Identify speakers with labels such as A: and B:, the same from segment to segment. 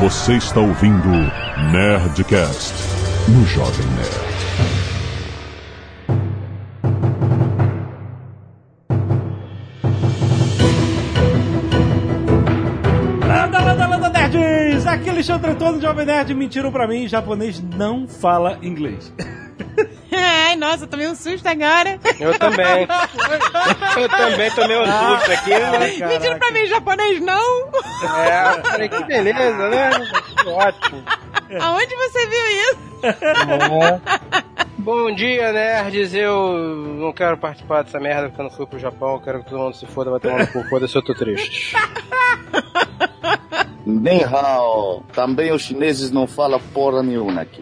A: Você está ouvindo Nerdcast no Jovem Nerd.
B: Landa, landa, landa, nerds! Aqui é Alexandre Antônio, Jovem Nerd. Mentiram pra mim, japonês não fala inglês.
C: Ai, nossa, eu tomei um susto agora.
D: Eu também. Eu também tomei um susto aqui.
C: Ah, Mentira pra mim, japonês não?
D: É, falei, que beleza, né? Que ótimo.
C: Aonde você viu isso?
D: É. Bom dia, nerds. Eu não quero participar dessa merda porque eu não fui pro Japão. Eu quero que todo mundo se foda, vai tomar no cu. Foda-se, eu tô triste.
E: Nem hao. Também os chineses não falam porra nenhuma aqui.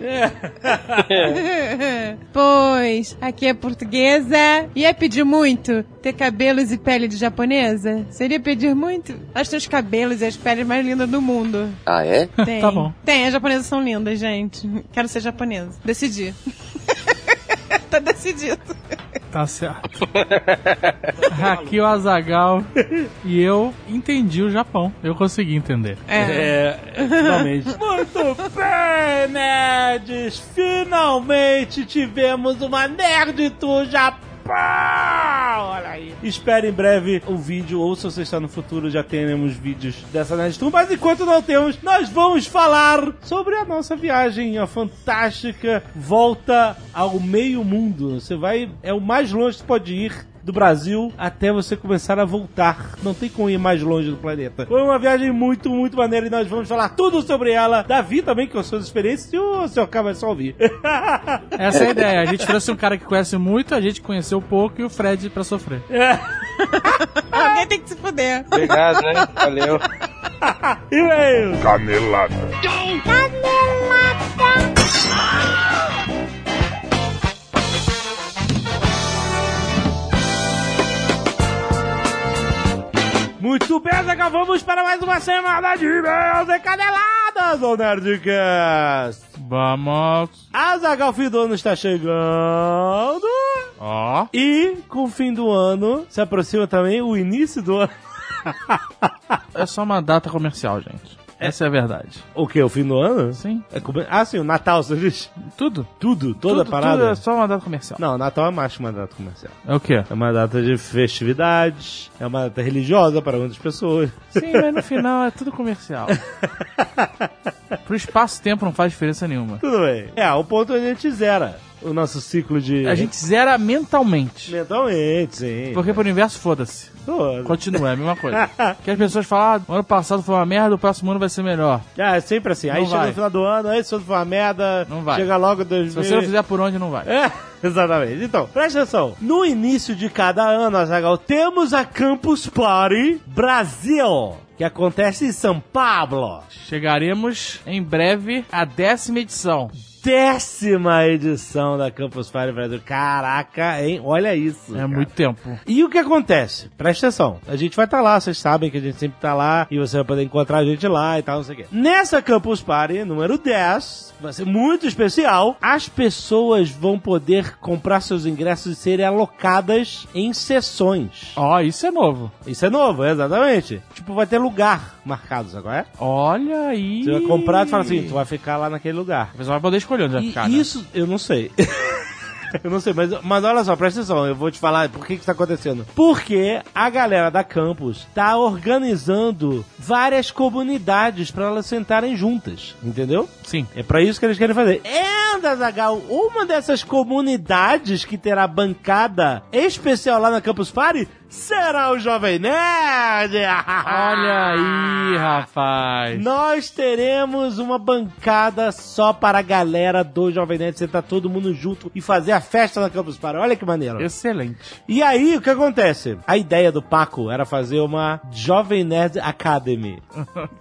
C: pois, aqui é portuguesa. E é pedir muito ter cabelos e pele de japonesa? Seria pedir muito? Elas têm os cabelos e as peles mais lindas do mundo.
E: Ah, é?
C: Tem. tá bom. Tem, as japonesas são lindas, gente. Quero ser japonesa. Decidi. tá decidido.
F: Tá certo. Aqui é o Azagal e eu entendi o Japão. Eu consegui entender.
B: É, é finalmente. Muito bem, nerds! Finalmente tivemos uma nerd do Japão! Olha aí. Espere em breve o vídeo, ou se você está no futuro, já teremos vídeos dessa Nerd Tour. Mas enquanto não temos, nós vamos falar sobre a nossa viagem, a fantástica volta ao meio mundo. Você vai, é o mais longe que pode ir do Brasil até você começar a voltar. Não tem como ir mais longe do planeta. Foi uma viagem muito, muito maneira e nós vamos falar tudo sobre ela. Davi também, com as suas experiências, e o seu cara vai só ouvir.
F: Essa é a ideia. A gente trouxe um cara que conhece muito, a gente conheceu pouco e o Fred pra sofrer. É.
C: Ah, Alguém tem que se fuder.
D: Obrigado, né? Valeu.
B: E-mail.
A: Canelada.
C: Canelada.
B: Muito bem, Zeca, vamos para mais uma semana de e-mails e caneladas do Nerdcast.
F: Vamos.
B: Azagal, fim do ano está chegando.
F: Ó. Oh.
B: E com o fim do ano se aproxima também o início do ano.
F: é só uma data comercial, gente. Essa é a verdade.
B: O que? O fim do ano?
F: Sim.
B: É come... Ah, sim, o Natal, você diz?
F: Tudo.
B: Tudo? Toda
F: tudo,
B: a parada? Tudo
F: é só uma data comercial.
B: Não, Natal é mais que uma data comercial.
F: É o quê?
B: É uma data de festividades, é uma data religiosa para muitas pessoas.
F: Sim, mas no final é tudo comercial. Pro espaço-tempo não faz diferença nenhuma.
B: Tudo bem. É, o ponto a gente zera o nosso ciclo de.
F: A gente zera mentalmente.
B: Mentalmente, sim.
F: Porque pro universo, foda-se. Foda Continua, é a mesma coisa. que as pessoas falam, ah, ano passado foi uma merda, o próximo ano vai ser melhor.
B: Ah, é sempre assim. Não aí vai. chega no final do ano, aí esse ano foi uma merda.
F: Não vai.
B: Chega logo 2000.
F: Se você não fizer por onde, não vai.
B: É. Exatamente. Então, presta atenção. No início de cada ano, Azagal, temos a Campus Party Brasil que acontece em São Paulo.
F: Chegaremos em breve à décima edição. É
B: Décima edição da Campus Party Brasil. Caraca, hein? Olha isso.
F: É
B: cara.
F: muito tempo.
B: E o que acontece? Presta atenção. A gente vai estar tá lá, vocês sabem que a gente sempre está lá e você vai poder encontrar a gente lá e tal, não sei o quê. Nessa Campus Party número 10, vai ser muito especial, as pessoas vão poder comprar seus ingressos e serem alocadas em sessões.
F: Ó, oh, isso é novo.
B: Isso é novo, exatamente. Tipo, vai ter lugar marcados agora.
F: Olha aí.
B: é? Você vai comprar e fala assim, tu vai ficar lá naquele lugar.
F: A pessoa vai poder escolher onde vai
B: e
F: ficar.
B: Isso,
F: né?
B: eu não sei. eu não sei, mas, mas olha só, presta atenção, eu vou te falar por que, que tá acontecendo. Porque a galera da campus tá organizando várias comunidades para elas sentarem juntas, entendeu?
F: Sim.
B: É para isso que eles querem fazer. And, Azagal, uma dessas comunidades que terá bancada especial lá na Campus Party será o Jovem Nerd!
F: Olha aí, rapaz!
B: Nós teremos uma bancada só para a galera do Jovem Nerd sentar todo mundo junto e fazer a festa na Campus Party. Olha que maneiro!
F: Excelente!
B: E aí, o que acontece? A ideia do Paco era fazer uma Jovem Nerd Academy.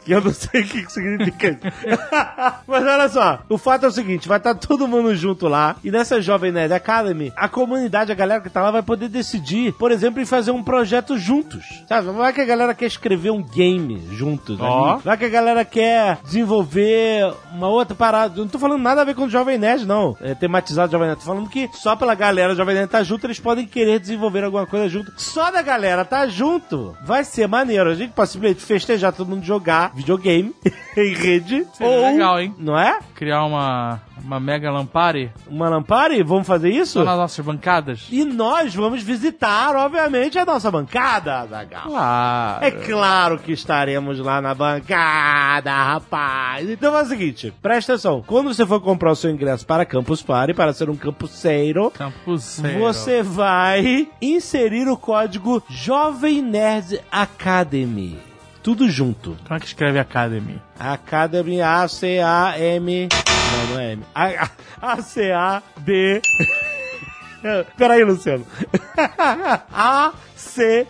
B: que eu não sei o que significa isso. Mas olha só, o fato é o seguinte, vai estar todo mundo junto lá e nessa Jovem Nerd Academy, a comunidade, a galera que tá lá vai poder decidir, por exemplo, em fazer um um projeto juntos. Sabe? Não é que a galera quer escrever um game juntos.
F: Ó.
B: Ali. Não é que a galera quer desenvolver uma outra parada. Eu Não tô falando nada a ver com o Jovem Nerd, não. É tematizado o Jovem Nerd. Tô falando que só pela galera o Jovem Nerd tá junto, eles podem querer desenvolver alguma coisa junto. Só da galera tá junto vai ser maneiro. A gente pode simplesmente festejar todo mundo jogar videogame em rede.
F: Seria
B: ou,
F: legal, hein?
B: Não é?
F: Criar uma, uma mega lampare
B: Uma Lampari? Vamos fazer isso?
F: só nas nossas bancadas?
B: E nós vamos visitar, obviamente, a nossa bancada, Azaghal.
F: Claro.
B: É claro que estaremos lá na bancada, rapaz. Então é o seguinte, presta atenção. Quando você for comprar o seu ingresso para Campus Party, para ser um campuseiro,
F: Campuseiro.
B: você vai inserir o código Jovem Nerd Academy. Tudo junto.
F: Como é que escreve Academy?
B: Academy A-C-A-M. Não, não é M. A- A- A-C-A-D. Peraí, Luciano. A-C-A-D-E-M-Y.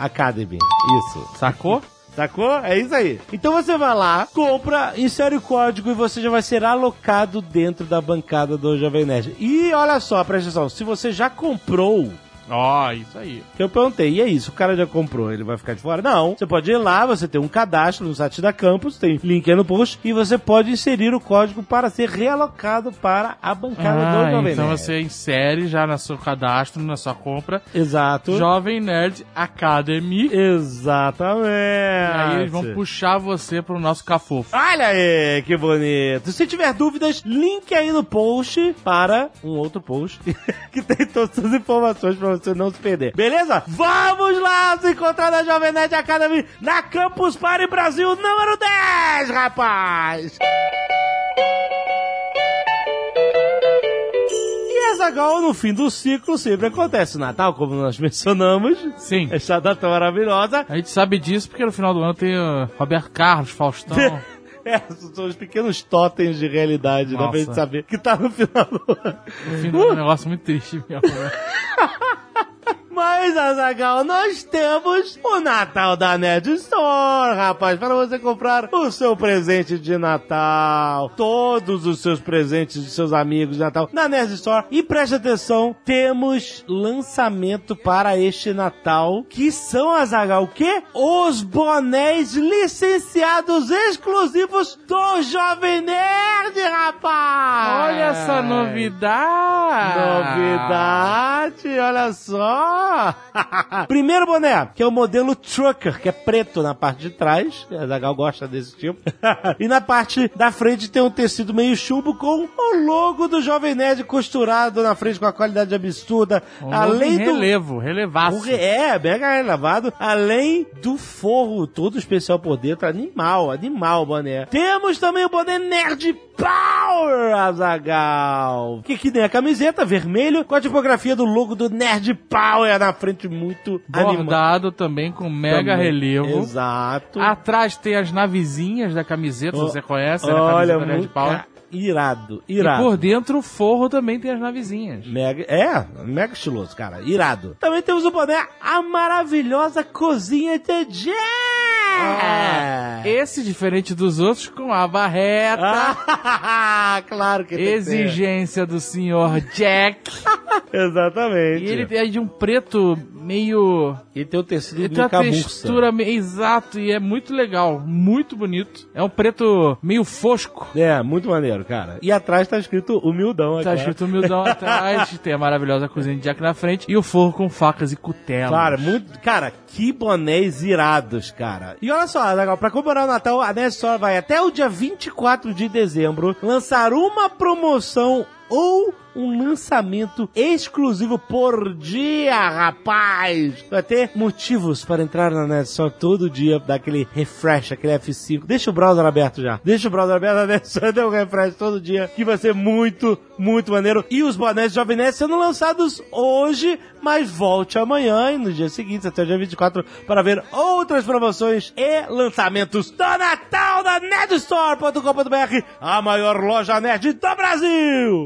B: Academy. Isso.
F: Sacou?
B: Sacou? É isso aí. Então você vai lá, compra, insere o código e você já vai ser alocado dentro da bancada do Jovem Nerd. E olha só, presta atenção, se você já comprou
F: Ó, isso aí.
B: que eu perguntei, e é isso, o cara já comprou, ele vai ficar de fora? Não. Você pode ir lá, você tem um cadastro no site da Campus, tem link aí no post, e você pode inserir o código para ser realocado para a bancada do
F: Ah,
B: Jovem
F: então
B: Nerd.
F: você insere já no seu cadastro, na sua compra,
B: Exato.
F: Jovem Nerd Academy.
B: Exatamente.
F: E aí eles vão puxar você pro nosso cafofo.
B: Olha aí, que bonito. Se tiver dúvidas, link aí no post para um outro post que tem todas as informações para você não se perder. Beleza? Vamos lá se encontrar na Jovem Nerd Academy na Campus Party Brasil número 10, rapaz! E essa gol no fim do ciclo sempre acontece. Natal, como nós mencionamos,
F: Sim.
B: essa data maravilhosa.
F: A gente sabe disso porque no final do ano tem uh, Roberto Carlos, Faustão.
B: É, são os pequenos totens de realidade, dá pra
F: Nossa.
B: gente saber que tá no final do ano.
F: No fim do ano é um negócio muito triste mesmo. né?
B: Mas, Azagal, nós temos o Natal da Nerd Store, rapaz, para você comprar o seu presente de Natal, todos os seus presentes de seus amigos de Natal na Nerd Store. E preste atenção, temos lançamento para este Natal, que são, Azagal, o quê? Os bonés licenciados exclusivos do Jovem Nerd, rapaz!
F: Olha essa novidade!
B: Ah. Novidade, olha só! Primeiro boné, que é o modelo Trucker, que é preto na parte de trás. A Zagal gosta desse tipo. e na parte da frente tem um tecido meio chumbo com o logo do Jovem Nerd costurado na frente com a qualidade absurda.
F: Um
B: Além
F: novo
B: do.
F: relevo, relevaço.
B: Um re- É, mega relavado. Além do forro todo especial por dentro. Animal, animal, boné. Temos também o boné Nerd Power, Azagal. Que que nem a camiseta, vermelho, com a tipografia do logo do Nerd Power na frente, muito animado.
F: Bordado também com mega
B: Também.
F: relevo. Ah,
B: Exato.
F: Atrás tem as navezinhas da camiseta,
B: Oh,
F: você conhece, né? A
B: Olha,
F: camiseta Nerd
B: muito
F: Power.
B: ca- irado,
F: E
B: irado.
F: por dentro o forro também tem as navezinhas.
B: Mega, é, mega estiloso, cara. Irado. Também temos o boné A Maravilhosa Cozinha de Jack. É.
F: Esse, diferente dos outros, com a barreta,
B: Ah, claro que tem que ser.
F: exigência do senhor Jack.
B: Exatamente.
F: e ele é de um preto meio
B: Ele tem o tecido
F: Ele
B: de
F: tem uma
B: camurça.
F: textura meio... Exato, e é muito legal, muito bonito. É um preto meio fosco.
B: É, muito maneiro, cara. E atrás tá escrito humildão aqui.
F: Tá escrito humildão atrás, tem a maravilhosa cozinha de Jack na frente e o forro com facas e cutelas.
B: Cara, muito, cara, que bonés irados, cara. E olha só, legal, pra comemorar o Natal, a Nerd Store vai até o dia 24 de dezembro lançar uma promoção ou um lançamento exclusivo por dia, rapaz! Vai ter motivos para entrar na Nerd Store todo dia, dar aquele refresh, aquele F5. Deixa o browser aberto já. Deixa o browser aberto, a Nerd Store deu um refresh todo dia, que vai ser muito, muito maneiro. E os bonés Jovem Nerd sendo lançados hoje, mas volte amanhã e no dia seguinte, até o dia 24, para ver outras promoções e lançamentos do Natal da NerdStore.com.br, a maior loja nerd do Brasil!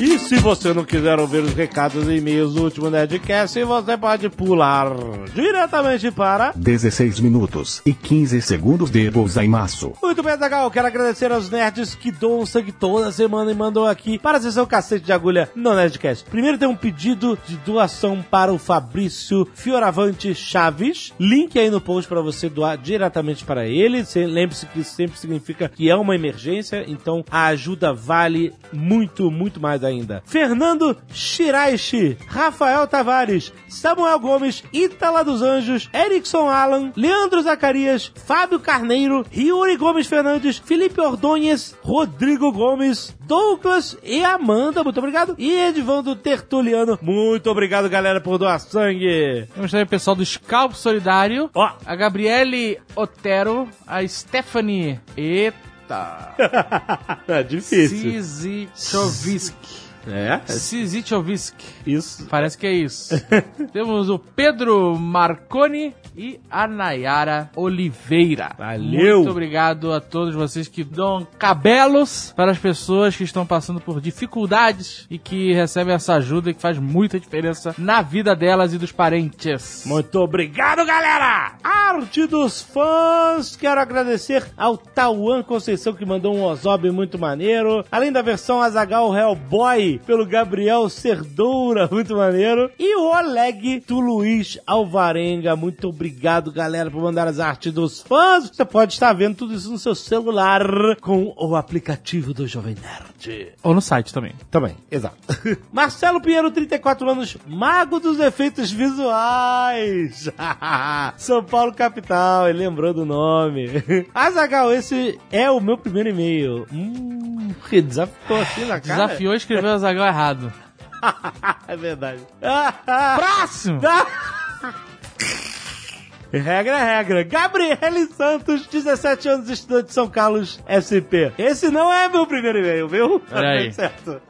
B: E se você não quiser ouvir os recados e e-mails do último Nerdcast, você pode pular diretamente para.
G: 16 minutos e 15 segundos de gozaimaço.
B: Muito bem, Zagal, quero agradecer aos nerds que doam sangue toda semana e mandam aqui para a sessão cacete de agulha no Nerdcast. Primeiro tem um pedido de doação para o Fabrício Fioravante Chaves. Link aí no post para você doar diretamente para ele. Se- Lembre-se que isso sempre significa que é uma emergência, então a ajuda vale muito, muito mais ainda. Fernando Shiraishi, Rafael Tavares, Samuel Gomes, Itala dos Anjos, Erickson Alan, Leandro Zacarias, Fábio Carneiro, Yuri Gomes Fernandes, Felipe Ordonhes, Rodrigo Gomes, Douglas e Amanda, muito obrigado. E Edvando Tertuliano, muito obrigado, galera, por doar sangue.
F: Vamos também o pessoal do Scalpo Solidário.
B: Ó.
F: A Gabriele Otero. A Stephanie. Eita.
B: é difícil.
F: Sizichovsk.
B: É,
F: Sizichovsk.
B: isso.
F: Parece que é isso. Temos o Pedro Marconi e a Nayara Oliveira.
B: Valeu.
F: Muito obrigado a todos vocês que dão cabelos para as pessoas que estão passando por dificuldades e que recebem essa ajuda que faz muita diferença na vida delas e dos parentes.
B: Muito obrigado, galera! Arte dos fãs! Quero agradecer ao Tauan Conceição que mandou um Ozob muito maneiro. Além da versão Azagal Hellboy pelo Gabriel Cerdoura, muito maneiro. E o Oleg do Luiz Alvarenga. Muito obrigado, galera, por mandar as artes dos fãs. Você pode estar vendo tudo isso no seu celular com o aplicativo do Jovem Nerd.
F: Ou no site também.
B: Também, exato. Marcelo Pinheiro, 34 anos, mago dos efeitos visuais. São Paulo capital, ele lembrou do nome. Azagal, esse é o meu primeiro e-mail. Hum, que desafiou assim na cara.
F: Desafiou e escreveu o Zagal errado.
B: é verdade.
F: Próximo!
B: Regra é regra. Gabriele Santos, 17 anos, estudante de São Carlos, SP. Esse não é meu primeiro e-mail, viu?
F: Olha aí.
B: Tá certo.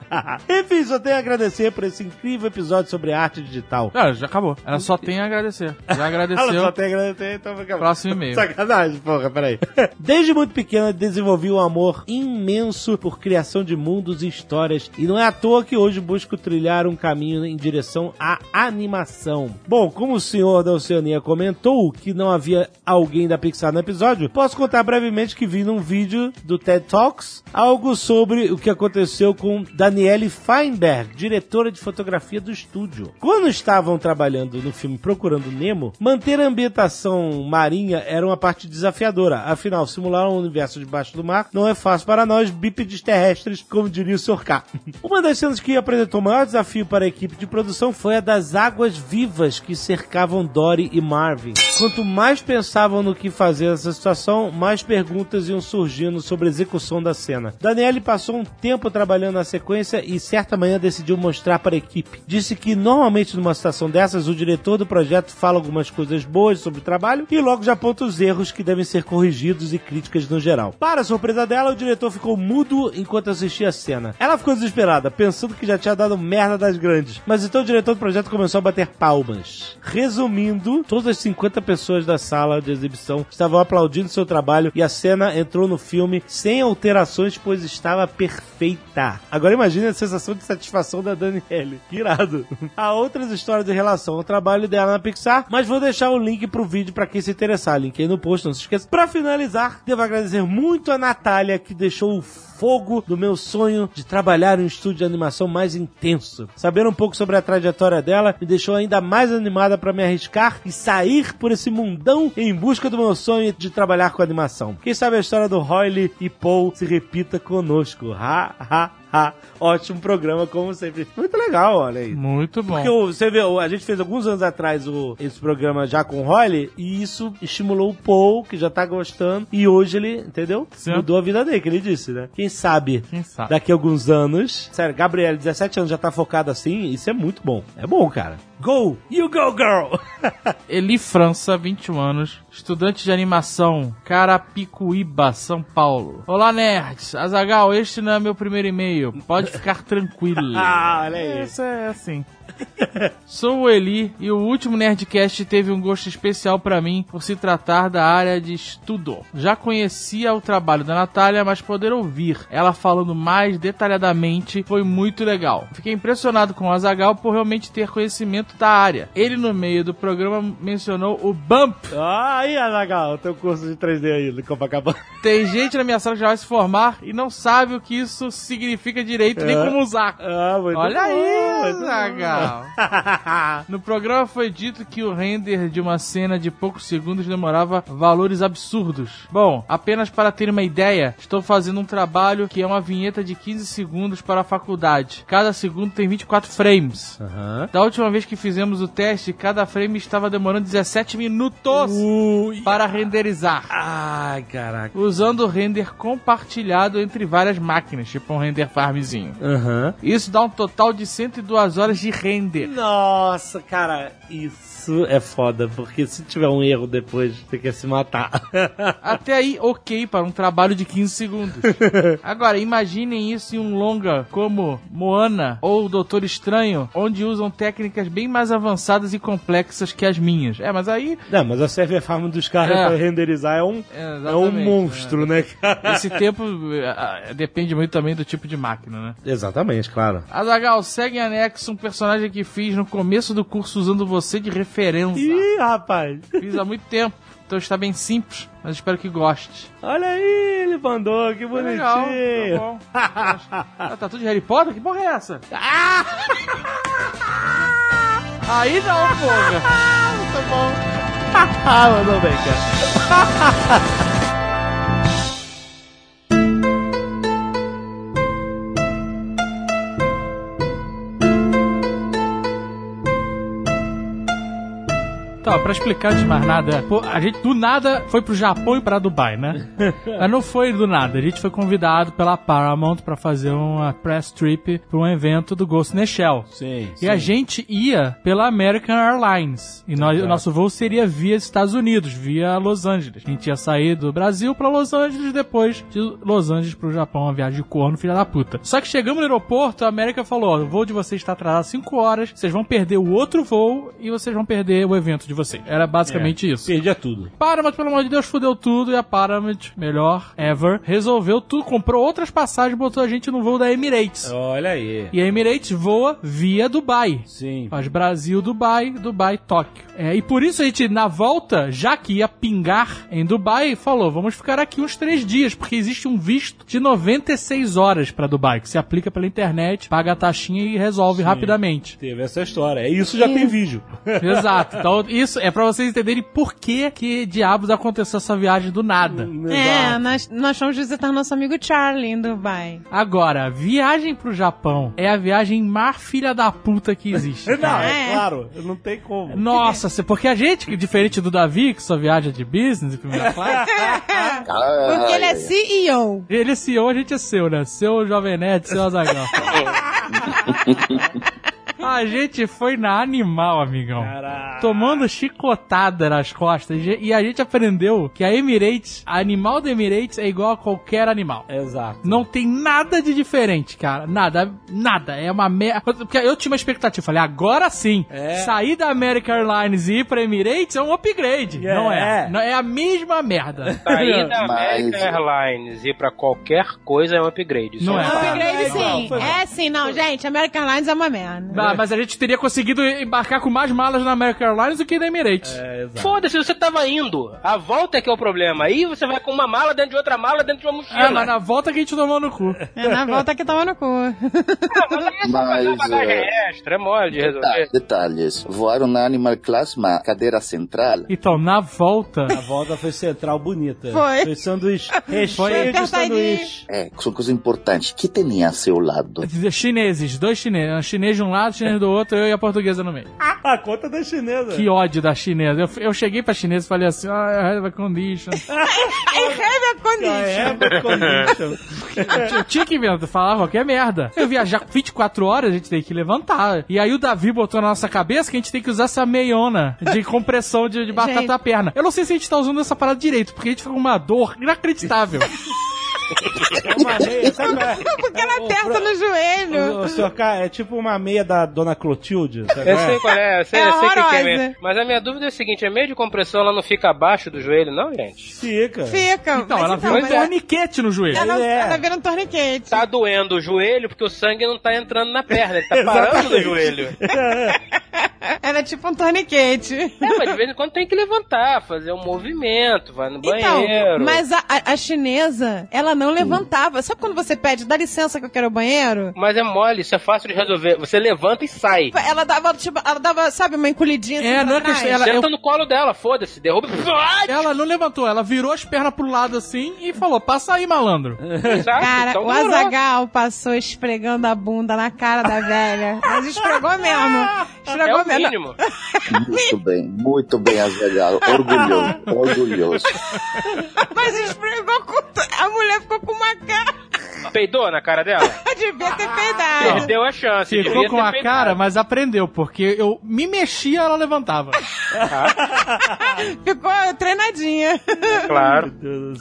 B: Enfim, só tenho a agradecer por esse incrível episódio sobre arte digital.
F: Não, já acabou. Ela só tem a agradecer. Já
B: Ela só
F: agradeceu.
B: tem a agradecer, então fica
F: Próximo e-mail.
B: Sacanagem, porra, peraí. Desde muito pequena, desenvolvi um amor imenso por criação de mundos e histórias, e não é à toa que hoje busco trilhar um caminho em direção à animação. Bom, como o senhor da Oceania comentou que não havia alguém da Pixar no episódio, posso contar brevemente que vi num vídeo do TED Talks algo sobre o que aconteceu com Danielle Feinberg, diretora de fotografia do estúdio. Quando estavam trabalhando no filme Procurando Nemo, manter a ambientação marinha era uma parte desafiadora. Afinal, simular um universo debaixo do mar não é fácil para nós bípedes terrestres, como diria o Sr. K. Uma das cenas que apresentou maior desafio para a equipe de produção foi a das águas vivas que cercavam Dory e Marvin. Quanto mais pensavam no que fazer nessa situação, mais perguntas iam surgindo sobre a execução da cena. Daniele passou um tempo trabalhando na sequência e certa manhã decidiu mostrar para a equipe. Disse que normalmente numa situação dessas, o diretor do projeto fala algumas coisas boas sobre o trabalho e logo já aponta os erros que devem ser corrigidos e críticas no geral. Para a surpresa dela, o diretor ficou mudo enquanto assistia a cena. Ela ficou desesperada, pensando que já tinha dado merda das grandes. Mas então o diretor do projeto começou a bater palmas. Resumindo, todas as 50 pessoas da sala de exibição estavam aplaudindo seu trabalho e a cena entrou no filme sem alterações, pois estava perfeita. Agora imagine a sensação de satisfação da Daniele. Que Irado. Há outras histórias em relação ao trabalho dela na Pixar, mas vou deixar o link pro vídeo pra quem se interessar. Link aí no post, não se esqueça. Pra finalizar, devo agradecer muito a Natália que deixou o fogo do meu sonho de trabalhar em um estúdio de animação mais intenso. Saber um pouco sobre a trajetória dela me deixou ainda mais animada pra me arriscar e sair por esse mundão em busca do meu sonho de trabalhar com animação. Quem sabe a história do Royle e Paul se repita conosco. Ha, ha, ha. Ótimo programa, como sempre. Muito legal, olha aí.
F: Muito bom.
B: Porque o- você vê, o- a gente fez alguns anos atrás o, esse programa já com o Holly, e isso estimulou o Paul, que já tá gostando, e hoje ele, entendeu?
F: Certo. Tá.
B: Mudou a vida dele, que ele disse, né? Quem sabe,
F: Quem sabe?
B: daqui a alguns anos. Sério, Gabriel, 17 anos, já tá focado assim, isso é muito bom. É bom, cara. Go! You go, girl!
F: Eli França, 21 anos, estudante de animação, Carapicuíba, São Paulo. Olá, nerds! Azagal, este não é meu primeiro e-mail. Pode ficar tranquilo.
B: ah, olha aí.
F: Isso é assim. Sou o Eli e o último Nerdcast teve um gosto especial pra mim por se tratar da área de estudo. Já conhecia o trabalho da Natália, mas poder ouvir ela falando mais detalhadamente foi muito legal. Fiquei impressionado com o Azagal por realmente ter conhecimento da área. Ele, no meio do programa, mencionou o Bump.
B: Ah, aí, Azagal, teu curso de 3D aí do Copacabana.
F: Tem gente na minha sala que já vai se formar e não sabe o que isso significa direito nem
B: É.
F: como usar.
B: Ah, muito
F: Olha
B: bom,
F: aí,
B: muito bom.
F: Azagal. No programa foi dito que o render de uma cena de poucos segundos demorava valores absurdos. Bom, apenas para ter uma ideia, estou fazendo um trabalho que é uma vinheta de 15 segundos para a faculdade. Cada segundo tem 24 frames. Da última vez que fizemos o teste, cada frame estava demorando 17 minutos para renderizar.
H: Ai, caraca.
F: Usando o render compartilhado entre várias máquinas, tipo um render farmzinho.
H: Aham.
F: Isso dá um total de 102 horas de render.
H: Nossa, cara, isso é foda, porque se tiver um erro depois, você quer se matar.
F: Até aí, ok, para um trabalho de 15 segundos. Agora, imaginem isso em um longa como Moana ou Doutor Estranho, onde usam técnicas bem mais avançadas e complexas que as minhas. É, mas aí.
H: Não, mas a server farm dos caras
F: É.
H: pra renderizar é um,
F: É,
H: é um
F: exatamente,
H: monstro, né, cara?
F: Esse tempo eh, eh, depende muito também do tipo de máquina, né?
H: Exatamente, claro.
F: Azagal, segue em anexo um personagem que fiz no começo do curso usando você de referência.
B: Ih, rapaz.
F: Fiz há muito tempo, então está bem simples, mas espero que goste.
B: Olha aí, ele mandou, que
F: Foi
B: bonitinho.
F: legal, tá bom. Ah, tá tudo de Harry Potter? Que porra é essa? Aí não, porra.
B: Ah, mandou bem, cara.
F: Tá, pra explicar antes de mais nada, pô, a gente do nada foi pro Japão e pra Dubai, né? Mas não foi do nada, a gente foi convidado pela Paramount pra fazer uma press trip pra um evento do Ghost in the Shell.
H: Sim.
F: E a gente ia pela American Airlines. E nós, o nosso voo seria via Estados Unidos, via Los Angeles. A gente ia sair do Brasil pra Los Angeles, depois de Los Angeles pro Japão, uma viagem de corno, filha da puta. Só que chegamos no aeroporto, a América falou: ó, o voo de vocês está atrasado 5 horas, vocês vão perder o outro voo e vocês vão perder o evento de vocês. Era basicamente isso.
H: Perdia tudo.
F: Paramount, pelo amor de Deus, fudeu tudo e a Paramount, melhor ever, resolveu tudo, comprou outras passagens e botou a gente no voo da Emirates.
B: É.
H: Olha aí.
F: E a Emirates voa via Dubai.
H: Sim.
F: Faz Brasil, Dubai, Dubai, Tóquio. É, e por isso a gente, na volta, já que ia pingar em Dubai, falou: vamos ficar aqui uns três dias, porque existe um visto de 96 horas pra Dubai, que se aplica pela internet, paga a taxinha e resolve rapidamente.
H: Teve essa história. É Isso já tem vídeo.
F: Exato. Então, isso é pra vocês entenderem por que, que diabos aconteceu essa viagem do nada.
C: É, nós, nós fomos visitar nosso amigo Charlie em Dubai.
F: Agora, viagem pro Japão é a viagem mais filha da puta que existe.
H: Não,
C: É.
H: é claro. Não tem como.
F: Nossa, se- porque a gente, que é diferente do Davi, que só viaja de business em primeira classe,
C: Porque ele é CEO.
F: ele é CEO, a gente é seu, né? Seu Jovem Nerd, seu Azaghal. A gente foi na animal, amigão.
H: Caraca.
F: Tomando chicotada nas costas. E a gente aprendeu que a Emirates, a animal da Emirates é igual a qualquer animal.
H: Exato.
F: Não tem nada de diferente, cara. Nada, nada. É uma merda. Porque eu tinha uma expectativa. Falei, agora sim.
H: É.
F: Sair da American Airlines e ir pra Emirates é um upgrade.
H: É.
F: Não é. Não, é a mesma merda.
D: Sair da
E: Mas-
D: American Airlines e ir pra qualquer coisa é um upgrade. Isso
F: Não é.
D: um fato.
C: Upgrade
H: é igual,
C: sim.
H: foi bom.
C: É sim, não, gente. American Airlines é uma merda.
F: Ah, mas a gente teria conseguido embarcar com mais malas na American Airlines do que na Emirates.
H: É, exato.
D: Foda-se, você tava indo. A volta é que é o problema. Aí você vai com uma mala dentro de outra mala dentro de uma mochila.
F: Ah, mas na volta que a gente tomou no cu.
C: É na volta que tava no cu.
D: Ah, mas aí é só fazer uma
E: Mas,
D: bagagem
C: né?
E: é.
D: extra, é mole de
E: Tá,
D: resolver.
E: detalhes. Voaram na Animal Class, uma cadeira central.
F: Então, na volta.
H: A volta foi central bonita.
C: Foi.
H: Foi sanduíche.
C: Foi
H: Recheio de
C: apertadinho.
H: sanduíche.
E: É, são coisa importante. que tinha a seu lado?
F: Chineses, dois chineses. Chinês de um lado, chinês do outro, eu e a portuguesa no meio.
H: A conta da chinesa.
F: Que ódio da chinesa. Eu, eu cheguei pra chinesa e falei assim: ah, I have a condition.
C: É heavy condition.
H: É, condition.
F: Eu tinha que inventar, falar qualquer merda. Eu viajar com 24 horas, a gente tem que levantar. E aí o Davi botou na nossa cabeça que a gente tem que usar essa meiona de compressão de, de batata
C: Gente.
F: à perna. Eu não sei se a gente tá usando essa parada direito, porque a gente fica com uma dor inacreditável.
B: É uma meia, sabe qual é?
C: Porque ela aperta no joelho.
B: O, o senhor K é tipo uma meia da dona Clotilde. Sabe qual
D: Eu
B: é?
D: sei qual é, eu sei,
C: É
D: eu sei o que que é
C: horrorosa.
D: mesmo. Mas a minha dúvida é a seguinte: a meia de compressão ela não fica abaixo do joelho, não, gente?
B: Fica.
C: Fica.
F: Então,
C: mas
F: ela
C: então,
F: viu um
C: mas
F: torniquete no joelho.
C: ela,
B: É.
C: ela vira um torniquete.
D: Tá doendo o joelho porque o sangue não tá entrando na perna, ele tá parando no joelho.
C: Ela é tipo um torniquete.
D: É, mas de vez em quando tem que levantar, fazer um movimento, vai no banheiro.
C: Então, mas a, a- a chinesa, ela não levantava. Sabe quando você pede, dá licença que eu quero o banheiro?
D: Mas é mole, isso é fácil de resolver. Você levanta e sai.
C: Ela dava, tipo, ela dava, sabe, uma encolhidinha assim
F: É,
C: pra
F: não é
C: trás.
F: questão- ela-
D: Senta
F: eu-
D: no colo dela, foda-se, derruba. Ai,
F: Ela não levantou, ela virou as pernas pro lado assim e falou: passa aí, malandro.
D: Exato,
C: Cara,
D: então
C: o
D: demorou.
C: Azagal passou esfregando a bunda na cara da velha. Mas esfregou mesmo.
D: É
C: Esfregou
D: o
C: mesmo.
D: mínimo.
E: Muito bem, muito bem, Azaghal. Orgulhoso, orgulhoso.
C: Mas esfregou com. tu- A mulher ficou com uma cara
D: Peidou na cara dela?
C: de ver ter
D: Ah,
C: peidado.
D: Perdeu a chance.
F: Ficou
D: devia
F: com
D: ter
F: a
D: peidado.
F: cara, mas aprendeu, porque eu me mexia, ela levantava.
C: Ficou treinadinha.
D: Claro.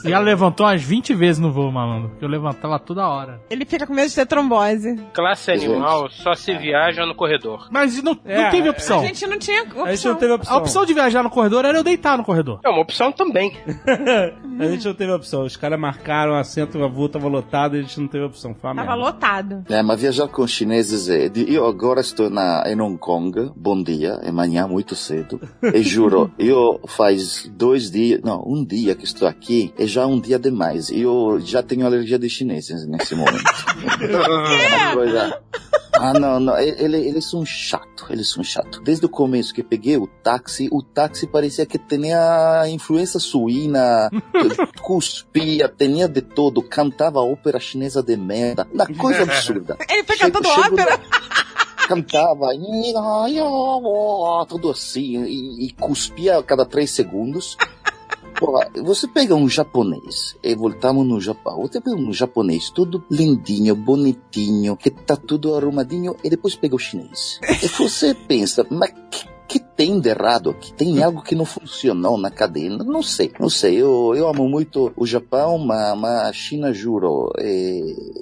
F: E ela levantou umas 20 vezes no voo, malandro. porque Eu levantava toda hora.
C: Ele fica com medo de ter trombose.
D: Classe animal só se viaja no corredor.
F: Mas não,
B: É,
F: não teve
B: é,
C: A
F: opção.
C: gente não tinha opção.
B: A gente não teve opção.
F: A opção de viajar no corredor era eu deitar no corredor.
D: É uma opção também.
B: A gente não teve opção. Os caras marcaram assento, a rua tava lotada, a gente não teve opção. Foi uma
C: Tava
B: merda.
C: lotado.
E: É, mas viajar com chineses é. de- Eu agora estou na, em Hong Kong. Bom dia, é manhã muito cedo. E juro, eu faz dois dias, não, um dia que estou aqui, é já um dia demais. Eu já tenho alergia de chineses nesse momento. É Uma coisa- Ah, não, não, e- ele- eles são chato, eles são chato. Desde o começo que peguei o táxi, o táxi parecia que tinha influência suína, cuspia, tinha de todo, cantava ópera chinesa de merda, uma coisa absurda.
C: Ele foi
E: Chego-
C: cantando
E: chego
C: ópera.
E: na- Cantava tudo assim e, e cuspia a cada três segundos. Pô, você pega um japonês e voltamos no Japão. Você pega um japonês todo lindinho, bonitinho, que tá tudo arrumadinho e depois pega o chinês. E você pensa, mas que, que tem de errado? Que tem
C: Hum.
E: algo que não funcionou na cadeia? Não sei, não sei. Eu, eu amo muito o Japão, mas, mas a China, juro, é,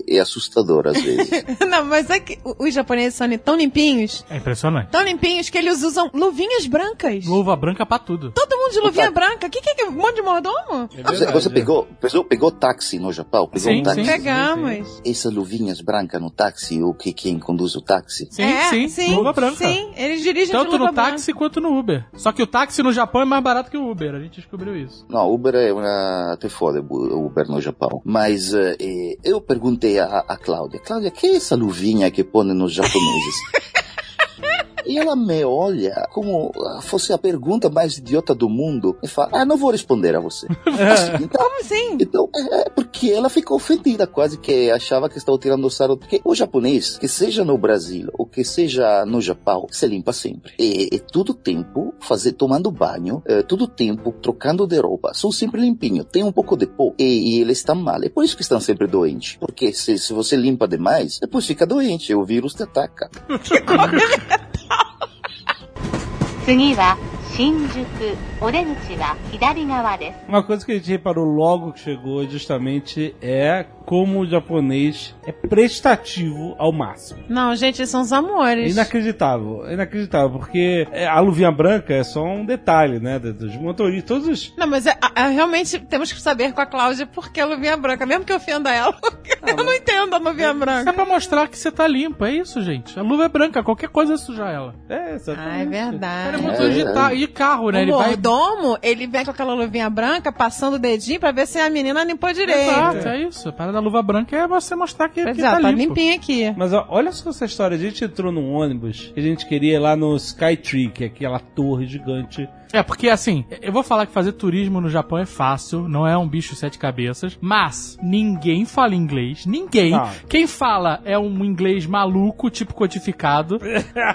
E: é assustador às vezes.
C: Não, mas é que o- os japoneses são tão limpinhos,
F: É impressionante.
C: tão limpinhos que eles usam luvinhas brancas.
F: Luva branca pra tudo.
C: Todo mundo de luvinha branca. O que, que é que um monte de mordomo?
B: É
E: Ah, Você,
B: verdade,
E: você
B: é.
E: pegou, pegou, pegou táxi no Japão? Pegou
F: Sim,
E: um táxi?
F: sim.
C: Pegamos.
E: Essas luvinhas brancas no táxi, o que quem conduz o táxi?
F: Sim,
C: É,
F: sim, Luva branca.
C: Sim, eles dirigem de
F: Tanto
C: luva
F: no táxi quanto no Uber. Só que o táxi no Japão é mais barato que o Uber. A gente descobriu isso.
E: Não, Uber é uma... Até foda o Uber no Japão. Mas eh, eh, eu perguntei a, a Cláudia, Cláudia, que é essa luvinha que põe nos japoneses? E ela me olha como fosse a pergunta mais idiota do mundo e fala: Ah, não vou responder a você. então,
C: Como assim?
E: Então, é porque ela ficou ofendida, quase que achava que estava tirando sarro. Porque o japonês, que seja no Brasil ou que seja no Japão, se limpa sempre. E, e todo tempo fazer, tomando banho, eh, todo tempo trocando de roupa. São sempre limpinhos, tem um pouco de pó. E, e eles estão mal. É por isso que estão sempre doentes. Porque se, se você limpa demais, depois fica doente, o vírus te ataca.
I: 次は新宿お出口は左側です
B: Uma coisa que a gente reparou logo que chegou justamente é como o japonês é prestativo ao máximo.
C: Não, gente, eles são os amores.
B: Inacreditável, inacreditável, porque é, a luvinha branca é só um detalhe, né? do- Dos motoristas, todos os.
C: Não, mas é- é- realmente temos que saber com a Cláudia por que a luvinha branca. Mesmo que eu ofenda ela, eu não entendo a luvinha
F: É
C: branca.
F: pra mostrar que você tá limpo, é isso, gente. A luva é branca, qualquer coisa suja ela.
B: É,
C: Ah,
B: exatamente.
C: é
F: Cara, é
C: verdade. Um
F: motor de, ta- de carro, né?
C: O
F: Ele vai.
C: mordomo, ele vem com aquela luvinha branca, passando o dedinho pra ver se a menina limpou direito.
F: Exato, é isso. A parada da luva branca é você mostrar que,
C: Pois
F: que
C: é,
F: tá,
C: tá
F: limpo.
C: limpinho aqui.
B: Mas ó, olha só essa história, a gente entrou num ônibus que a gente queria ir lá no Skytree, que é aquela torre gigante.
F: É, porque assim, eu vou falar que fazer turismo no Japão é fácil, não é um bicho sete cabeças, mas ninguém fala inglês, ninguém.
B: Não.
F: Quem fala é um inglês maluco, tipo codificado,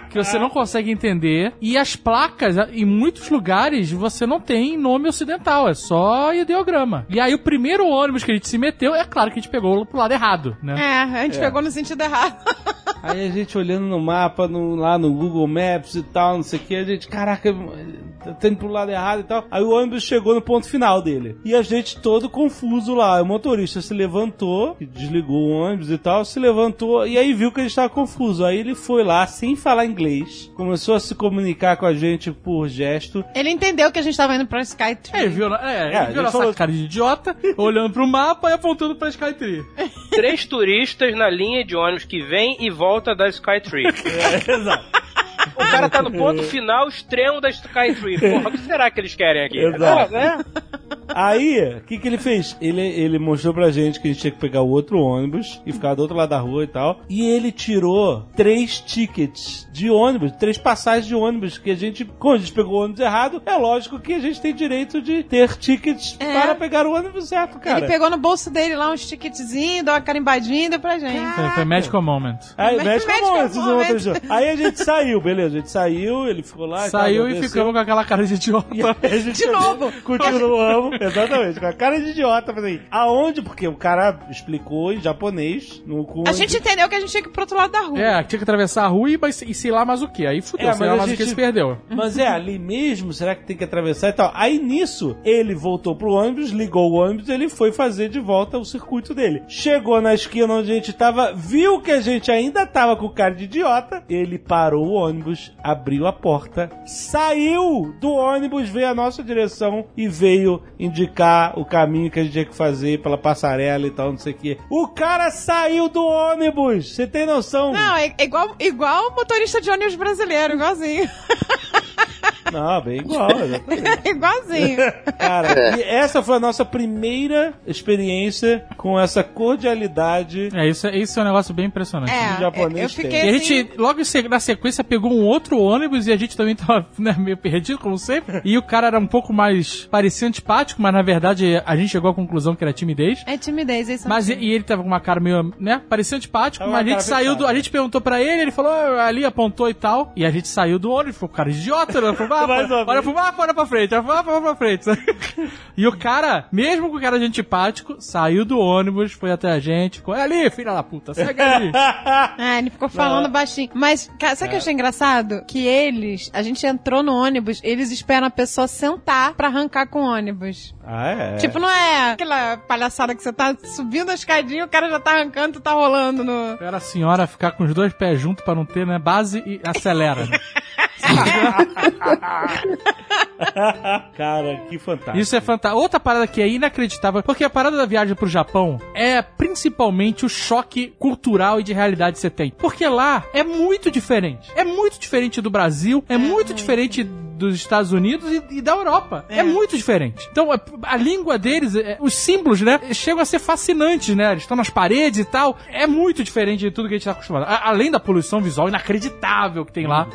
F: que você não consegue entender. E as placas, em muitos lugares, você não tem nome ocidental, é só ideograma. E aí o primeiro ônibus que a gente se meteu, é claro que a gente pegou pro lado errado, né?
C: É, a gente pegou no sentido errado.
B: Aí a gente olhando no mapa, no- lá no Google Maps e tal, não sei o que, a gente, caraca, tá indo pro lado errado e tal. Aí o ônibus chegou no ponto final dele. E a gente todo confuso lá. O motorista se levantou, desligou o ônibus e tal, se levantou e aí viu que a gente tava confuso. Aí ele foi lá, sem falar inglês, começou a se comunicar com a gente por gesto.
C: Ele entendeu que a gente tava indo pra Skytree.
F: É, ele viu, na- é,
B: É,
F: ele
B: ele
F: viu nossa
B: falou-
F: cara de idiota, olhando pro mapa e apontando pra Skytree.
D: Três turistas na linha de ônibus que vem e volta da Skytree.
B: É, Exato.
D: O cara tá no ponto final extremo da Skytree. Porra, o que será que eles querem aqui?
B: Exato.
D: Não,
C: É,
D: né?
B: Aí, o que, que ele fez? Ele, ele mostrou pra gente que a gente tinha que pegar o outro ônibus e ficar do outro lado da rua e tal. E ele tirou três tickets de ônibus, três passagens de ônibus, que a gente, como a gente pegou o ônibus errado, é lógico que a gente tem direito de ter tickets
C: É.
B: para pegar o ônibus certo, cara.
C: Ele pegou no bolso dele lá uns ticketzinhos, deu uma carimbadinha e deu pra gente.
F: Foi, foi Magical Moment.
B: Aí,
C: Mas
B: mexe com a
C: mexe
B: mão,
C: com a
B: esses
C: mão,
B: outros
C: mexe.
B: dias. Aí a gente saiu, beleza. A gente saiu, ele ficou lá. e tal,
F: Saiu e
B: desceu.
F: ficamos com aquela cara de idiota.
B: E aí a gente
C: De novo.
B: Continuamos, exatamente, com a cara de idiota. Falei, assim, aonde? Porque o cara explicou em japonês. No, com
C: A gente entendeu que a gente tinha que ir pro outro lado da rua.
F: É, tinha que atravessar a rua e, mas- e sei lá mais o que. Aí fudeu,
B: É,
F: sei
B: mas
F: lá
B: a
F: mais o
B: gente-
F: que se perdeu.
B: Mas é ali mesmo? Será que tem que atravessar e tal? Aí nisso, ele voltou pro ônibus, ligou o ônibus, ele foi fazer de volta o circuito dele. Chegou na esquina onde a gente tava, viu que a gente ainda tava com cara de idiota, ele parou o ônibus, abriu a porta, saiu do ônibus, veio a nossa direção e veio indicar o caminho que a gente tinha que fazer pela passarela e tal, não sei o que. O cara saiu do ônibus! Você tem noção?
C: Não, é é igual, igual o motorista de ônibus brasileiro, igualzinho.
B: Não, bem igual, né? exatamente.
C: igualzinho.
F: É.
B: Cara, e essa foi a nossa primeira experiência com essa cordialidade.
F: É, isso, é- isso é um negócio bem impressionante. né?
C: É,
B: O japonês
C: eu
B: tem.
C: fiquei
F: E a
C: assim,
F: gente, logo em se- na sequência, pegou um outro ônibus e a gente também tava né, meio perdido, como sempre. E o cara era um pouco mais. parecia antipático, mas na verdade a gente chegou à conclusão que era timidez.
C: É timidez, é isso
F: Mas e,
C: mesmo.
F: e ele tava com uma cara meio, né? Parecia antipático,
B: Tava
F: mas a
B: uma
F: gente
B: cara
F: saiu do.
B: fechada.
F: A gente perguntou pra ele, ele falou "Ah, ali, apontou e tal. E a gente saiu do ônibus, ficou com cara de idiota, né? Falou, "Ah,
B: Mais
F: pô,
B: uma
F: olha
B: vez.
F: pro mapa, olha pra frente, olha pro mapa, olha pra frente. e o cara, mesmo com cara de antipático, saiu do ônibus, foi até a gente, ficou, "É ali, filha da puta, segue ali.
C: Ah, ele ficou falando baixinho. Mas, cara, sabe o que
F: É.
C: eu achei engraçado? Que eles, a gente entrou no ônibus, eles esperam a pessoa sentar pra arrancar com o ônibus.
B: Ah, é.
C: Tipo, não é aquela palhaçada que você tá subindo a escadinha e o cara já tá arrancando, tu tá rolando no.
F: Era a senhora ficar com os dois pés juntos pra não ter, né? Base e acelera. né?
B: Cara, que fantástico.
F: Isso é fantástico. Outra parada que é inacreditável, porque a parada da viagem pro Japão é principalmente o choque cultural e de realidade que você tem. Porque lá é muito diferente. É muito diferente do Brasil, é muito diferente dos Estados Unidos e, e da Europa. É.
C: É.
F: muito diferente. Então, a, a língua deles, é- os símbolos, né, chegam a ser fascinantes, né? Eles estão nas paredes e tal. É muito diferente de tudo que a gente tá acostumado. A- além da poluição visual inacreditável que tem lá.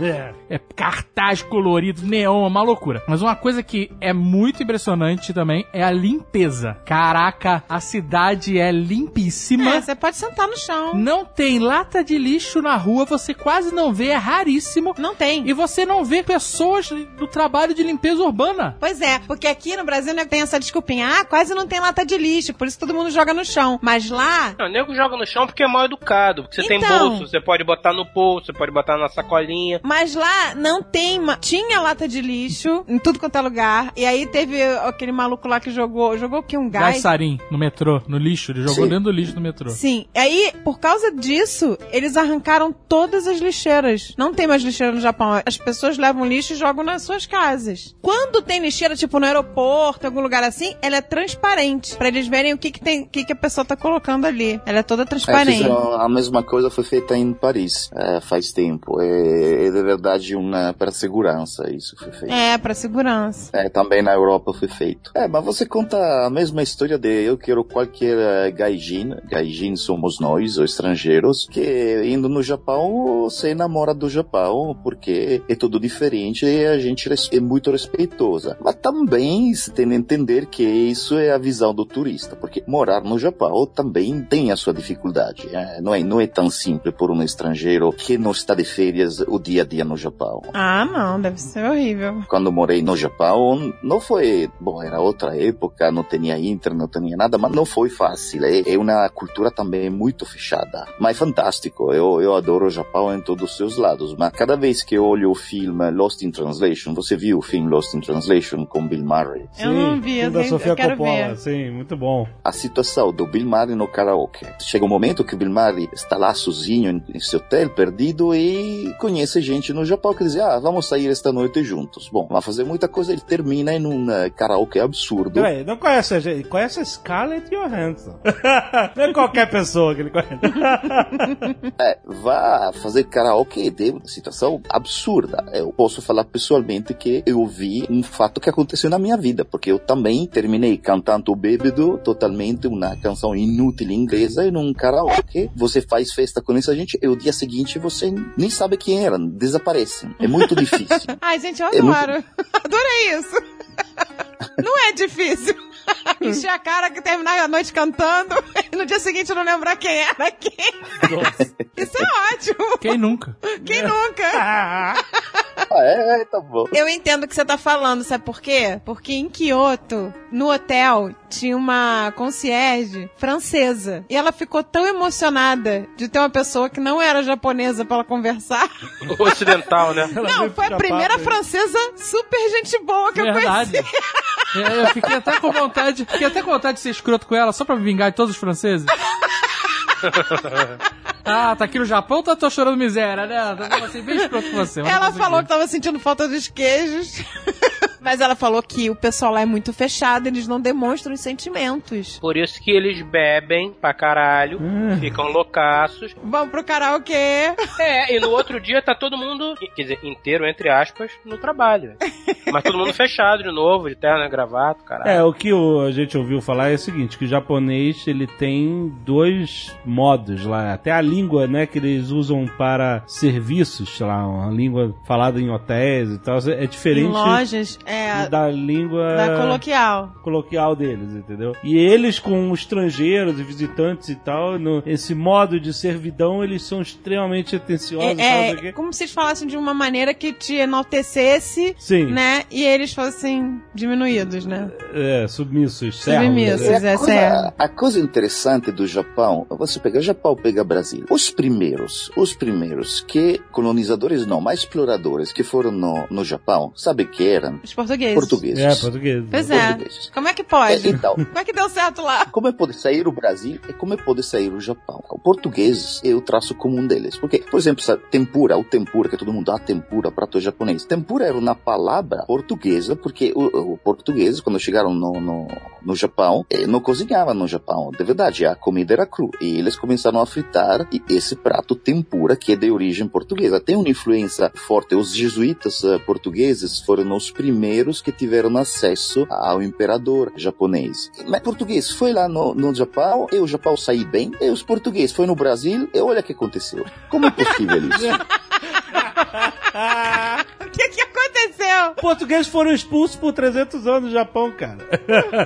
F: É cartaz colorido, neon, é uma loucura. Mas uma coisa que é muito impressionante também é a limpeza. Caraca, a cidade é limpíssima.
C: É, você pode sentar no chão.
F: Não tem lata de lixo na rua, você quase não vê, é raríssimo.
C: Não tem.
F: E você não vê pessoas do trabalho de limpeza urbana.
C: Pois é, porque aqui no Brasil né, tem essa desculpinha. Ah, quase não tem lata de lixo, por isso todo mundo joga no chão. Mas lá,
D: Não, o nego joga no chão porque é mal educado. Porque você tem
C: Então.
D: bolso, você pode botar no bolso, você pode botar na sacolinha.
C: Mas lá não tem. ma- Tinha lata de lixo em tudo quanto é lugar. E aí teve aquele maluco lá que jogou. Jogou o que? Um
F: Gás
C: gás?
F: sarim no metrô, no lixo. Ele jogou
E: Sim.
F: dentro do lixo do metrô.
C: Sim. Aí, por causa disso, eles arrancaram todas as lixeiras. Não tem mais lixeira no Japão. As pessoas levam lixo e jogam nas suas casas. Quando tem lixeira, tipo no aeroporto, em algum lugar assim, ela é transparente. Pra eles verem o que, que tem, o que, que a pessoa tá colocando ali. Ela é toda
E: É,
C: transparente.
E: fizeram a mesma coisa foi feita em Paris é, faz tempo. É, é de verdade uma para segurança isso foi feito.
C: É, pra segurança.
E: É, também na Europa foi feito. É, mas você conta a mesma história de eu quero qualquer eh, gaijin, gaijin somos nós, os estrangeiros, que indo no Japão, você namora do Japão, porque é tudo diferente e a gente res- é muito respeitosa. Mas também se tem que entender que isso é a visão do turista, porque morar no Japão também tem a sua dificuldade. é, Não, é, não é tão simples por um estrangeiro que não está de férias o dia a dia no Japão.
C: Ah, não, deve ser horrível.
E: Quando morei no Japão, não foi. Bom, era outra época, não tinha internet, não tinha nada, mas não foi fácil. É, é uma cultura também muito fechada. Mas é fantástico. Eu, eu adoro o Japão em todos os seus lados. Mas cada vez que eu olho o filme Lost in Translation, você viu o filme Lost in Translation com Bill Murray?
C: Eu não vi,
B: filme
C: eu
B: da
C: tenho-
B: Sofia
C: eu quero
B: Coppola,
C: ver.
B: sim, muito bom.
E: a situação do Bill Murray no karaoke. Chega um momento que o Bill Murray está lá sozinho em- em seu hotel, perdido, e conhece gente no Japão que diz, ah, vamos sair esta noite juntos. Bom, vai fazer muita coisa, ele termina em um eh, karaoke absurdo.
B: Peraí, não conhece a gente, conhece a Scarlett Johansson. não é qualquer pessoa que ele conhece.
E: É, vá fazer karaoke de uma situação absurda. Eu posso falar pessoalmente que eu vi um fato que aconteceu na minha vida, porque eu também terminei cantando Bêbado, totalmente uma canção inútil inglesa, e num karaoke. Você faz festa com essa gente, e o dia seguinte você nem sabe quem era, desaparecem. É muito difícil.
C: Ai, gente, eu
E: É muito-
C: adoro. Adorei isso. Não é difícil. Encher a cara que terminar a noite cantando e no dia seguinte não lembrar quem era quem. Isso é ótimo.
F: Quem nunca?
B: É.
C: Quem nunca?
E: ah, é, tá bom.
C: Eu entendo o que você tá falando, sabe por quê? Porque em Kyoto, no hotel, tinha uma concierge francesa. E ela ficou tão emocionada de ter uma pessoa que não era japonesa pra ela conversar.
D: Ocidental, né?
C: não, foi a primeira francesa super gente boa que eu conheci.
F: Verdade. É, eu fiquei até com vontade, fiquei até com vontade de ser escroto com ela, só pra me vingar de todos os franceses. Ah, tá aqui no Japão, tá tô chorando miséria, né? Tá tava assim, bem escroto com você. mas
C: Ela
F: não sei o
C: falou que
F: quê.
C: tava sentindo falta dos queijos. Mas ela falou que o pessoal lá é muito fechado, eles não demonstram os sentimentos.
D: Por isso que eles bebem pra caralho,
B: Ah.
D: ficam loucaços.
C: Vamos pro karaokê.
D: É, e no outro dia tá todo mundo, quer dizer, inteiro, entre aspas, no trabalho. Mas todo mundo fechado de novo, de terno e gravata, caralho.
B: É, o que o- a gente ouviu falar é o seguinte, que o japonês, ele tem dois modos lá, até a língua, né, que eles usam para serviços, sei lá, uma língua falada em hotéis e tal, é
C: Em
B: diferente
C: lojas, é.
B: da língua
C: Da coloquial.
B: coloquial deles, entendeu? E eles com estrangeiros e visitantes e tal, no, esse modo de servidão, eles são extremamente atenciosos,
C: É,
B: sabe o
C: é
B: quê?
C: como se eles falassem de uma maneira que te enaltecesse,
B: Sim,
C: né? E eles fossem diminuídos, né?
B: é, submissos, servos.
C: Submissos.
B: né?
C: Vocês é
E: a,
C: sério?
E: coisa, a coisa interessante do Japão, você pega Japão, pega Brasil. Os primeiros, os primeiros que colonizadores não, mas exploradores que foram no, no Japão, sabe que eram?
C: Os portugueses.
E: Portugueses.
B: É, português.
C: Pois é.
E: Portugueses.
C: Como é que
E: É,
C: pode?
E: então,
C: Como é que deu certo lá?
E: como é pode sair o Brasil e como é pode sair o Japão? O português é o traço comum deles. Porque, por exemplo, essa tempura, o tempura, que todo mundo dá tempura, prato japonês. Tempura era uma palavra portuguesa, porque o, o português, quando chegaram no, no, no Japão, eh, não cozinhavam no Japão. De verdade, a comida era crua. E eles começaram a fritar e esse prato tempura, que é de origem portuguesa. Tem uma influência forte. Os jesuítas eh, portugueses foram os primeiros que tiveram acesso ao imperador japonês. Mas português foi lá no, no Japão, e o Japão saiu bem, e os portugueses foi no Brasil, e olha o que aconteceu. Como é possível isso?
C: O que, que aconteceu?
B: Portugueses foram expulsos por 300 anos do Japão, cara.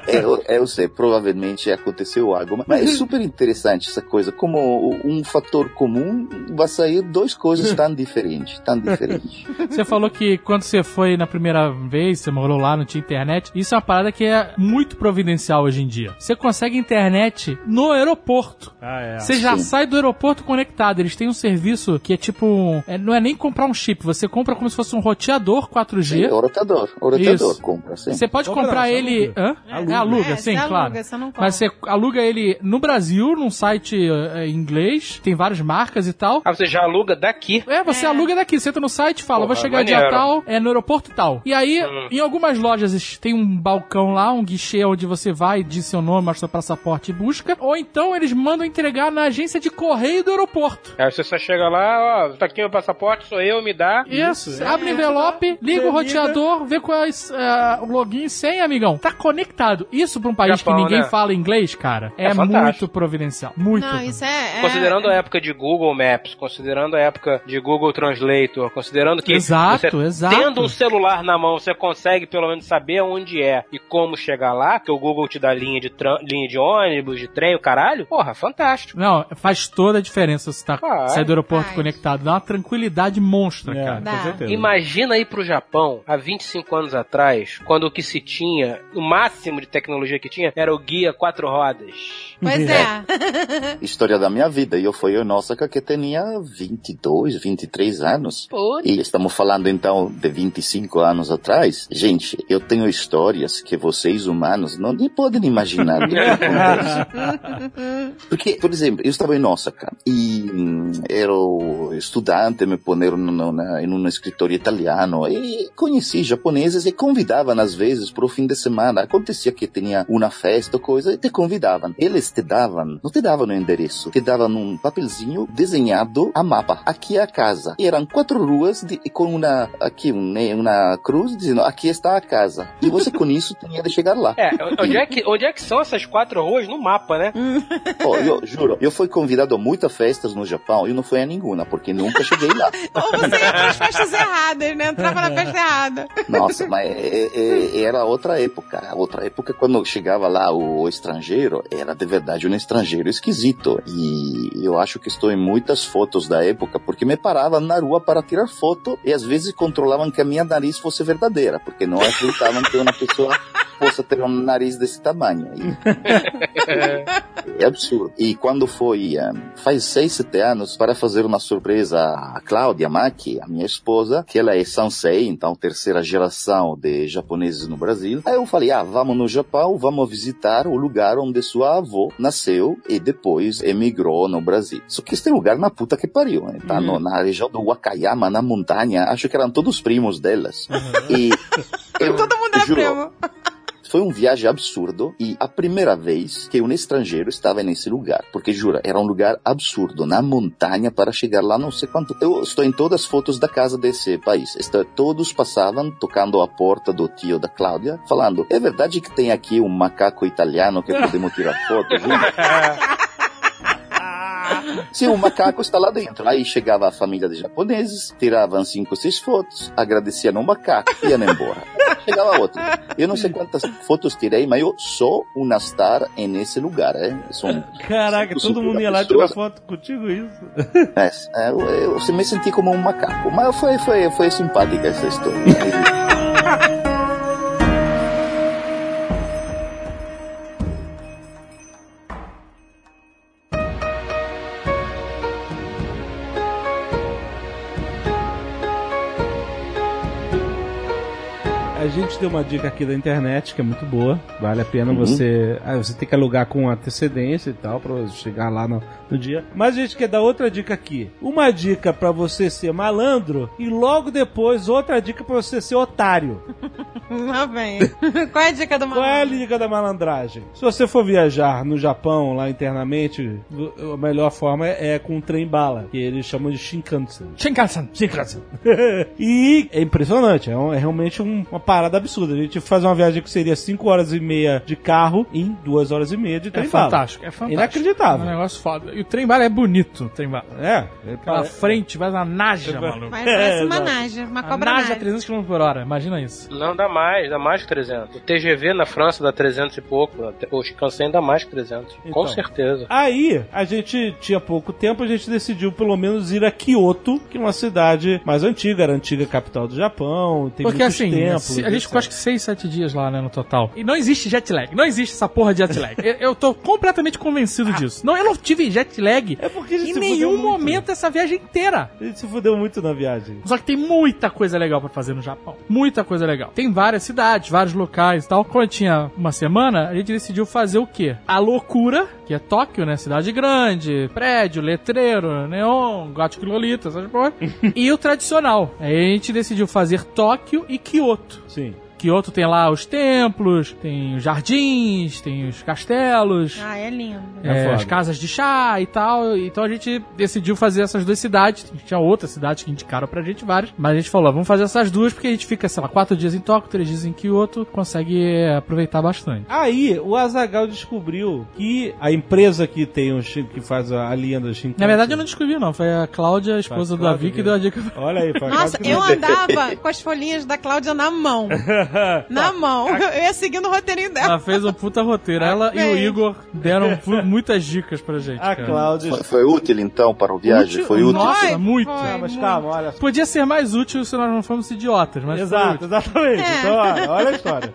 E: Eu, eu sei, provavelmente aconteceu algo, mas é super interessante essa coisa. Como o- um fator comum vai sair duas coisas tão diferentes, tão diferentes.
F: Você falou que quando você foi na primeira vez, você morou lá, não tinha internet. Isso é uma parada que é muito providencial hoje em dia. Você consegue internet no aeroporto.
B: Ah, é.
F: Você já
E: Sim.
F: sai do aeroporto conectado. Eles têm um serviço que é tipo. um- é, não é nem comprar um chip, você compra como se fosse um roteador 4G.
E: O rotador, o rotador
F: Isso.
E: compra, sim.
F: Você pode
B: Compra não,
F: comprar
B: você
F: ele.
B: aluga.
F: Hã?
B: Aluga.
F: É, aluga,
C: É,
F: sim,
C: você
F: claro.
C: aluga, você não compra.
F: Mas você aluga ele no Brasil, num site eh, em inglês, tem várias marcas e tal.
D: Ah, você já aluga daqui.
F: É, você
C: É.
F: aluga daqui, você entra no site e fala,
D: Porra,
F: vou chegar dia
D: maneiro.
F: tal, é no aeroporto tal. E aí,
D: Hum.
F: em algumas lojas tem um balcão lá, um guichê onde você vai, diz seu nome, mostra o passaporte e busca. Ou então eles mandam entregar na agência de correio do aeroporto.
D: Aí você só chega lá, ó, tá aqui meu passaporte, sou eu, me dá.
F: Isso, abre o envelope, liga o roteador, vê qual é a- o login e senha, amigão. Tá conectado. Isso pra um país
D: Japão,
F: que ninguém
D: né?
F: fala inglês, cara, é,
D: É fantástico.
F: muito providencial. Muito.
C: Não, isso é. é-
D: Considerando a época de Google Maps, considerando a época de Google Translator, considerando que
F: Exato,
D: você,
F: exato.
D: tendo um celular na mão, você consegue pelo menos saber onde é e como chegar lá, que o Google te dá linha de, tran- linha de ônibus, de trem, o caralho. Porra, fantástico.
F: Não, faz toda a diferença você tá
D: Faz.
F: sair do aeroporto
C: Faz.
F: conectado. Dá uma tranquilidade monstra,
B: É,
F: cara.
C: Dá.
B: com certeza.
D: Imagina ir pro Japão há 25 anos atrás, quando o que se tinha, o máximo de tecnologia que tinha, era o guia quatro rodas.
F: Uhum.
C: Pois é.
E: História da minha vida. Eu fui em Osaka que tinha 22, 23 anos.
D: Pô,
E: E estamos falando então de 25 anos atrás. Gente, eu tenho histórias que vocês humanos não nem podem imaginar do que acontece. Porque, por exemplo, eu estava em Osaka e hum, era o estudante, me poneram no- na- em um escritório italiano e conheci japoneses e convidavam às vezes para o fim de semana. Acontecia que tinha uma festa ou coisa e te convidavam. Eles te davam, não te davam o endereço, te davam um papelzinho desenhado a mapa. Aqui é a casa. E eram quatro ruas de- com uma, aqui, um, né, uma cruz dizendo aqui está a casa. E você com isso tinha de chegar lá.
D: É, onde é, que, onde é que são essas quatro ruas no mapa, né?
E: Ó, eu juro, eu fui convidado a muitas festas no Japão e não fui a nenhuma, porque nunca cheguei lá.
C: Ou você ia pras festas erradas, né? Entrava
F: Uhum.
C: na festa errada.
E: Nossa, mas é- é- é- era outra época. Outra época, quando chegava lá o estrangeiro, era de verdade um estrangeiro esquisito. E eu acho que estou em muitas fotos da época, porque me paravam na rua para tirar foto e às vezes controlavam que a minha nariz fosse verdadeira, porque não acreditavam que uma pessoa possa ter um nariz desse tamanho. E É absurdo. E quando foi, eh, faz seis, sete anos, para fazer uma surpresa a Cláudia Maki, a minha esposa, que ela é Sansei, então terceira geração de japoneses no Brasil. Aí eu falei, ah, vamos no Japão, vamos visitar o lugar onde sua avó nasceu e depois emigrou no Brasil. Só que este lugar na puta que pariu, né? Tá
C: Uhum.
E: no- na região do Wakayama, na montanha, acho que eram todos primos delas. E... eu
C: Uhum. Todo mundo era
E: juro,
C: primo.
E: foi um viagem absurdo e a primeira vez que um estrangeiro estava nesse lugar. Porque, jura, era um lugar absurdo, na montanha, para chegar lá não sei quanto. Eu estou em todas as fotos da casa desse país. Está, todos passavam tocando a porta do tio da Cláudia, falando: é verdade que tem aqui um macaco italiano que podemos tirar foto junto? Sim, o um macaco está lá dentro. Aí chegava a família de japoneses, tiravam cinco, seis fotos, agradeciam o macaco e iam embora. Chegava outro. Eu não sei quantas fotos tirei, mas eu sou um star em esse lugar, é? São,
B: Caraca,
E: Cinco,
B: todo
E: cinco
B: mundo ia lá tirar
E: pessoas.
B: foto contigo, isso?
E: é, é, eu, eu me senti como um macaco, mas foi, foi, foi simpática essa história.
B: A gente deu uma dica aqui da internet que é muito boa. Vale a pena você. Ah, você tem que alugar com antecedência e tal, pra você chegar lá no, no dia. Mas a gente quer dar outra dica aqui. Uma dica pra você ser malandro e logo depois outra dica pra você ser otário.
C: Lá vem. Qual é a dica do
B: Qual é a
C: malandro?
B: liga da malandragem? Se você for viajar no Japão, lá internamente, v- a melhor forma é é com um trem-bala, que eles chamam de Shinkansen.
F: Shinkansen, Shinkansen.
B: e é impressionante, é, um- é realmente um- uma parada absurda. A gente faz uma viagem que seria 5 horas e meia de carro em 2 horas e meia de
F: É
B: trem-bala.
F: fantástico, é fantástico.
B: Inacreditável.
F: É um negócio foda. E o trem bala é bonito, o trem bala.
B: É, é
F: Pela
B: parece-
F: frente, vai na naja, maluco.
C: Mas parece uma
B: exato.
C: naja, uma
F: A
C: cobra naja.
F: naja 300 km por hora, imagina isso.
D: Não, dá mais, dá mais que 300. O TGV na França dá 300 e pouco. até- O Shinkansen dá mais que 300.
B: Então.
D: Com certeza.
B: Aí, a gente tinha pouco tempo, a gente decidiu pelo menos ir a Kyoto, que é uma cidade mais antiga, era a antiga capital do Japão, tem
F: Porque
B: muitos
F: assim,
B: templos,
F: se- a gente
B: etc.
F: ficou acho que 6, 7 dias lá, né, no total. E não existe jet lag, não existe essa porra de jet lag. eu, eu tô completamente
B: Ah.
F: convencido disso. Não, eu não tive jet lag
B: É porque a gente
F: em
B: se fudeu
F: nenhum
B: muito.
F: momento essa viagem inteira.
B: A gente se fudeu muito na viagem.
F: Só que tem muita coisa legal pra fazer no Japão. Muita coisa legal. Tem várias cidades, vários locais e tal. Quando eu tinha uma semana, a gente decidiu fazer o quê? A loucura, que é Tóquio, né? Cidade grande, prédio, letreiro, neon, gótico e lolita, essas porra. e o tradicional. Aí a gente decidiu fazer Tóquio e Kyoto.
B: Sim.
F: Kyoto tem lá os templos, tem os jardins, tem os castelos.
C: Ah, é lindo.
H: É
F: é,
H: foda.
F: as casas de chá e tal. Então a gente decidiu fazer essas duas cidades. Tinha outras cidades que indicaram pra gente várias. Mas a gente falou, vamos fazer essas duas porque a gente fica, sei lá, quatro dias em Tóquio, três dias em Kyoto. Consegue é, aproveitar bastante.
B: Aí, o Azagal descobriu que a empresa que tem o Shin- que faz a linha do Shinkansen...
F: Na verdade eu não descobri não. Foi a Cláudia, a esposa do
B: Cláudia
F: Davi, que
B: mesmo.
F: deu a dica.
B: Olha aí, pra
C: Nossa, eu andava com as folhinhas da Cláudia na mão. Na mão. Eu ia seguindo o roteirinho dela.
F: Ela fez um puta roteiro. Ela e o
C: Amei.
F: Igor deram fu- muitas dicas pra gente.
B: A
F: cara.
B: Cláudia...
E: Foi, foi útil então para a viagem? Foi útil?
F: Nossa,
C: Foi,
F: muito.
C: foi.
B: Ah, mas calma, olha só.
F: Podia ser mais útil se nós não fôssemos idiotas, mas foi
B: Exato,
F: útil.
B: exatamente.
C: É.
B: Então, olha, olha a história.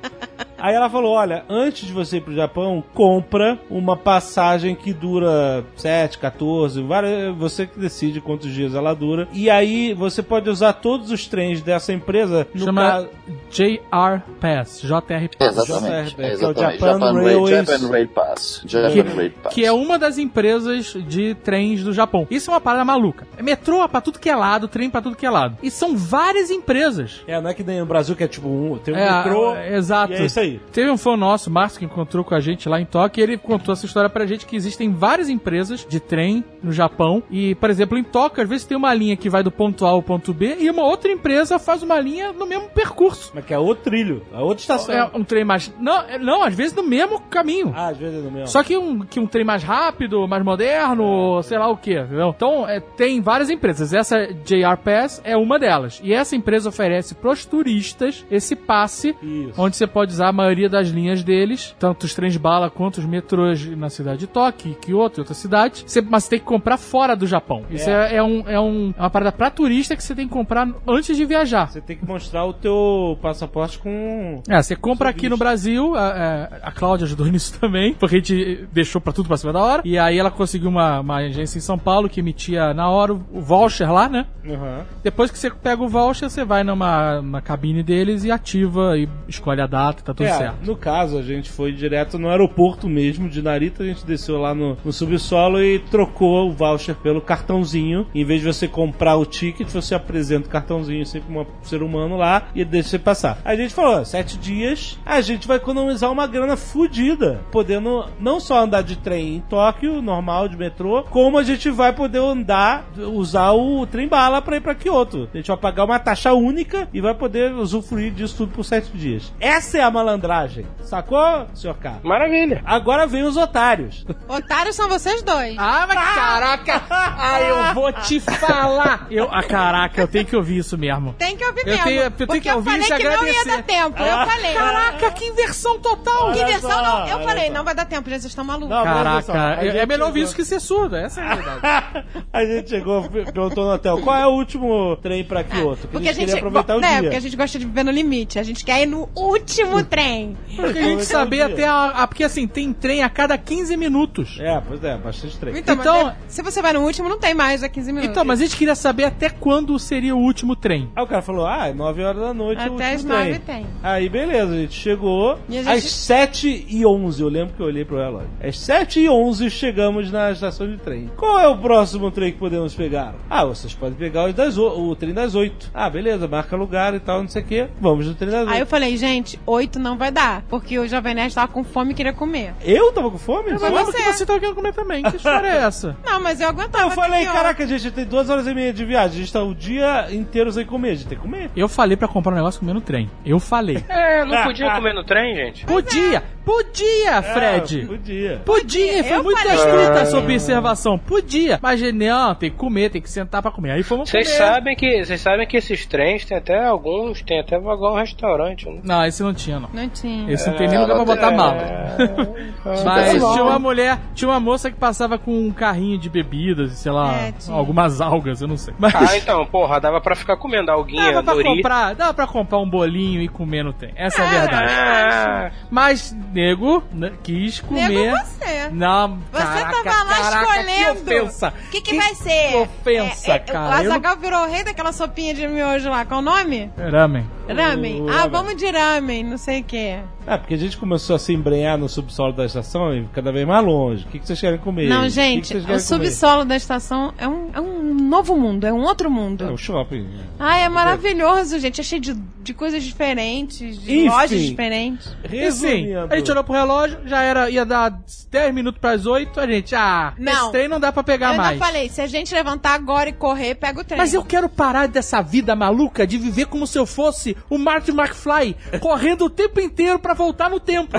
B: Aí ela falou: olha, antes de você ir pro Japão, compra uma passagem que dura 7, 14, várias- você que decide quantos dias ela dura. E aí você pode usar todos os trens dessa empresa. No
F: Chama
B: caso-
F: JR Pass, JR
E: É,
F: Pass.
E: exatamente.
B: Japan,
E: É,
B: que é o
E: exatamente.
B: Japan
E: Japan, Rail,
B: Railways.
E: Japan Rail Pass. Japan Rail Pass.
F: que é uma das empresas de trens do Japão. Isso é uma parada maluca. É metrô pra tudo que é lado, trem pra tudo que é lado. E são várias empresas.
B: É, não é que nem no Brasil que é tipo um. Tem um
F: É,
B: metrô.
F: é, exato.
B: E é isso aí.
F: Teve um fã nosso, Márcio, que encontrou com a gente lá em Tóquio, e ele contou essa história pra gente que existem várias empresas de trem no Japão. E, por exemplo, em Tóquio, às vezes tem uma linha que vai do ponto A ao ponto B e uma outra empresa faz uma linha no mesmo percurso.
B: Mas que é outro trilho, é outra estação.
F: É um trem mais. Não, é- não às vezes no mesmo caminho.
B: Ah, às vezes é no mesmo.
F: Só que um, que um trem mais rápido, mais moderno, sei lá o que, entendeu? Então, é, tem várias empresas. Essa JR Pass é uma delas. E essa empresa oferece pros turistas esse passe
B: Isso.
F: onde você pode usar a maioria das linhas deles, tanto os trens bala quanto os metrôs na cidade de Tóquio, Kyoto e outras cidades. Você, mas você tem que comprar fora do Japão. Isso é, é um, é um- é uma parada pra turista que você tem que comprar antes de viajar.
B: Você tem que mostrar o teu passaporte com.
F: É, você compra
B: Sobre
F: aqui
B: isso.
F: no Brasil, a, é, a- a Cláudia ajudou nisso também, porque a gente deixou pra tudo pra cima da hora. E aí ela conseguiu uma, uma agência em São Paulo que emitia na hora o, o voucher lá, né?
B: Aham.
F: Depois que você pega o voucher, você vai numa, numa cabine deles e ativa e escolhe a data, tá tudo
B: É,
F: certo.
B: No caso, a gente foi direto no aeroporto mesmo de Narita, a gente desceu lá no, no subsolo e trocou o voucher pelo cartãozinho. Em vez de você comprar o ticket, você apresenta o cartãozinho sempre um ser humano lá e deixa você passar. A gente falou, ó, sete dias, a gente vai economizar uma grana fodida, podendo não só andar de trem em Tóquio, normal, de metrô, como a gente vai poder andar, usar o trem bala pra ir pra Kyoto. A gente vai pagar uma taxa única e vai poder usufruir disso tudo por sete dias. Essa é a malandragem, sacou, senhor K?
D: Maravilha.
B: Agora vem os otários.
C: Otários são vocês dois.
F: Ah, mas caraca! Ah, eu vou te falar! Eu, ah, caraca, eu tenho que ouvir isso mesmo.
C: Tem que ouvir
F: Eu
C: mesmo.
F: tenho- eu tenho
C: porque
F: que
C: eu
F: ouvir
C: falei
F: isso e
C: que não ia
F: agradecer.
C: dar tempo. Eu falei.
F: Caraca, que inversão total!
C: Que
B: Olha
C: versão
B: só,
C: não. Eu
B: olha
C: falei,
B: só.
C: não vai dar tempo, tá gente. Vocês estão malucos.
B: Não,
F: Caraca,
B: A
F: é- é
B: gente
F: melhor ouvir
B: usou.
F: isso que ser surdo, essa é a verdade.
B: a gente chegou, per- perguntou no hotel, qual é o último trem pra Kyoto? Porque,
C: porque
B: a gente queria aproveitar
C: bom,
B: o
C: né,
B: dia. Então,
C: porque a gente gosta de viver no limite. A gente quer ir no último trem.
F: Porque a gente saber até a, a- Porque assim, tem trem a cada 15 minutos.
B: É, pois é, bastante trem.
C: Então,
F: Então-
C: mas, né, se você vai no último, não tem mais a 15 minutos.
F: Então, mas a gente queria saber até quando seria o último trem.
B: Aí o cara falou, ah, é 9 horas da noite o último
C: Até as nove
B: trem.
C: tem.
B: Aí beleza, a gente chegou
C: E a gente-
B: às 7 e 11 eu lembro que eu olhei pro relógio. Às 7 e 11 chegamos na estação de trem. Qual é o próximo trem que podemos pegar? Ah, vocês podem pegar o, das o, o trem das 8. Ah, beleza, marca lugar e tal, não sei o que. Vamos no trem das 8.
C: Aí eu falei, gente, oito não vai dar. Porque o Jovem Nerd tava com fome e queria comer.
B: eu... tava com fome?
F: Mas
B: Só?
F: lembra que você tá querendo comer também. Que história é essa?
C: Não, mas eu aguentava.
B: Eu falei,
C: até que
B: caraca, gente, tem duas horas e meia de viagem. A gente tá o dia inteiro sem comer, a gente tem que comer.
F: Eu falei pra comprar um negócio comer no trem. Eu falei.
D: É, não podia comer no trem, gente?
F: Podia! Podia,
B: Ah,
F: Fred!
B: podia.
F: Podia, foi
C: Eu
F: muito
C: falei.
F: escrita essa observação. Podia, mas não, tem que comer, tem que sentar pra comer. Aí fomos
D: Vocês
F: comer.
D: sabem que vocês sabem que esses trens tem até alguns, tem até vagão restaurante, né?
F: Não, esse não tinha, não.
C: Não tinha.
F: Esse não tem nem lugar pra botar bala.
D: é.
F: Mas
E: Tá bom.
F: tinha uma mulher, tinha uma moça que passava com um carrinho de bebidas, sei lá,
C: É, tinha.
F: algumas algas, eu não sei. Mas
D: Ah, então, porra, dava pra ficar comendo alguinha,
F: dava pra
D: nori.
F: comprar, dava pra comprar um bolinho e comer no trem. Essa é a verdade.
D: Ah,
F: Mas nego né, quis comer.
C: Nego é você.
F: Não,
C: Você
F: caraca,
C: tava lá
F: caraca,
C: escolhendo.
F: Que ofensa.
C: O que, que vai ser?
F: Que ofensa,
C: É, é, O
F: cara. Eu
C: Azagal virou o rei daquela sopinha de miojo lá. Qual o nome?
F: não- Ramen.
C: Ramen.
B: O
C: ah,
B: ramen.
C: vamos de ramen, não sei o quê.
B: É, porque a gente começou a se embrenhar no subsolo da estação e cada vez mais longe. O que, que vocês querem comer?
C: Não,
B: O que que
C: gente,
B: vocês querem
C: o
B: comer?
C: subsolo da estação é um, é um um novo mundo, é um outro mundo.
J: É um shopping. né?
C: Ah, é maravilhoso, gente. É cheio de, de coisas diferentes, de
J: Enfim.
C: lojas diferentes.
F: E sim, a gente olhou pro relógio, já era, ia dar 10 minutos pras 8, a gente, ah,
C: Não.
F: esse trem não dá pra pegar
C: eu
F: mais.
C: já falei, se a gente levantar agora e correr, pega o trem.
F: Mas eu quero parar dessa vida maluca de viver como se eu fosse o Marty McFly, correndo o tempo inteiro pra voltar no tempo.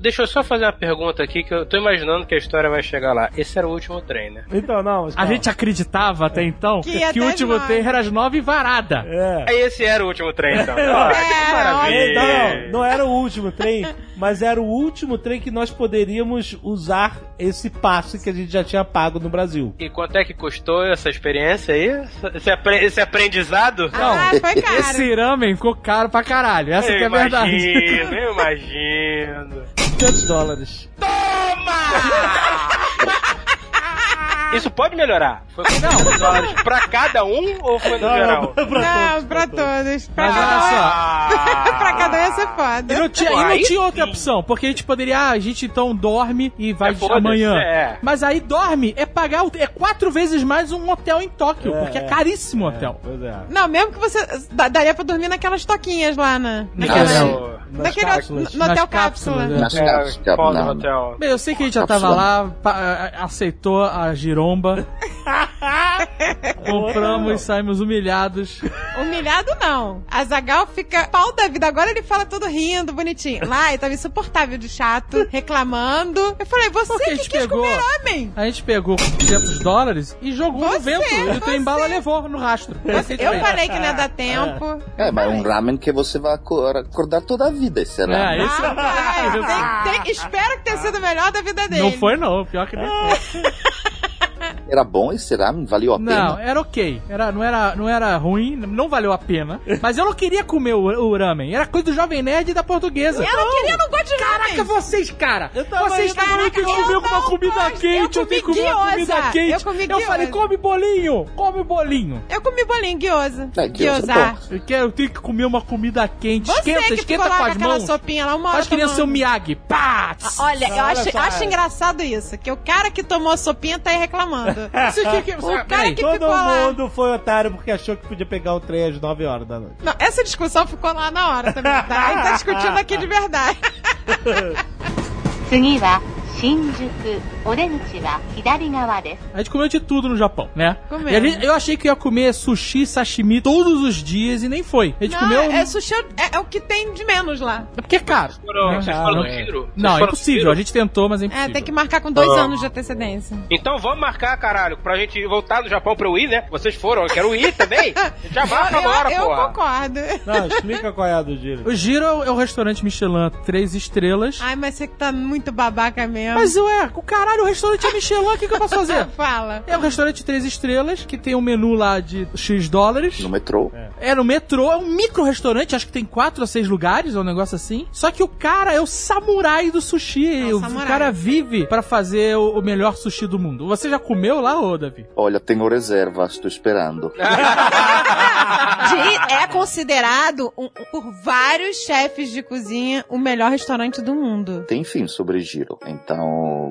D: Deixa eu só fazer uma pergunta aqui, que eu tô imaginando que a história vai chegar lá. Esse era o último trem, né?
B: Então, não.
F: A gente acreditava até então
D: Que ia
F: que, o
D: até
F: último
D: as
F: trem era as 9 varada.
B: É.
D: Aí esse era o último trem, então. Ah, que
B: É,
D: maravilha.
B: não, não era o último trem, mas era o último trem que nós poderíamos usar esse passe que a gente já tinha pago no Brasil.
D: E quanto é que custou essa experiência aí? Esse, apre- esse aprendizado?
F: Não,
C: Ah,
B: Ah,
F: esse ramen ficou caro pra caralho. Essa
D: eu
F: que é a verdade.
D: Imagino, eu imagino.
B: 500 dólares.
D: Isso pode melhorar. Foi com 500 dólares pra cada um ou foi no geral?
C: Não, pra todos.
B: Ah,
C: Pra
F: Mas
C: cada
F: olha
C: um.
F: só.
C: pra cada um ia ser foda.
F: E não tinha, e não tinha outra opção, porque a gente poderia, ah, a gente então dorme e vai
D: É, foda-se,
F: amanhã.
D: é.
F: Mas aí dorme é pagar o- é quatro vezes mais um hotel em Tóquio, porque é caríssimo o hotel.
B: Pois é.
C: Não, mesmo que você. da- daria pra dormir naquelas toquinhas lá na. Naquelas, naquele
F: cápsulas.
C: no, no hotel
F: Nas cápsulas,
C: cápsula.
F: é.
E: Nas
D: É,
E: cápsulas,
D: pau do
E: não, não.
D: hotel.
F: Bem, eu sei que a gente já tava lá, pa- a- aceitou a giromba. compramos e saímos humilhados.
C: Humilhado não. A Zagal fica pau da vida. Agora ele fala todo rindo, bonitinho. Lá ele tava insuportável de chato, reclamando. Eu falei, você
F: Porque a
C: que
F: gente
C: quis
F: pegou.
C: comer homem.
F: A gente pegou 500 dólares e jogou no vento. E o trem bala levou no rastro. É.
C: Eu falei que não ia dar tempo.
E: É, mas é um ramen que você vai acor- acordar toda a vida, esse ramen.
F: É, esse-
C: Ah, tem- tem- espero que tenha sido o melhor da vida dele.
F: Não foi não, pior que nem foi.
E: Era bom esse ramen? Valeu a
F: Não,
E: pena?
F: era ok. Era, não, era, não era ruim, não valeu a pena. Mas eu não queria comer o, o ramen. Era coisa do Jovem Nerd e da portuguesa.
C: Eu não queria, eu não gosto de
F: Caraca, vocês, cara!
B: também,
F: Vocês estão falando que
C: caraca, eu
F: comigo uma
C: não
F: comida
C: gosto.
F: quente,
C: Eu
F: eu tenho que
C: comi
F: comer uma
C: gyoza.
F: comida quente.
C: Eu comi gyoza.
F: falei, come bolinho! Come bolinho!
C: Eu comi bolinho guiosa.
E: É, gyoza é
C: Guiosar.
F: Eu, quero, eu tenho que comer uma comida quente.
C: Você
F: esquenta,
C: que
F: esquenta
C: ficou
F: com
C: lá
F: as
C: com aquela
F: mãos.
C: sopinha lá, uma hora
F: Faz que nem o seu
C: tomando. Ah,
F: Miyagi. Pá!
C: Olha, eu
B: Olha
C: acho,
B: só.
C: acho engraçado isso, que o cara que tomou a sopinha tá aí reclamando.
F: Isso aqui que-
C: o cara
F: peraí.
C: que
B: Todo
C: ficou lá.
B: mundo foi otário porque achou que podia pegar o trem às 9 horas da noite.
C: Não, essa discussão ficou lá na hora também, tá? A gente tá discutindo aqui de verdade.
I: 次は新宿オレンジは左側です。
F: A gente comeu de tudo no Japão, né?
C: Comemos.
F: E a gente- eu achei que ia comer sushi, sashimi todos os dias e nem foi. A gente
C: Não,
F: comeu.
C: é, sushi é, é o que tem de menos lá.
F: É porque é caro.
D: Foram- Vocês
F: Ah,
D: foram
F: não.
D: giro? Vocês
F: Não, é
D: foram
F: impossível.
D: giro?
F: A gente tentou, mas
C: É,
F: é impossível.
C: tem que marcar com dois
D: Ah.
C: anos de antecedência.
D: Então vamos marcar, caralho, pra gente voltar do Japão pra eu ir, né? Vocês foram, eu quero ir também. Já marca agora,
C: eu, eu
D: porra.
C: concordo.
B: Não, explica qual é a do Giro.
F: O Giro é o- é o restaurante Michelin, três estrelas.
C: Ai, mas você que tá muito babaca mesmo.
F: Mas ué, o caralho, o restaurante é Michelin, o que, que eu posso fazer?
C: Fala.
F: É um restaurante três estrelas, que tem um menu lá de X dólares.
E: No metrô?
F: É no metrô, é um micro restaurante, acho que tem quatro ou seis lugares, é um negócio assim. Só que o cara é o samurai do sushi.
C: É o
F: o,
C: samurai.
F: cara vive pra fazer o, o melhor sushi do mundo. Você já comeu lá, ô Davi?
E: Olha, tenho reserva, estou esperando.
C: De- é considerado um- por vários chefes de cozinha o melhor restaurante do mundo.
E: Tem fim sobre giro. Então,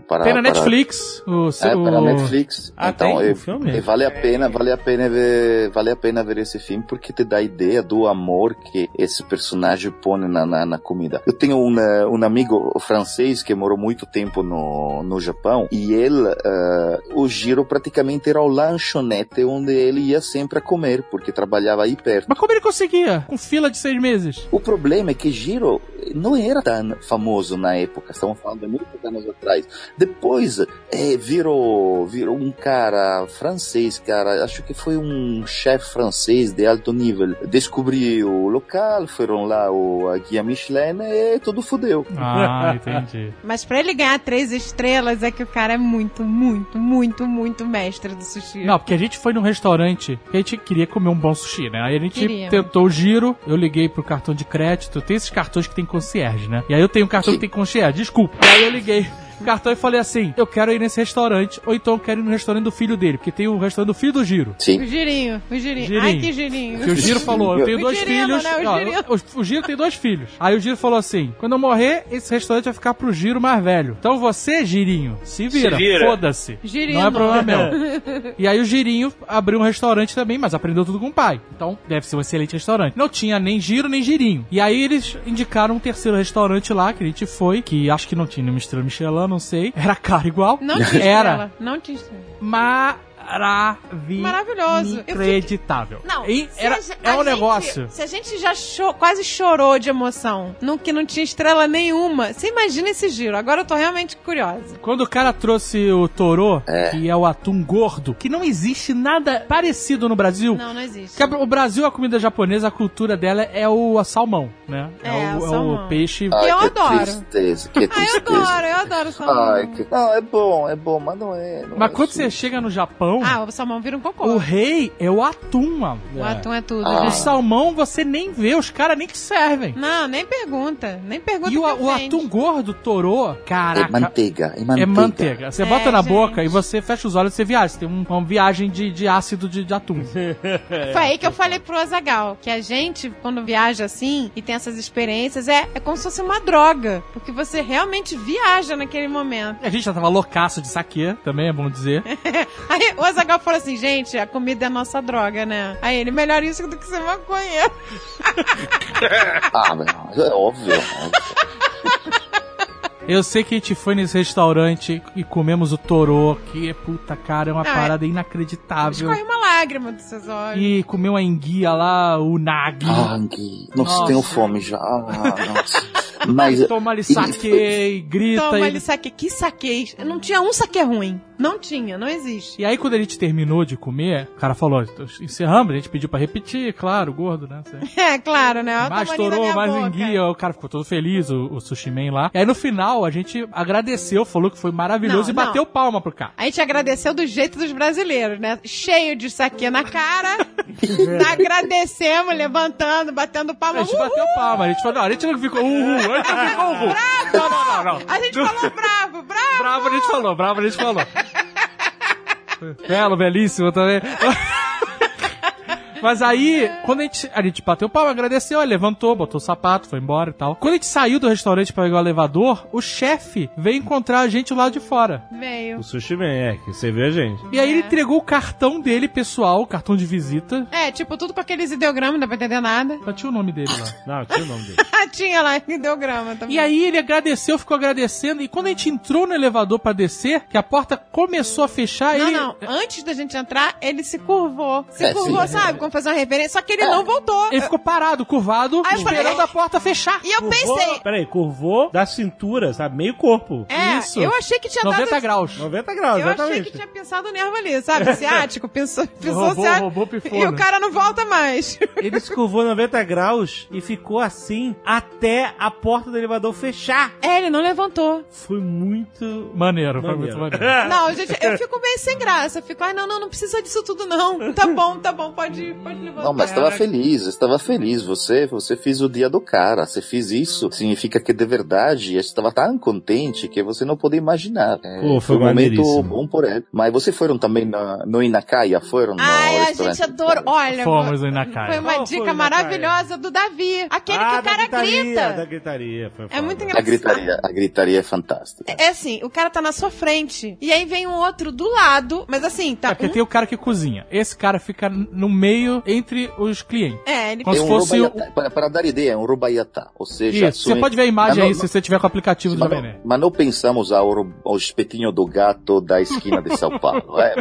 E: para.
F: Tem na
E: para-
F: Netflix. O,
E: É,
F: o- Hum.
E: para Netflix.
B: Ah,
E: então,
B: tem
E: é-
B: o filme?
E: é, vale a pena, vale a pena ver, vale a pena ver esse filme porque te dá a ideia do amor que esse personagem põe na, na, na comida. Eu tenho um, eh, um amigo francês que morou muito tempo no, no Japão e ele, eh, o giro praticamente era o lanchonete onde ele ia sempre a comer porque trabalhava aí perto.
F: Mas como ele conseguia? Com fila de seis meses.
E: O problema é que Giro não era tão famoso na época, estamos falando de muitos anos atrás. Depois eh, virou, virou um cara francês, cara, acho que foi um chefe francês de alto nível. Descobriu o local, foram lá o, a guia Michelin e tudo fudeu.
F: Ah, entendi.
C: Mas pra ele ganhar três estrelas é que o cara é muito, muito, muito, muito mestre do sushi.
F: Não, porque a gente foi num restaurante que a gente queria comer um bom sushi, né? Aí a gente
C: Queria.
F: tentou o giro, eu liguei pro cartão de crédito. Tem esses cartões que tem concierge, né? E aí eu tenho um cartão que tem concierge, desculpa. E aí eu liguei. cartão e falei assim: eu quero ir nesse restaurante, ou então eu quero ir no restaurante do filho dele, porque tem o restaurante do filho do Giro.
C: O
E: Sim.
C: girinho, o girinho.
F: Girinho.
C: Ai, que girinho.
F: Que o Giro falou, eu tenho
C: O
F: dois
C: girino,
F: filhos.
C: né? O
F: Não,
C: girino.
F: eu- o, o Giro tem dois filhos. Aí o Giro falou assim: quando eu morrer, esse restaurante vai ficar pro Giro mais velho. Então você, Girinho, se vira,
D: Se vira.
F: foda-se.
C: Girino.
F: Não é problema meu. e aí o Girinho abriu um restaurante também, mas aprendeu tudo com o pai. Então deve ser um excelente restaurante. Não tinha nem Giro nem Girinho. E aí eles indicaram um terceiro restaurante lá que a gente foi, que acho que não tinha nenhuma estrela Michelin, não sei. Era caro igual.
C: Não te
F: Era
C: estrela. Não te estrela.
F: maravilhoso.
C: Maravilhoso. Eu fiquei-
F: Inacreditável.
C: Não,
F: E
C: se
F: era,
C: a ge-
F: é
C: a
F: um
C: gente-
F: negócio.
C: Se a gente já cho- quase chorou de emoção, num que não tinha estrela nenhuma, você imagina esse giro. Agora eu tô realmente curiosa.
F: Quando o cara trouxe o Torô,
E: É.
F: que é o atum gordo, que não existe nada parecido no Brasil.
C: Não, não existe.
F: Porque o Brasil, a comida japonesa, a cultura dela é o salmão, né?
C: É,
F: o,
C: o salmão.
F: peixe.
E: Ai,
C: eu
E: que
C: adoro.
E: tristeza, que
C: Ah, eu
E: tristeza.
C: adoro, eu adoro salmão.
E: Ai, que... Não, é bom, é bom, mas não é. não
F: Mas
E: é
F: quando
E: assim.
F: você chega no Japão,
C: Ah, o salmão vira um cocô.
F: o rei é o atum, mano.
C: O atum é tudo,
E: Ah.
F: O
C: gente.
F: salmão você nem vê, os caras nem te servem.
C: Não, nem pergunta. Nem pergunta
F: E o,
C: que
F: o
C: ofende.
F: atum gordo, torô,
E: É
F: caraca,
E: manteiga, é manteiga.
F: É manteiga. Você
C: É,
F: bota na
C: gente.
F: boca e você fecha os olhos e você viaja. Você tem um- uma viagem de, de ácido de, de atum.
C: Foi aí que eu falei pro Azagal que a gente, quando viaja assim e tem essas experiências, é, é como se fosse uma droga. Porque você realmente viaja naquele momento.
F: A gente já tava loucaço de saque, também é bom dizer.
C: Aí o Azagal falou assim: gente, a comida é a nossa droga, né? Aí ele, melhor isso do que ser maconha.
E: Ah, meu, é óbvio.
F: Eu sei que a gente foi nesse restaurante e comemos o torô, que é puta cara, é uma
C: Ah, é.
F: parada inacreditável.
C: Escorre uma lágrima dos seus olhos.
F: E comeu a enguia lá, o nag.
E: Ah, Gui. Nossa,
F: Nossa.
E: tenho fome já. Ah, nossa. Mas.
F: Toma ali saque e grita.
C: Toma,
F: e...
C: ele saque. Que saque. Não tinha um saque ruim. Não tinha, não existe.
F: E aí, quando a gente terminou de comer, o cara falou: "Ó, encerramos, a gente pediu pra repetir, claro, gordo, né? Sei.
C: É, claro, né? Olha o
F: mais
C: tamanho da
F: torou,
C: minha
F: mais um
C: boca.
F: enguia. O cara ficou todo feliz, o, o Sushi Man lá. E aí no final a gente agradeceu, falou que foi maravilhoso
C: Não,
F: e bateu palma pro cara.
C: A gente agradeceu do jeito dos brasileiros, né? Cheio de saque na cara. agradecemos, levantando, batendo
F: A
C: palma.
F: gente
C: Uhul!
F: bateu palma, a gente falou, não, a gente não ficou uhul, a gente não ficou uhul. Não, não, não, não.
C: A gente
F: Não-
C: falou bravo, bravo.
F: Bravo a gente falou, bravo a gente falou. Belo, belíssimo também. Mas aí, quando a gente, a gente bateu palma, agradeceu, aí levantou, botou o sapato, foi embora e tal. Quando a gente saiu do restaurante pra pegar o elevador, o chefe veio encontrar a gente lá de fora.
C: Veio.
H: O Sushi Man, é, que você vê a gente.
F: E aí ele
C: É.
F: entregou o cartão dele, pessoal, o cartão de visita.
C: É, tipo, tudo com aqueles ideogramas, não dá pra entender nada.
F: Só tinha o nome dele lá.
H: Não, tinha o nome dele.
C: Ah, tinha lá ideograma também.
F: E aí ele agradeceu, ficou agradecendo. E quando a gente entrou no elevador pra descer, que a porta começou a fechar,
C: Não,
F: ele...
C: não. Antes da gente entrar, ele se curvou. Se
E: É,
C: curvou,
E: sim.
C: sabe? Como fazer uma reverência. Só que ele não voltou.
F: Ele ficou parado, curvado,
C: Aí eu falei-
F: esperando a porta fechar.
C: E eu pensei.
H: Peraí, curvou da cintura, sabe? Meio corpo.
C: É,
F: Isso.
C: eu achei que tinha
F: 90
C: dado.
F: graus.
H: 90 graus,
C: Eu achei
H: exatamente.
C: que tinha pensado o nervo ali, sabe? Ciático, pensou, pensou
F: Roubou-
C: ciático.
F: roubou o pifone.
C: E o cara não volta mais.
H: Ele se curvou 90 graus e ficou assim até a porta do elevador fechar.
C: É, ele não levantou.
H: Foi muito.
F: Maneiro, foi
H: Maneiro.
F: muito maneiro.
C: É. Não, gente, eu fico meio sem graça. Eu fico, ai, não, não, não precisa disso tudo, não. Tá bom, tá bom, pode ir, pode levantar.
E: Não, mas estava feliz, estava feliz. Você, você fez o dia do cara. Você fez isso, significa que de verdade estava tão contente que você não pode imaginar. É,
H: Pô, foi
E: um momento
H: maneiríssimo.
E: bom por ele. Mas vocês foram também na, no Inakaya, foram no
C: Ai, a
E: restaurante?
C: gente adora. Olha,
F: Fomos aí na
C: foi
F: cara.
C: uma
H: Qual foi, Natália?
C: dica maravilhosa do Davi. Aquele que
H: Ah,
C: o cara
H: da gritaria,
C: grita.
H: Da gritaria, foi
C: É muito
E: A
C: engraçado.
E: gritaria, a gritaria é fantástica.
C: É assim, o cara tá na sua frente. E aí vem um outro do lado, mas assim, tá.
F: É porque
C: um-
F: tem o cara que cozinha. Esse cara fica no meio entre os clientes.
C: É, ele
F: Como se
E: um
F: fosse o-
E: rubaiatá. Para, para dar ideia, é um rubaiatá. Ou seja,
F: Isso,
E: são-
F: você pode ver a imagem
E: Mas
F: aí
E: não-
F: se você tiver com o aplicativo do
E: Mas
F: Jovem Nerd.
E: não, mas não pensamos ao, ro- ao espetinho do gato da esquina de São Paulo. É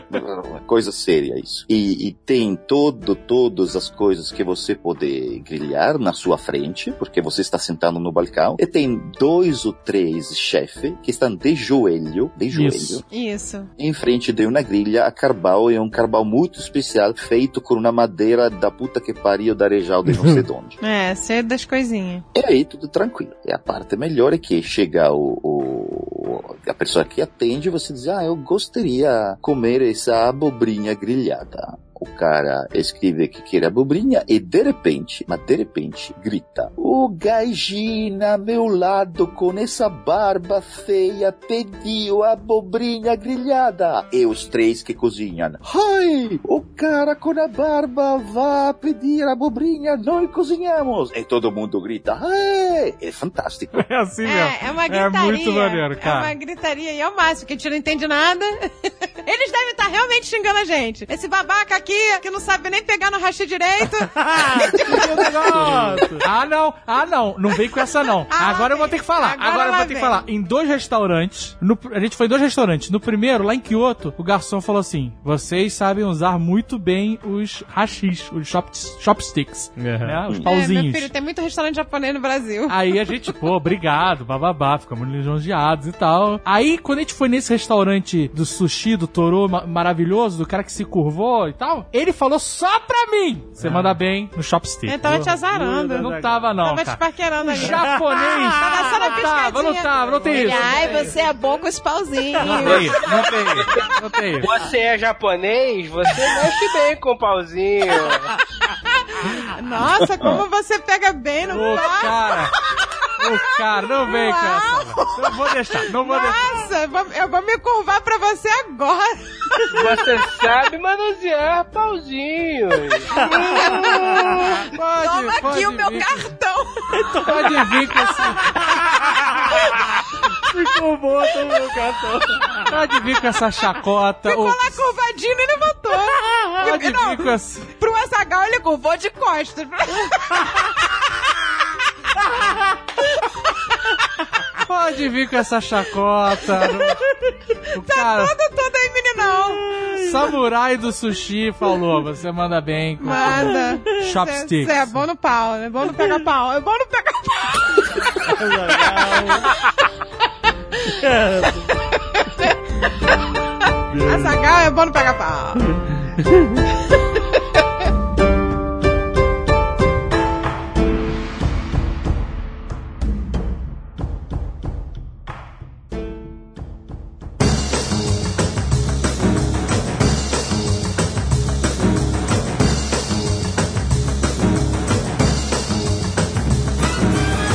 E: uma coisa séria isso. E, e tem todo, todas as coisas que você pode grelhar na sua frente, porque você está sentado no balcão. E tem dois ou três chefes que estão de joelho, de joelho,
F: Isso.
C: Isso.
E: em frente de uma grelha a carvão. É um carvão muito especial, feito com uma madeira da puta que pariu da Arejal de não sei de onde.
C: É, ser das coisinhas.
E: E aí tudo tranquilo. E a parte melhor é que chega o, o- a pessoa que atende e você diz, ah, eu gostaria comer essa abobrinha grelhada. o cara escreve que quer abobrinha e de repente, mas de repente, grita: O Gaijina, meu lado, com essa barba feia, pediu abobrinha grelhada. E os três que cozinham: Ai, o cara com a barba vai pedir abobrinha, nós cozinhamos. E todo mundo grita: Ai, é fantástico.
F: É assim mesmo.
C: É, é uma gritaria.
F: É muito maneiro,
C: É
F: cara.
C: uma gritaria e é o máximo, que a gente não entende nada. Eles devem estar realmente xingando a gente. Esse babaca aqui, que não sabe nem pegar no rachi direito. É,
F: Ah, não, ah, não, não vem com essa não.
C: Ah,
F: agora eu vou ter que falar.
C: agora
F: Agora, eu
C: lá
F: vou ter
C: vem.
F: que falar. Em dois restaurantes, no pr- a gente foi em dois restaurantes. No primeiro, lá em Kyoto, o garçom falou assim: "Vocês sabem usar muito bem os hashis, os chop, chopsticks, né? Os
C: É, meu
F: pauzinhos." Ah,
C: filho, tem muito restaurante japonês no Brasil.
F: Aí a gente, pô, obrigado, bababá, ficamos lisonjeados e tal. Aí, quando a gente foi nesse restaurante do sushi, do Toro ma- maravilhoso, do cara que se curvou e tal, ele falou só pra mim: você manda bem no chopstick.
C: Então Eu tava te azarando.
F: Não tava, não.
C: tava
F: cara.
C: te parqueirando ali.
F: Japonês! Ah, tá,
C: Tava só na
F: Não
C: piscadinha.
F: tava, não tava, não tem isso.
C: Ai, você é bom com os pauzinhos.
F: Não tem isso, não tem isso, não tem isso.
D: Você é japonês? Você mexe bem com o pauzinho.
C: Nossa, como você pega bem no
F: Ô,
C: pau.
F: cara! Ô, cara, não vem com essa. Não vou deixar, não vou deixar.
C: Nossa, eu vou- eu vou me curvar pra você agora.
D: Você sabe manusear pauzinho.
F: Pode,
C: Toma
F: pode
C: aqui o meu
F: vir,
C: cartão.
F: Pode vir com essa,
K: Ficou bom, tomou o cartão.
F: pode vir com essa chacota.
C: Ficou
F: ou-
C: lá curvadinho e levantou.
F: Pode
C: E- não,
F: vir com essa.
C: pro Azagal ele curvou de costas.
F: Pode vir com essa chacota.
C: Tá
F: no- O cara,
C: Todo, todo é aí, meninão.
F: samurai do sushi falou: você manda bem com
C: Manda.
F: chopsticks.
C: Você é bom no pau, é bom no pegar pau. É bom no pegar pau. Azagal é bom no pegar pau.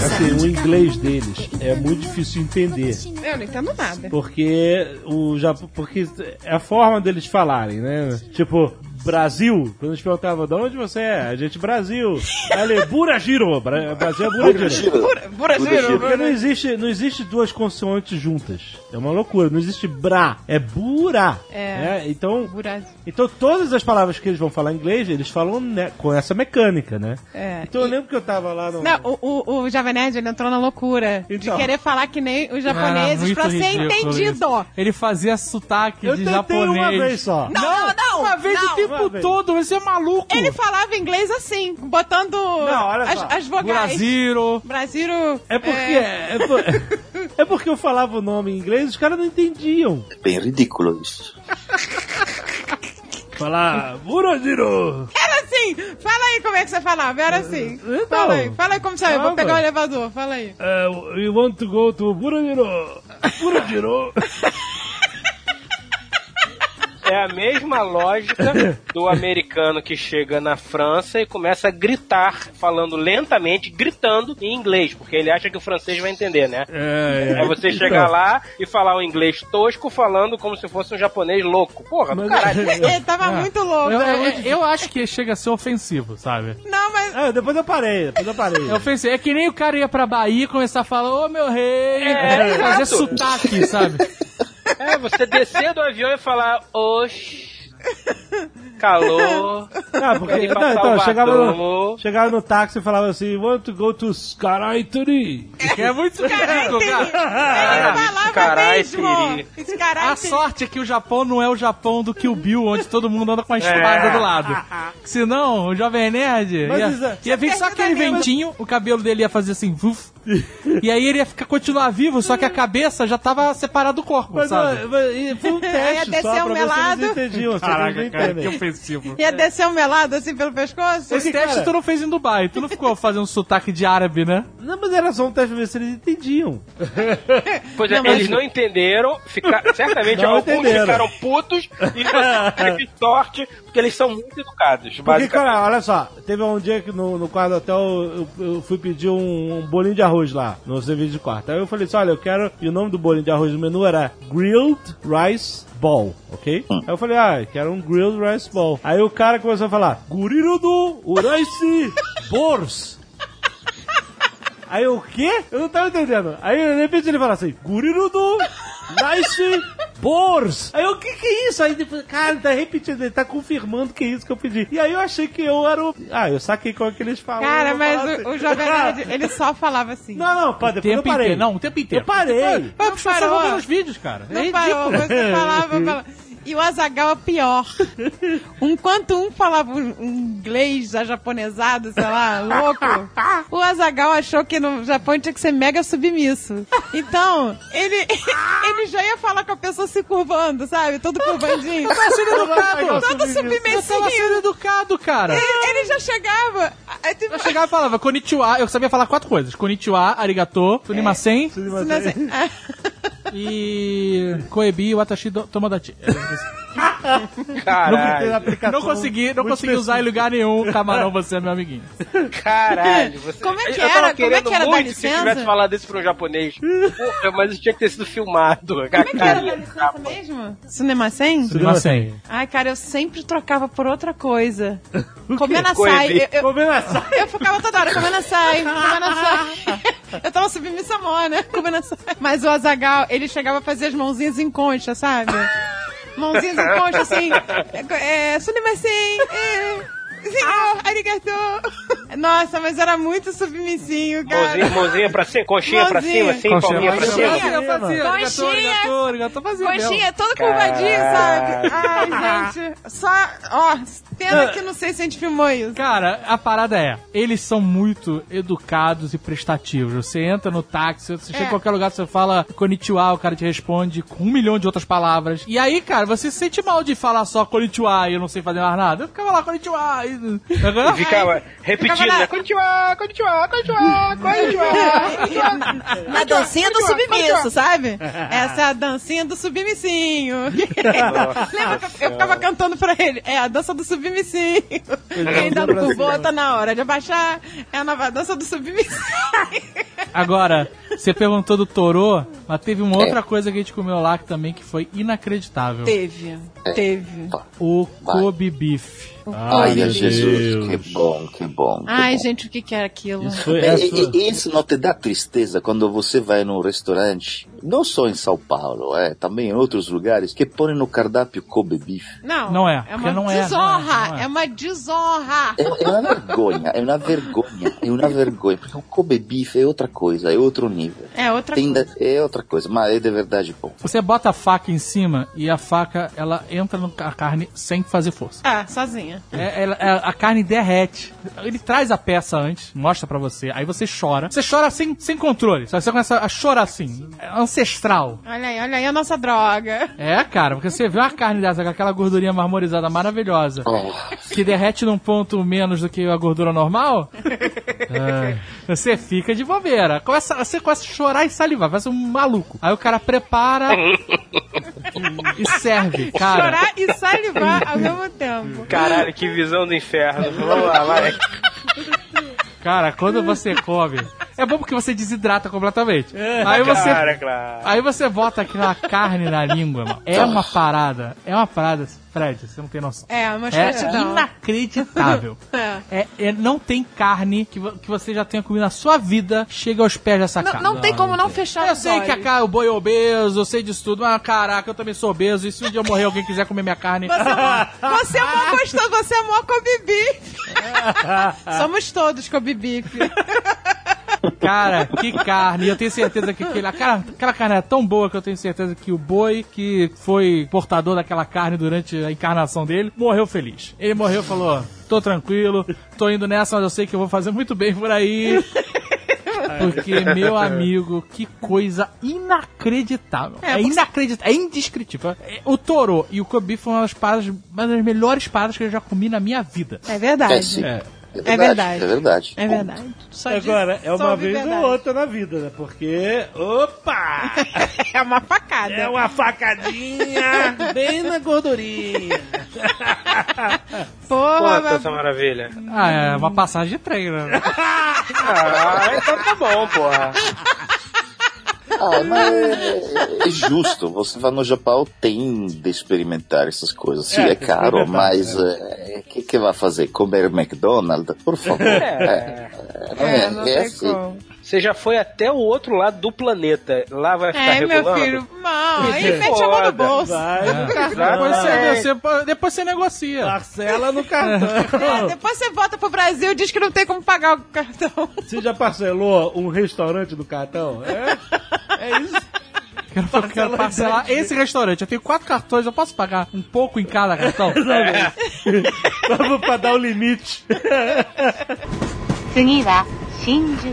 B: Assim, o inglês deles é muito difícil de entender.
C: Eu não entendo nada.
B: Porque o Japão. Porque é a forma deles falarem, né? Tipo, Brasil. Quando eles perguntavam de onde você é, a gente, Brasil. Ale, Burajiro. Bra- Brasil é Burajiro.
E: Burajiro.
B: Porque
F: né?
B: não existe, não existe duas consoantes juntas. É uma loucura. Não existe bra, é bura.
C: É.
B: né? Então,
C: Buraco.
B: então todas as palavras que eles vão falar em inglês, eles falam né, com essa mecânica, né?
C: É.
B: Então eu lembro que eu tava lá no.
C: Não, o, o, o Jovem Nerd ele entrou na loucura
B: Então.
C: de querer falar que nem os
F: Era
C: japoneses
F: Ah, É, muito
C: pra ser
F: ridículo
C: entendido.
F: isso. Ele fazia sotaque
B: eu
F: de
B: tentei
F: japonês.
B: uma vez só.
C: Não, não, não!
F: Uma vez
C: não.
F: o tempo
B: Uma vez.
F: todo, você é maluco.
C: Ele falava inglês assim, botando
B: olha
C: as,
B: só.
C: as vogais.
F: Brasil.
C: Brasil.
B: É porque. É, por- é porque eu falava o nome em inglês os caras não entendiam.
E: É bem ridículo isso.
B: Falar Burajiro!
C: Era assim! Fala aí como é que você falava, era assim.
B: Então.
C: fala aí, fala aí como você Eu Vou
B: Fala.
C: pegar o elevador, fala aí.
B: Uh, we want to go to Burajiro! Burajiro!
D: É a mesma lógica do americano que chega na França e começa a gritar, falando lentamente, gritando em inglês, porque ele acha que o francês vai entender, né?
B: É,
D: É você chegar lá e falar um inglês tosco falando como se fosse um japonês louco. Porra, do caralho.
C: Ele tava Tá muito louco.
F: Ah.
C: né?
F: Eu, eu- eu acho que chega a ser ofensivo, sabe?
C: Não, mas.
B: Ah, depois eu parei, depois eu parei.
F: É ofensivo. É que nem o cara ia pra Bahia e começar a falar, ô meu rei,
D: É,
F: fazer
D: exato.
F: sotaque, sabe?
D: É, você descer do avião e falar, oxi, calor.
B: Ah, porque,
D: Ele
B: não,
D: passava
B: então, eu
D: o
B: chegava no,
D: batom.
B: chegava no táxi e falava assim, want to go to Skaraituri.
F: É muito ridículo,
C: assim, Ele
F: cara.
C: falava
D: Carai,
C: mesmo!
D: Siri.
C: Esse caralho.
F: A sorte é que o Japão não é o Japão do Kill Bill, onde todo mundo anda com a espada
D: É.
F: do lado. Senão, o Jovem Nerd
B: Mas
F: ia,
B: isso é-
F: ia vir só aquele
C: Mas-
F: ventinho, o cabelo dele ia fazer assim, vuf, e aí ele ia ficar, continuar vivo, só que a cabeça já tava separada do corpo,
B: Mas,
F: sabe?
B: ó, mas, e foi um
C: Ia
B: teste
C: descer
B: só
C: um
B: pra ver se
C: melado.
B: eles entendiam, assim, se eles não entendem.
F: ofensivo.
C: Ia descer um melado assim pelo pescoço?
F: Esse
B: Porque,
F: teste
B: cara-
F: tu não fez em Dubai, tu não ficou fazendo sotaque de árabe, né?
B: Não, mas era só um teste
H: pra ver se eles entendiam.
D: Pois é,
C: Não, mas-
D: eles não entenderam, fica- certamente
H: Não
D: alguns
H: entenderam.
D: ficaram putos e você
C: É.
D: teve sorte, porque eles são muito educados,
H: Porque,
D: basicamente.
H: cara, olha só, teve um dia que no, no quarto do hotel eu, eu fui pedir um, um bolinho de arroz lá, no serviço de quarto. Aí eu falei assim, olha, eu quero... E o nome do bolinho de arroz no menu era Grilled Rice Ball, ok? Aí eu falei, ah, eu quero um Grilled Rice Ball. Aí o cara começou a falar, Gurirudu Uraisi Bors. Aí eu, o quê? Eu não tava entendendo. Aí de repente ele fala assim, Gurirudu Nice Bors. Aí eu, o que que é isso? Aí depois, cara, ele tá repetindo, ele tá confirmando que é isso que eu pedi. E aí eu achei que eu era o... Ah, eu saquei como é que eles falam.
C: Cara,
B: um
H: eu
C: mas
H: falo
C: o, o
H: assim.
C: Jovem Nerd, ele só falava assim.
H: Não, não, pá,
F: O
H: depois eu
F: tempo
H: parei.
F: inteiro. Não, o tempo inteiro.
H: Eu parei.
F: Vai
C: Não
F: puxar
C: parou.
F: só ver os vídeos, cara. É
C: Não parou, você falava, falava. E o Azagal é pior. Enquanto um falava um um inglês ajaponesado, sei lá, louco, o Azagal achou que no Japão tinha que ser mega submisso. Então, ele, ele já ia falar com a pessoa se curvando, sabe? Todo curvandinho.
F: é
C: Todo
F: Eu tava
C: submissinho.
F: sendo educado, cara.
C: Ele, ele já chegava. aí, tipo,
F: Eu chegava e falava konnichiwa, eu sabia falar quatro coisas. Konnichiwa, arigato, sunimasen
C: assim, assim,
F: e koebi watashi do- tomodachi.
D: Caralho,
F: Não consegui, não consegui usar em lugar nenhum. Camarão, você é meu amiguinho.
D: caralho. Você...
C: Como é que
D: Eu tava
C: era? Como é
D: querendo
C: que era? Dá
D: muito que
C: licença?
D: tivesse falado isso pra um japonês. Porra, mas isso tinha que ter sido filmado. Como
C: Como é que era da licença mesmo? Cinema 100?
F: Sunimasen.
C: Ai, cara, eu sempre trocava por outra coisa. Comendo açaí.
D: Coelho.
C: Eu, eu,
H: Comendo açaí.
C: eu ficava toda hora é comendo açaí, comendo açaí. Eu tava submissa mó, né? Comendo açaí. Mas o Azagal, ele chegava a fazer as mãozinhas em concha, sabe? Mãozinhas em concha, assim. É, Sunemasen, é, senhor, arigato. Nossa, mas era muito submissinho,
D: Mãozinha,
C: cara.
D: mãozinha pra cima, coxinha pra
C: Mãozinha.
D: cima, assim,
F: Coxinha
D: palminha
F: pra
D: pra
F: cima.
D: cima.
F: Eu fazia, arigato,
C: Coxinha.
F: arigato, arigato, eu fazia mesmo.
C: Coxinha, todo curvadinho, sabe? Ai, gente. Só, ó, pena que não sei se a gente filmou isso.
F: Cara, a parada é, eles são muito educados e prestativos. Você entra no táxi, você chega
C: É.
F: em qualquer lugar, você fala konnichiwa, o cara te responde com um milhão de outras palavras. E aí, cara, você se sente mal de falar só konnichiwa e eu não sei fazer mais nada. Eu ficava lá, konnichiwa. E...
D: E ficava repetindo,
C: lá.
D: né? Konnichiwa, konnichiwa, konnichiwa, konnichiwa.
C: Na dancinha do submisso, sabe? Essa é a dancinha do submissinho. Lembra que eu- eu ficava cantando pra ele? É a dança do submissinho. Quem dá no curvô tá na hora de abaixar. É a nova dança do submissinho.
F: Agora, você perguntou do Torô, mas teve uma outra coisa que a gente comeu lá que também que foi inacreditável.
C: Teve, teve.
F: O Kobe Beef.
E: Ai,
H: meu Deus.
E: Jesus, que bom, que bom. que
C: Ai,
E: bom.
C: gente, o que que era aquilo?
H: Isso foi
E: É,
H: é,
E: e-
H: sua-
E: e isso não te dá tristeza quando você vai num restaurante, não só em São Paulo, é, também em outros lugares, que põem no cardápio Kobe Beef.
C: Não,
F: Não é,
C: É
F: porque
C: uma
F: não é,
C: desonra.
F: não é, não
C: é,
F: é.
C: uma desonra.
E: É, é uma vergonha, é uma vergonha, é uma vergonha, porque o Kobe Beef é outra coisa, é outro nível.
C: É outra
E: Tem
C: coisa.
E: da- é outra coisa, mas é de verdade bom.
F: Você bota a faca em cima e a faca, ela entra na carne sem fazer força.
C: Ah, sozinha.
F: É, ela- é, a carne derrete. Ele traz a peça antes, mostra pra você, aí você chora. Você chora sem, sem controle. Só que Você começa a chorar assim. É ancestral.
C: Olha aí, olha aí a nossa droga.
F: É, cara, porque você vê uma carne dessa com aquela gordurinha marmorizada maravilhosa,
E: Oh,
F: que derrete num ponto menos do que a gordura normal. ai, você fica de bobeira. Começa, você começa a chorar e salivar, faz um maluco. Aí o cara prepara e serve, cara.
C: Chorar e salivar ao mesmo tempo.
D: Caralho, que visão do inferno. Vamos lá,
C: É
D: vai.
F: Cara, quando você come, é bom porque você desidrata completamente. Aí você
D: Cara, claro.
F: Aí você bota aquela carne na língua, mano. É uma parada, é uma parada, Fred, você não tem noção.
C: É, uma
F: É
C: escrotidão.
F: inacreditável.
C: É.
F: É, é- não tem carne que, vo- que você já tenha comido na sua vida, chega aos pés dessa
C: Não,
H: Tá,
F: carne.
C: não tem como não fechar
F: Eu
C: os
F: sei que a
C: olhos.
F: cara, o boi é obeso, eu sei disso tudo, mas caraca, eu também sou obeso, e se um dia eu morrer alguém quiser comer minha carne...
C: Você, é mó- você é mó gostoso, você é mó Kobe Beef. Somos todos Kobe Beef.
F: Cara, que carne. E Eu tenho certeza que aquele, aquela, aquela carne era tão boa que eu tenho certeza que o boi que foi portador daquela carne durante a encarnação dele morreu feliz. Ele morreu e falou: tô tranquilo, tô indo nessa, mas eu sei que eu vou fazer muito bem por aí. Porque, meu amigo, que coisa inacreditável. É, inacreditável, é indescritível. É, O toro e o Kobe foram uma das paradas, uma das melhores paradas que eu já comi na minha vida.
C: É verdade.
E: péssimo.
F: É,
C: É verdade.
E: É verdade.
C: É verdade. Só diz-
H: Agora, é
C: só
H: uma
C: ouvi
H: vez
C: verdade.
H: ou outra na vida, né? Porque. Opa!
C: É uma facada.
H: É uma facadinha bem na gordurinha.
C: Porra,
D: Quanto
C: vai-
D: essa maravilha?
F: Ah, é uma passagem de trem, né?
D: Ah, então tá bom, porra.
E: Ah, mas é, é justo. Você vai no Japão, tem de experimentar essas coisas. Sim,
H: É,
E: é,
H: tem que
E: caro,
H: experimentar,
E: mas o
F: é.
E: que, que vai fazer? Comer McDonald's? Por favor.
D: É.
C: É, não tem
E: assim.
C: como.
D: Você já foi até o outro lado do planeta. Lá vai ficar
C: É, meu
D: Tá regulando?
C: filho. Não, aí
D: Que
C: mete a mão
D: foda.
C: no bolso.
H: Vai, no cartão.
F: Depois
D: É.
F: você, você- depois você
B: Tá
F: negocia.
H: Parcela no
C: É,
H: cartão.
C: depois você volta pro Brasil e diz que não tem como pagar o cartão.
H: Você já parcelou um restaurante no cartão? É, é isso.
F: Quero, eu quero parcelar esse restaurante. Eu tenho quatro cartões, eu posso pagar um pouco em cada cartão?
H: Vamos pra dar o limite.
I: 次は新宿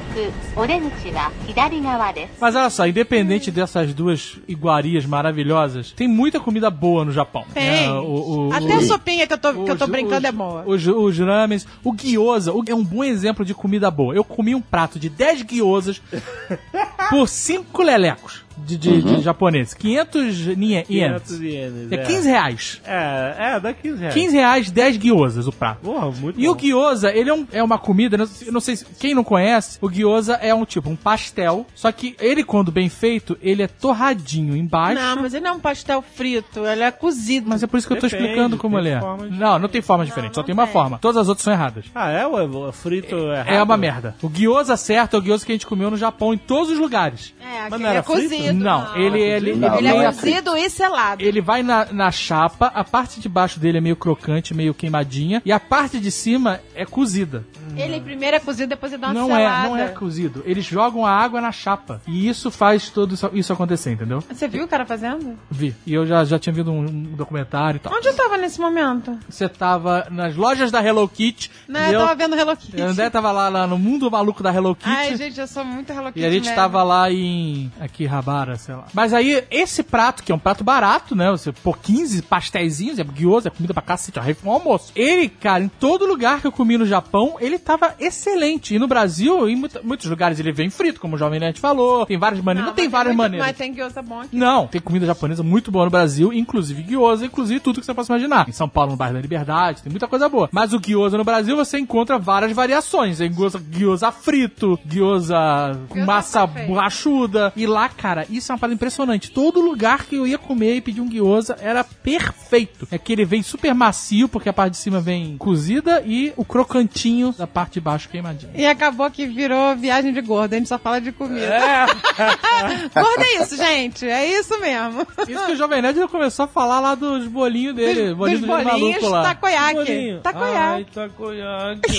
I: オレンジは左側です
F: Mas olha só, independente dessas duas iguarias maravilhosas, tem muita comida boa no Japão.
C: Tem.
F: É, o- o-
C: Até
F: o-
C: a sopinha que eu tô, que eu tô
F: os-
C: brincando
F: os-
C: é boa.
F: Os, os rames, o gyoza o- é um bom exemplo de comida boa. Eu comi um prato de 10 gyozas por 5 lelecos de, de, de japonês. 500 nie- ienes.
H: 500 ienes,
F: É 15 reais.
H: né, É, é, dá 15 reais.
F: 15 reais, 10 gyozas o prato.
H: Porra, muito
F: E
H: bom.
F: o gyoza, ele é, um- é uma comida, né? eu não sei se, quem não conhece, o gyoza é um tipo, um pastel, só que ele quando bem feito, ele é torradinho embaixo.
C: Não, mas ele não é um pastel frito, ele é cozido.
F: Mas é por isso que eu tô
H: Depende,
F: explicando como
H: tem
F: ele é.
H: formas
F: Não, não tem forma diferente, só
C: não
F: tem uma
C: tem.
F: forma. Todas as outras são erradas.
H: Ah, é? O frito errado?
F: É uma merda. O gyoza certo é o gyoza que a gente comeu no Japão em todos os lugares.
C: É,
H: Mas
C: aquele
H: não era
C: é cozido.
H: frito?
F: Não, ele, ele, ele,
E: Não,
C: Ele
E: não
C: é
E: é
C: cozido e selado.
F: Ele vai na, na chapa, a parte de baixo dele é meio crocante, meio queimadinha, e a parte de cima é cozida.
C: Ele primeiro é cozido, depois ele dá uma
F: não
C: selada.
F: é, não é cozido. Eles jogam a água na chapa. E isso faz tudo isso, isso acontecer, entendeu?
C: Você viu o cara fazendo?
F: Vi. E eu já, já tinha visto um, um documentário e tal.
C: Tá. Onde eu tava nesse momento?
F: Você tava nas lojas da Hello Kitty.
C: Não,
F: e
C: eu
F: eu,
C: tava vendo Né, Hello Kitty.
F: eu André tava lá, lá no mundo maluco da Hello Kitty.
C: Ai, gente, eu sou muito né? Hello Kitty.
F: E a gente
C: nerd.
F: tava lá em Akihabara, sei lá. Mas aí, esse prato, que é um prato barato, né? Você pô 15 pastéisinhos, é guioso, é comida pra cacete, é um almoço. Ele, cara, em todo lugar que eu comi no Japão, ele tava excelente. E no Brasil, em muita- muitos lugares ele vem frito, como o Jovem Nerd falou. Tem várias maneiras. Não,
C: mas é
F: tem várias
C: muito-
F: maneiras.
C: Mas tem gyoza bom aqui.
F: Não, tem comida japonesa muito boa no Brasil, inclusive gyoza, inclusive tudo que você possa imaginar. Em São Paulo, no bairro da Liberdade, tem muita coisa boa. Mas o gyoza no Brasil você encontra várias variações. Tem gyoza, gyoza frito, gyoza com
C: Gyoza
F: massa
C: perfeito.
F: borrachuda. E lá, cara, isso é uma parada impressionante. Todo lugar que eu ia comer e pedir um gyoza era perfeito. É que ele vem super macio, porque a parte de cima vem cozida e o crocantinho da parte de baixo queimadinho.
C: E acabou que virou viagem de gordo, a gente só fala de comida. É. gordo é isso, gente, é isso mesmo.
F: Isso que o Jovem Nerd já começou a falar lá dos bolinhos dele.
C: Dos- tá
F: bolinho
C: dos
F: do jeito
C: bolinhos
F: maluco lá.
C: takoyaki.
H: Ai, tá
C: Takoyaki.
H: takoyaki.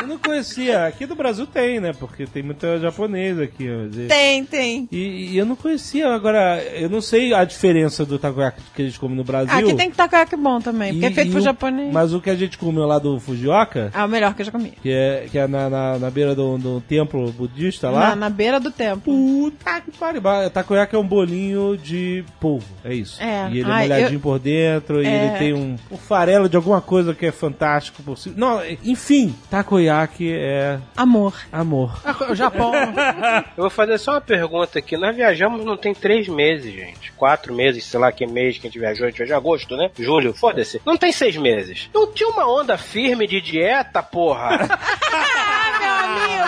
H: Eu não conhecia. Aqui do Brasil tem, né? Porque tem muita japonesa aqui. mas e-
C: Tem, tem.
H: E, e eu não conhecia. Agora, eu não sei a diferença do takoyaki que a gente come no Brasil.
C: Aqui tem que takoyaki bom também, porque é
H: E-
C: feito
H: e
C: por
H: o-
C: japonês.
H: Mas o que a gente comeu lá do Fujioka,
C: É o melhor que eu já comi.
H: que é, que é na, na, na beira do, do templo budista lá...
C: Na, na beira do tempo.
H: Puta que pariu. Ba- Takoyaki é um bolinho de polvo, é isso.
C: É.
H: E ele é
C: Ai,
H: molhadinho por dentro, e
C: É.
H: ele tem um, um farelo de alguma coisa que é fantástico por cima. Não, é, enfim, takoyaki é
C: Amor.
H: amor.
F: O Japão.
D: Eu vou fazer só uma pergunta aqui. Nós viajamos não tem três meses, gente. Quatro meses, sei lá que mês que a gente viajou. A gente viajou em agosto, né? Julho, foda-se. Não tem seis meses. Não tinha uma onda firme de dieta, porra?
C: Ah,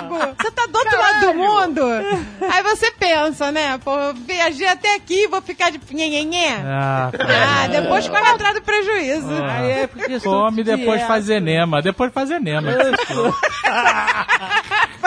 C: meu amigo! Você tá do outro lado do mundo? Aí você pensa, né? Pô, eu viajei até aqui, vou ficar de nhenhenhé.
F: ah,
C: Ah, depois corre atrás do prejuízo.
F: Ah.
H: É, porque
F: Come, depois faz enema. Depois faz enema.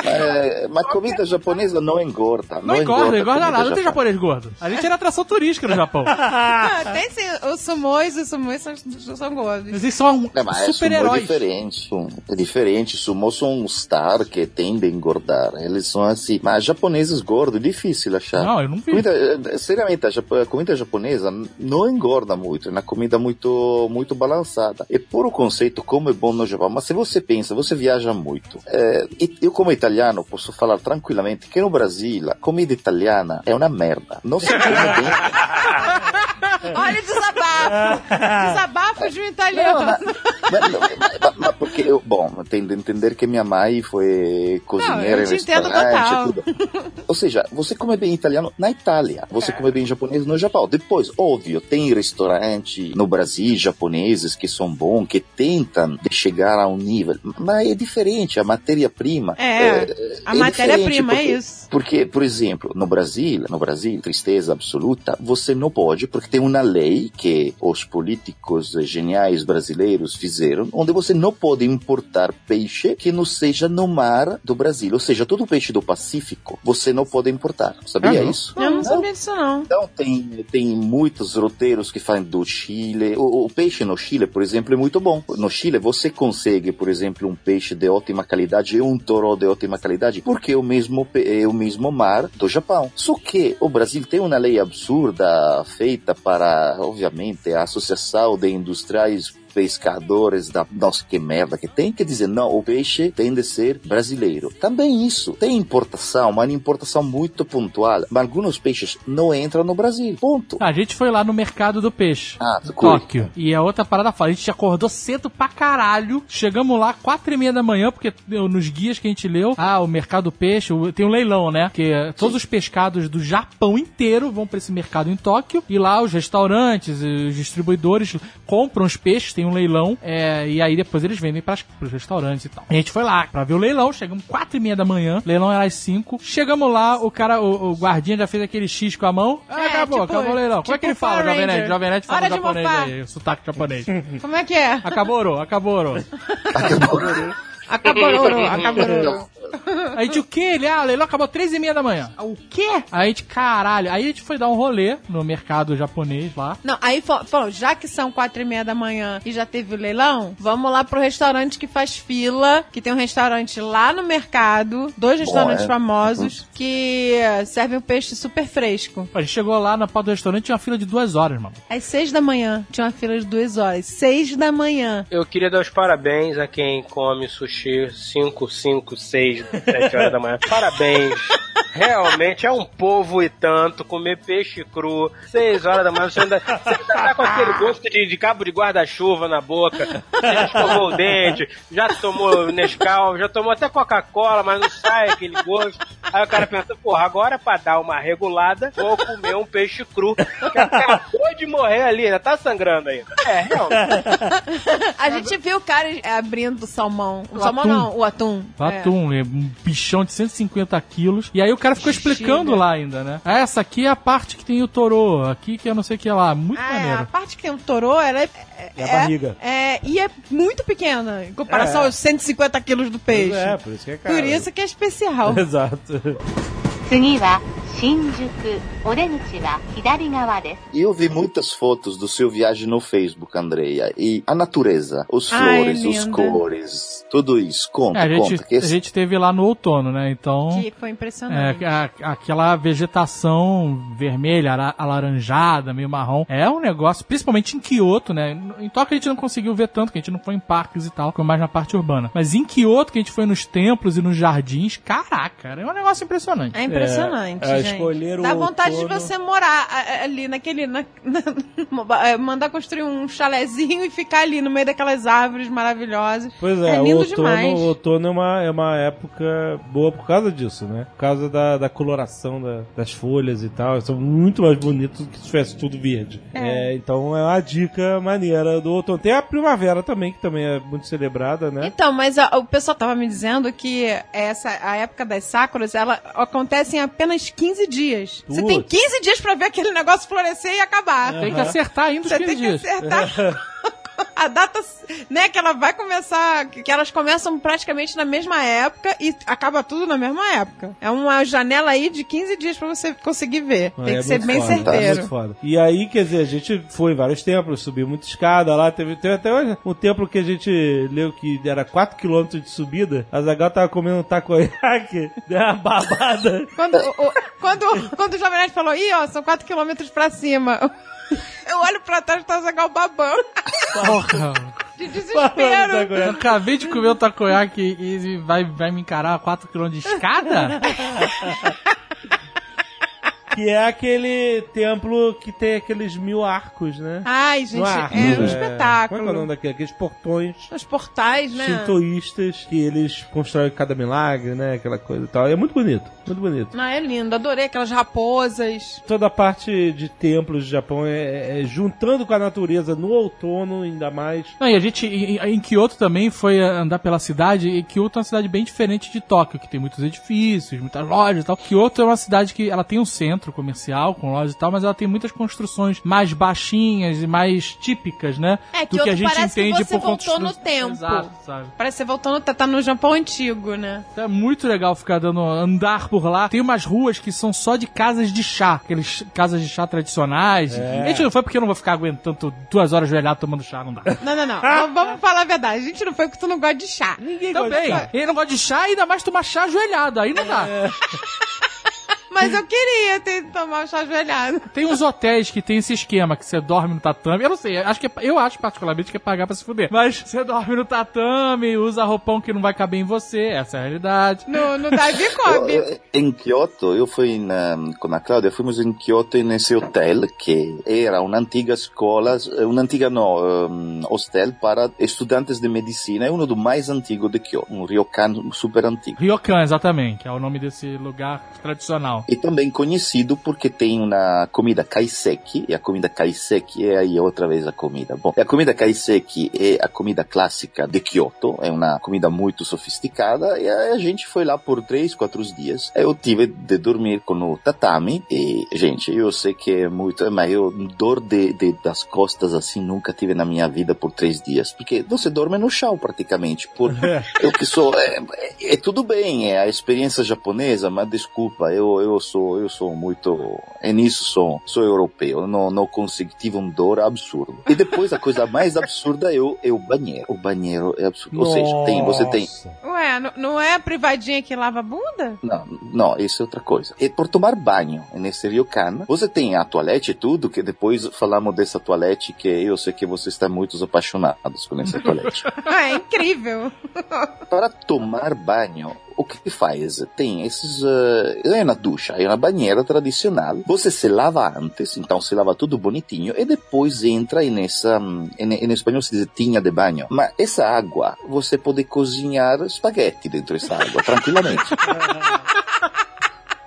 E: É, mas comida japonesa não engorda. Não,
F: Não engorda, engorda
E: comida
F: nada. Não tem
E: japonesa.
F: japonês gordo. A gente era atração turística no Japão.
C: Ah, tem sim, os sumôs, os sumôs são, são gordos.
F: Mas eles são
E: É, mas é sumo
F: super-heróis.
E: diferente. sumo. É diferente. Sumo são um star que tendem a engordar. Eles são assim. Mas japoneses gordos, difícil achar.
F: Não, eu não vi.
E: Comida, eh, eh, seriamente, a, japo- a comida japonesa n- não engorda muito, é uma comida muito, muito balançada. É puro conceito como é bom no Japão, mas se você pensa, você viaja muito. Eh, e- eu, como italiano, posso falar tranquilamente que no Brasil a comida italiana é uma merda. Não se come bem.
C: Olha o desabafo! Desabafo de um italiano.
E: Não, na, Mas, não, mas- mas porque eu, bom, eu tenho de entender que minha mãe foi cozinheira
C: eu
E: em
C: te entendo
E: restaurante, tudo. Ou seja, você come bem italiano na Itália, você come bem japonês no Japão. Depois, óbvio, tem restaurante no Brasil japoneses que são bons, que tentam de chegar a um nível, mas é diferente, a matéria-prima.
C: É, a
E: é
C: matéria-prima é
E: diferente, porque-
C: isso.
E: porque, por exemplo, no Brasil, no Brasil, tristeza absoluta, você não pode, porque tem uma lei que os políticos geniais brasileiros fizeram, onde você não pode importar peixe que não seja no mar do Brasil. Ou seja, todo peixe do Pacífico, você não pode importar. Sabia isso?
C: Eu não sabia disso, não.
E: Então, tem, tem muitos roteiros que fazem do Chile. O, o peixe no Chile, por exemplo, é muito bom. No Chile, você consegue, por exemplo, um peixe de ótima qualidade e um toro de ótima qualidade, porque é o mesmo, pe- é o mesmo mar do Japão. Só que o Brasil tem uma lei absurda feita para, obviamente, a Associação de Industriais pescadores da nossa que merda que tem que dizer não o peixe tem de ser brasileiro também isso tem importação mas é importação muito pontual mas alguns peixes não entram no Brasil ponto
F: A gente foi lá no mercado do peixe.
E: ah
F: de
E: cool.
F: Tóquio. E a outra parada fala, a gente acordou cedo pra caralho. Chegamos lá, quatro e meia da manhã, porque eu- nos guias que a gente leu, ah, o mercado do peixe, o- tem um leilão, né? Que eh, todos os pescados do Japão inteiro vão pra esse mercado em Tóquio. E lá os restaurantes, eh, os distribuidores compram os peixes, tem um leilão. eh, e aí depois eles vendem pras, pros restaurantes e tal. A gente foi lá pra ver o leilão, chegamos quatro e meia da manhã, leilão era às cinco. Chegamos lá, o cara, o, o guardinha já fez aquele X com a mão. Ah,
C: É,
F: acabou,
C: tipo-
F: acabou o leilão. Como é
C: tipo
F: que ele fala,
C: Power
F: Jovem Nerd?
C: Ranger.
F: Jovem Nerd fala
C: Hora de
F: japonês
C: mofar.
F: aí, sotaque japonês.
C: Como é que é?
F: Acabou, oro, acabou. oro.
C: Acabororo, acabororo.
F: A gente, o quê? Ele, ah, o leilão acabou três e meia da manhã. O quê? Aí a gente, caralho. Aí a gente foi dar um rolê no mercado japonês lá.
C: Não, aí fa- falou, já que são quatro e meia da manhã e já teve o leilão, vamos lá pro restaurante que faz fila, que tem um restaurante lá no mercado, dois restaurantes
E: é.
C: famosos,
H: Uhum.
C: que eh, servem o peixe super fresco.
F: A gente chegou lá na porta do restaurante, tinha uma fila de duas horas, mano.
C: Às seis da manhã, tinha uma fila de duas horas. Seis da manhã.
D: Eu queria dar os parabéns a quem come sushi 5, 5, 6, 7 horas da manhã. Parabéns. Realmente é um povo e tanto comer peixe cru, 6 horas da manhã. Você ainda, você ainda tá com aquele gosto de, de cabo de guarda-chuva na boca, já escovou o dente, já tomou Nescau, já tomou até Coca-Cola, mas não sai aquele gosto. Aí o cara pensa, porra, agora é pra dar uma regulada, vou comer um peixe cru, que acabou de morrer ali, ainda tá sangrando ainda. É, realmente.
C: A gente viu o cara eh, abrindo o salmão. O, salmão
F: atum.
C: não, o atum.
F: O Atum, é um bichão de 150 quilos. E aí o cara ficou explicando lá ainda, né? Ah, essa aqui é a parte que tem o toro, aqui que eu não sei o que lá. Muito
C: Ah, é, a
F: maneiro.
C: parte que tem o torô, ela é.
H: É a barriga.
C: É, e é muito pequena em comparação aos 150 quilos do peixe.
H: É, por isso que é caro.
C: Por isso que é especial.
H: Exato.
I: 次は新宿オレンジは左側です
E: E eu vi muitas fotos do seu viagem no Facebook, Andreia. E a natureza, os
C: Ai,
E: flores, os
C: linda.
E: cores, tudo isso.
F: É,
E: Conta,
F: a gente,
E: conta. Que
F: a gente teve lá no outono, né? Então.
C: Que foi
F: É,
C: impressionante.
F: a- aquela vegetação vermelha, ara- alaranjada, meio marrom. É um negócio, principalmente em Kyoto, né? Em Tóquio a gente não conseguiu ver tanto, que a gente não foi em parques e tal, foi mais na parte urbana. Mas em Kyoto, que a gente foi nos templos e nos jardins, caraca, é um negócio impressionante.
C: É impressionante,
H: É, é,
C: gente.
H: escolher o
C: Dá vontade
H: outono.
C: de você morar a- a- ali naquele. na- na- é, mandar construir um chalezinho e ficar ali no meio daquelas árvores maravilhosas.
H: Pois é,
C: É
H: o
C: lindo
H: outono,
C: demais.
H: o outono é, uma, é uma época boa por causa disso, né? Por causa da, da coloração da- das folhas e tal. São muito mais bonitos do que se tivesse tudo verde. É, então é uma dica maneira do outono. Tem a primavera também, que também é muito celebrada, né?
C: Então, mas a- o pessoal tava me dizendo que essa a época das sakuras, ela acontece em apenas 15 dias. Você tem
H: Putz.
C: 15 dias pra ver aquele negócio florescer e acabar.
F: Tem que acertar ainda os
C: Você
F: 15
C: tem que
F: dias.
C: acertar a data, né? Que ela vai começar. Que elas começam praticamente na mesma época e acaba tudo na mesma época. É uma janela aí de 15 dias pra você conseguir ver.
H: Ah,
C: tem
H: é
C: que ser
H: muito
C: bem
H: foda, É muito
C: certeiro.
H: foda. E aí, quer dizer, a gente foi em vários templos, subiu muita escada lá. Teve, teve até um templo que a gente leu que era 4km de subida. A Zagal tava comendo um takoyaki, deu uma babada.
C: Quando o, o- quando, quando o Jovem Nerd falou, ih, ó, são 4 km pra cima. Eu olho pra trás e tá jogando o babão
F: Porra.
C: de
H: Falando
C: desespero.
F: Eu
H: takoyaki.
F: acabei de comer o takoyaki e e vai, vai me encarar 4km de escada?
B: Que é aquele templo que tem aqueles mil arcos, né?
C: Ai, gente,
B: ar,
C: é um
B: né?
C: espetáculo.
B: Como é que é o nome daquele? Aqueles portões
C: Os portais, né?
B: shintoístas que eles constroem cada milagre, né? Aquela coisa e tal. E é muito bonito, muito bonito.
C: Não, é lindo. Adorei aquelas raposas.
B: Toda a parte de templos do Japão é, é- é juntando com a natureza no outono, ainda mais.
F: Não, e a gente, em, em Kyoto também, foi eh, andar pela cidade, e Kyoto é uma cidade bem diferente de Tóquio, que tem muitos edifícios, muitas lojas e tal. Kyoto é uma cidade que ela tem um centro comercial com lojas e tal, mas ela tem muitas construções mais baixinhas e mais típicas, né?
C: É,
F: do que
C: Kyoto
F: a gente
C: parece que
F: entende
C: você
F: por constru-
C: voltou no tempo.
F: Exato, sabe?
C: Parece que você voltando, tá, tá no Japão antigo, né?
F: Então é muito legal ficar dando andar por lá. Tem umas ruas que são só de casas de chá, aqueles casas de chá tradicionais. A gente não foi porque eu não vou ficar aguentando duas horas joelhado tomando chá, não dá.
C: Não, não, não. Vamos- Vamos falar a verdade. A gente não foi porque tu não gosta de chá.
F: Também. Ele não gosta de chá, ainda mais tomar chá ajoelhado. Aí não dá.
C: Mas eu queria ter tomar o chá ajoelhado.
F: Tem uns hotéis que tem esse esquema, que você dorme no tatame. Eu não sei, acho que é- eu acho particularmente que é pagar pra se fuder. Mas você dorme no tatame, usa roupão que não vai caber em você. Essa é a realidade.
C: No, no Davi Cobb.
E: Em Kyoto, eu fui ehm, na, com a Cláudia, fomos em Kyoto nesse hotel que era uma antiga escola, uma antiga não, um, hostel para estudantes de medicina, é um dos mais antigos de Kyoto, um ryokan super antigo.
F: Ryokan, exatamente, que é o nome desse lugar tradicional.
E: E também conhecido porque tem uma comida kaiseki, e a comida kaiseki é aí outra vez a comida. Bom, a comida kaiseki é a comida clássica de Kyoto, é uma comida muito sofisticada, e a gente foi lá por três, quatro dias. Eu tive de dormir com o tatame, e, gente, eu sei que é muito, mas eu dor de, de- das costas assim nunca tive na minha vida por três dias, porque você dorme no chão praticamente, por eu que sou. É, é- é tudo bem, é a experiência japonesa, mas desculpa, eu, eu sou eu sou muito. É nisso sou, sou europeu, não, não consigo, tive um dor absurdo. E depois a coisa mais absurda é o, é o banheiro. O banheiro é absurdo. Ou seja, tem, você tem.
C: Ué, não, não é a privadinha que lava a bunda?
E: Não, não, isso é outra coisa. É por tomar banho nesse ryokan. Você tem a toalete e tudo, que depois falamos dessa toalete, que eu sei que vocês estão muito apaixonados com essa toalete.
C: É incrível.
E: para tomar banho, o que que faz? Tem esses. eh, é uma ducha, é uma banheira tradicional. Você se lava antes, então se lava tudo bonitinho e depois entra nessa. hum, Em, em espanhol se diz tinha de banho. Mas essa água, você pode cozinhar espaguete dentro dessa água, tranquilamente.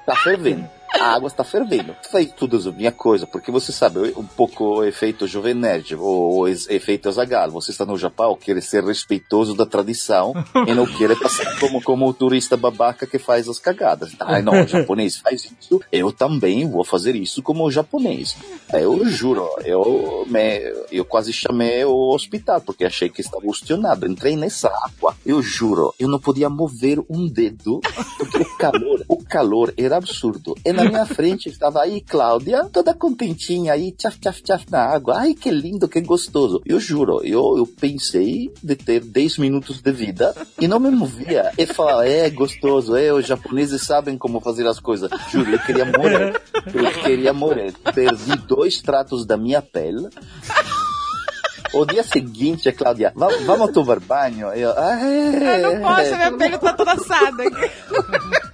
E: Tá fervendo. A água está fervendo. Faz tudo a minha coisa, porque você sabe, um pouco o efeito Jovem Nerd, ou o es- efeito Zagal. Você está no Japão, quer ser respeitoso da tradição e não quer passar como, como o turista babaca que faz as cagadas. Ah, não, o japonês faz isso, eu também vou fazer isso como o japonês. Aí Eu juro, eu, me, eu quase chamei o hospital, porque achei que estava ostionado. Entrei nessa água, eu juro, eu não podia mover um dedo porque o calor, o calor era absurdo. E na minha frente estava aí Cláudia, toda contentinha aí, tchaf, tchaf, tchaf na água. Ai, que lindo, que gostoso. Eu juro, eu, eu pensei de ter 10 minutos de vida e não me movia. E falava, é gostoso, é, os japoneses sabem como fazer as coisas. Juro, eu queria morrer. Eu queria morrer. Perdi dois tratos da minha pele. O dia seguinte, a Cláudia, "Va- vamos tomar banho? Eu, ah, é,
C: Eu não posso,
E: é,
C: minha pele tá toda assada.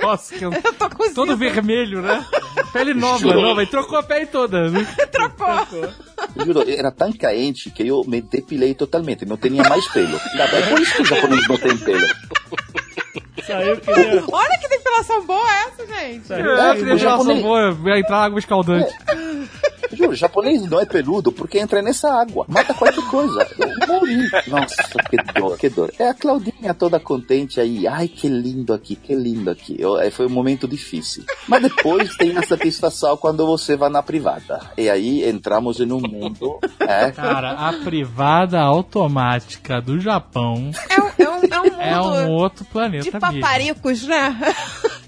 F: Nossa, que eu...
C: Eu tô com
F: todo
C: zíper,
F: vermelho, né? Pele nova,
E: Juro.
F: nova, e trocou a pele toda. né?
C: pô.
E: Juro, era tão caente que eu me depilei totalmente, não tinha mais pelo. Nada, É por isso que o japonês não tem pelo.
C: é
H: Saiu que nem-
C: Olha que depilação boa é essa, gente.
F: É,
E: É,
F: a trilha
E: japonês-
F: boa, vai entrar água escaldante.
E: Juro, o japonês não é peludo porque entra nessa água, mata qualquer coisa. Eu morri. Nossa, que dor, que dor. É a Claudinha toda contente aí. Ai, que lindo aqui, que lindo aqui. Eu- é, foi um momento difícil. Mas depois tem a satisfação quando você vai na privada. E aí entramos em um mundo. É,
F: Cara, a privada automática do Japão
C: É um, é um, é um mundo
F: é um outro
C: de
F: planeta, bicho.
C: paparicos, né?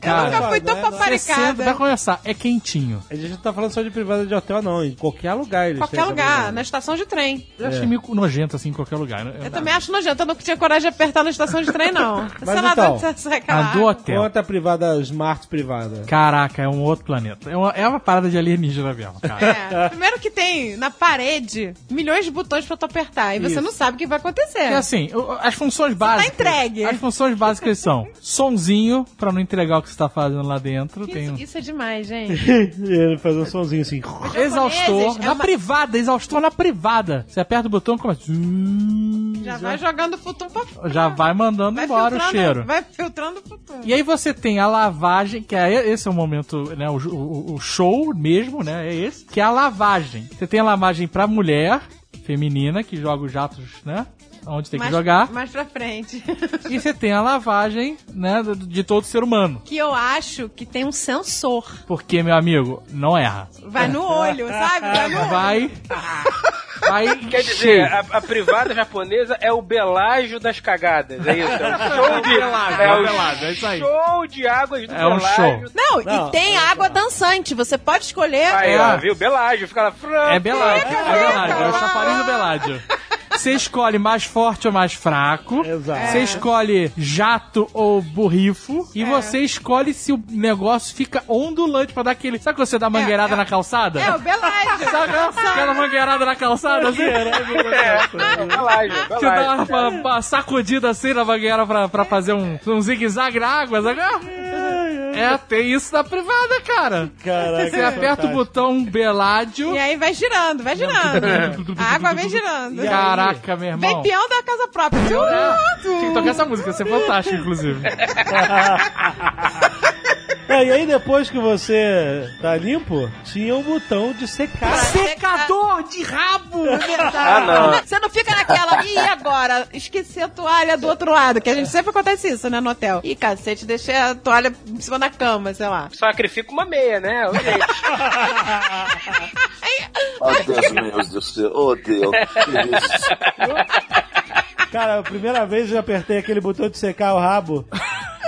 F: Cara,
C: eu nunca fui tão
H: né?
F: Senta, vai
C: paparicada.
F: começar, é quentinho.
H: A gente não tá falando só de privada de hotel, não. Em qualquer lugar eles têm
C: Qualquer
H: essa
C: lugar,
H: privada.
C: na estação de trem.
F: Eu achei meio nojento assim em qualquer lugar. Eu,
C: Eu também acho nojento, eu não tinha coragem de apertar na estação de trem, não. Sei lá de
H: então,
C: onde você sai aquela
F: A do
C: água.
F: hotel.
H: Conta a privada, smart privada.
F: Caraca, é um outro planeta. É uma, é uma parada de alienígena mesmo, cara.
C: É. Primeiro que tem na parede milhões de botões pra tu apertar. E você não sabe o que vai
F: É
C: acontecer.
F: assim, o- as funções básicas.
C: tá entregue.
F: As funções básicas são sonzinho, pra não entregar o que você está fazendo lá dentro. Tem um-
C: Isso, isso é demais, gente.
H: e ele faz um sonzinho assim.
C: Os
F: Exaustor.
C: japoneses
F: Na
C: é uma-
F: privada, exaustor na privada. Você aperta o botão e começa.
C: Já vai jogando o futum pra fora.
F: Já é. vai mandando
C: Vai
F: embora o
C: filtrando-
F: cheiro.
C: Vai filtrando o futum.
F: E aí você tem a lavagem, que é esse é o momento, né, o, o- o show mesmo, né, é esse, que é a lavagem. Você tem a lavagem pra mulher, feminina, que joga os jatos, né, onde tem que
C: mais,
F: jogar.
C: Mais pra frente.
F: E você tem a lavagem, né, do- de todo ser humano.
C: que eu acho que tem um sensor.
F: Porque, meu amigo, não erra.
C: Vai no olho, sabe? Vai no olho.
F: Vai... Vai
D: Quer dizer, é a, a privada japonesa é o belágio das cagadas, é isso? É um show de,
F: Belágio, é o
D: um
F: Belágio, é isso aí.
D: show de águas do
F: É um
D: belágio.
F: show.
C: Não, e tem água dançante. Você pode escolher.
D: Aí,
F: É.
D: ó, viu? Belágio, fica lá...
F: É Beládio, é
C: né,
F: Beládio, é
C: cara?
F: o chafariz do Beládio. Você escolhe mais forte ou mais fraco.
H: Exato.
C: É.
F: Você escolhe jato ou borrifo. E você escolhe se o negócio fica ondulante pra dar aquele. Sabe quando você dá mangueirada na calçada?
C: É, o Belágio.
F: Sabe aquela- aquela mangueirada na calçada assim?
C: É.
B: é
D: É, belágio,
F: Te dá
D: belágio.
F: uma, uma sacudida assim na mangueira pra, pra fazer um, um zigue-zague na água, sabe? Ah! É, tem isso na privada, cara.
H: Caraca.
F: Você aperta o
H: fantástico.
F: botão Beládio.
C: E aí vai girando, vai girando. A água vem girando.
F: Caraca, meu irmão.
C: Vem peão da casa própria.
F: É, Tinha que tocar essa música, ia ser fantástico, inclusive.
H: Ah, e aí depois que você tá limpo, tinha um botão de secar.
F: Secador de rabo!
D: Ah, não.
C: Você não fica naquela, e agora? Esqueci a toalha do outro lado, que a gente sempre acontece isso, né, no hotel. Ih, cacete, deixei a toalha em cima da cama, sei lá.
D: Sacrifica uma meia, né? Ô, gente.
E: Oh, Deus meu do céu. Oh, Deus. Que isso?
H: Cara, a primeira vez eu apertei aquele botão de secar o rabo.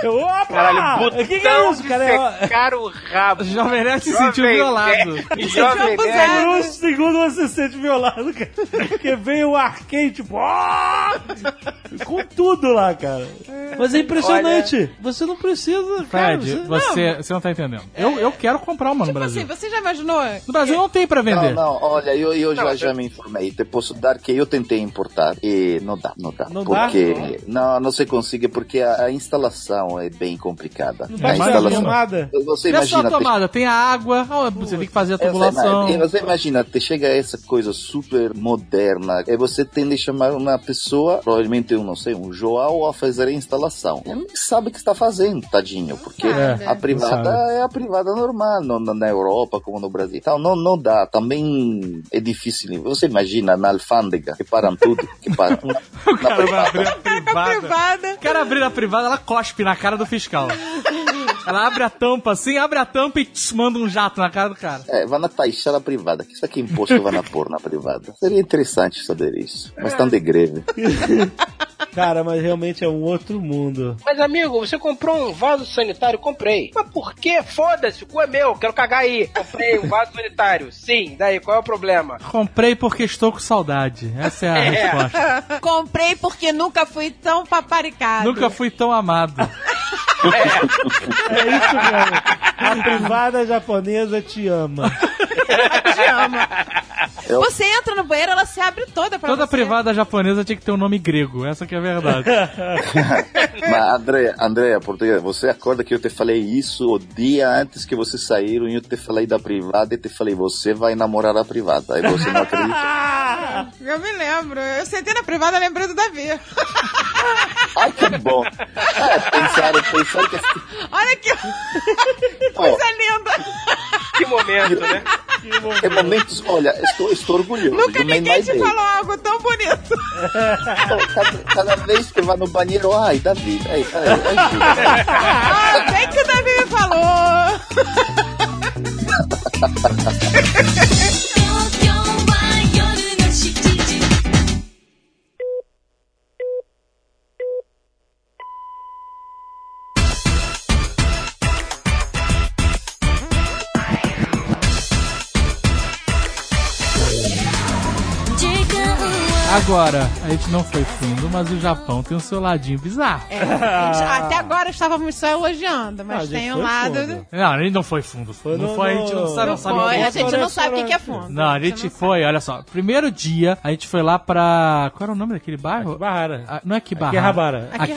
H: Eu, opa!
F: Ah,
D: Caralho, botão
H: O que, que é isso,
D: de
H: cara? Eu-
D: secar o rabo.
F: Jovem Nerd se sentiu violado.
D: Nerd.
C: sentiu
D: Jovem Nerd.
C: abusado.
H: Por um segundo você se sente violado, cara. Porque veio o arcade, tipo, "Ah!" com tudo lá, cara. Mas é impressionante. Você não precisa, cara.
F: Fred,
H: você-
F: você, você não tá entendendo. Eu, eu quero comprar uma no
C: Tipo
F: Brasil.
C: assim, você já imaginou?
F: No Brasil não tem pra
E: Não,
F: vender.
E: não, olha, eu, eu já, já me informei. Te posso dar que eu tentei importar e não dá, não dá.
H: Não dá?
E: porque não, não se consegue porque a, a instalação é bem complicada.
H: Não
E: a
F: é
H: tá mais
E: instalação.
H: tomada?
E: Você
F: Não é só
E: imagina
F: a
E: ter
F: tomada, tem a água, ah, você tem que fazer a
E: Essa
F: tubulação.
E: imagem- Você imagina, te chega essa coisa super moderna, e você tem de chamar uma pessoa, provavelmente um, não sei, um João, a fazer a instalação. Ele nem sabe o que está fazendo, tadinho, porque
F: né?
C: sabe.
E: a privada
F: Não
E: é a privada normal, no- na, na Europa como no Brasil. Então, não, não dá, também é difícil. Você imagina na alfândega, que param tudo, que param. um,
F: O cara vai abrir a
C: A
F: privada.
C: privada.
F: O cara abrir a privada, ela cospe na cara do fiscal. Ela abre a tampa assim, abre a tampa e tss, manda um jato na cara do cara.
E: É, vai na taxar na privada. Que isso aqui é imposto que vai na pôr na privada. Seria interessante saber isso.
F: É.
E: Mas estão de greve.
H: Cara, mas realmente é um outro mundo.
D: Mas, amigo, você comprou um vaso sanitário? Comprei. Mas por quê? Foda-se, o cu é meu, quero cagar aí. Comprei um vaso sanitário. Sim, daí, qual é o problema?
F: Comprei porque estou com saudade. Essa é a resposta.
C: Comprei porque nunca fui tão paparicado.
F: Nunca fui tão amado.
H: É isso mesmo. A privada japonesa te ama.
C: Você entra no banheiro, ela se abre toda pra
F: Toda
C: você.
F: privada japonesa tinha que ter um nome grego, essa que é a verdade.
E: Mas, André, André, português, você acorda que eu te falei isso o dia antes que vocês saíram e eu te falei da privada e te falei, você vai namorar a privada. Aí você não acredita.
C: Eu me lembro. Eu sentei na privada lembrando da Davi.
E: Ai, que bom. É, pensaram, pensaram que...
C: Olha que
E: Ó,
C: coisa linda.
D: Que momento, né?
E: é momentos... Olha, estou, estou orgulhoso.
C: Nunca
E: do Man
C: ninguém
E: My
C: te
E: Day.
C: falou algo tão bonito.
E: Então, Cada, cada vez que vai no banheiro, ai, Davi, ai, ai, ai, Ju.
C: Ah, bem que o Davi me falou.
J: 東京は夜の7時時間を
F: Agora, a gente não foi fundo, mas o Japão tem o seu ladinho bizarro.
C: É, a gente- até agora estávamos só elogiando,
F: Ah,
C: mas tem um lado.
F: Não, a gente não foi fundo. não
C: no-
F: foi, a gente não,
C: no-
F: sabe, não
C: Não
F: sabe
C: foi,
F: o que
C: a
F: é
C: gente
F: fundo.
C: não sabe o que que é fundo.
F: Não, a gente foi, olha só. Primeiro dia, a gente foi lá pra. Qual era o nome daquele bairro? Aquibahara.
C: Ah,
F: não é Aquibahara.
H: Akihabara.
F: Akihabara.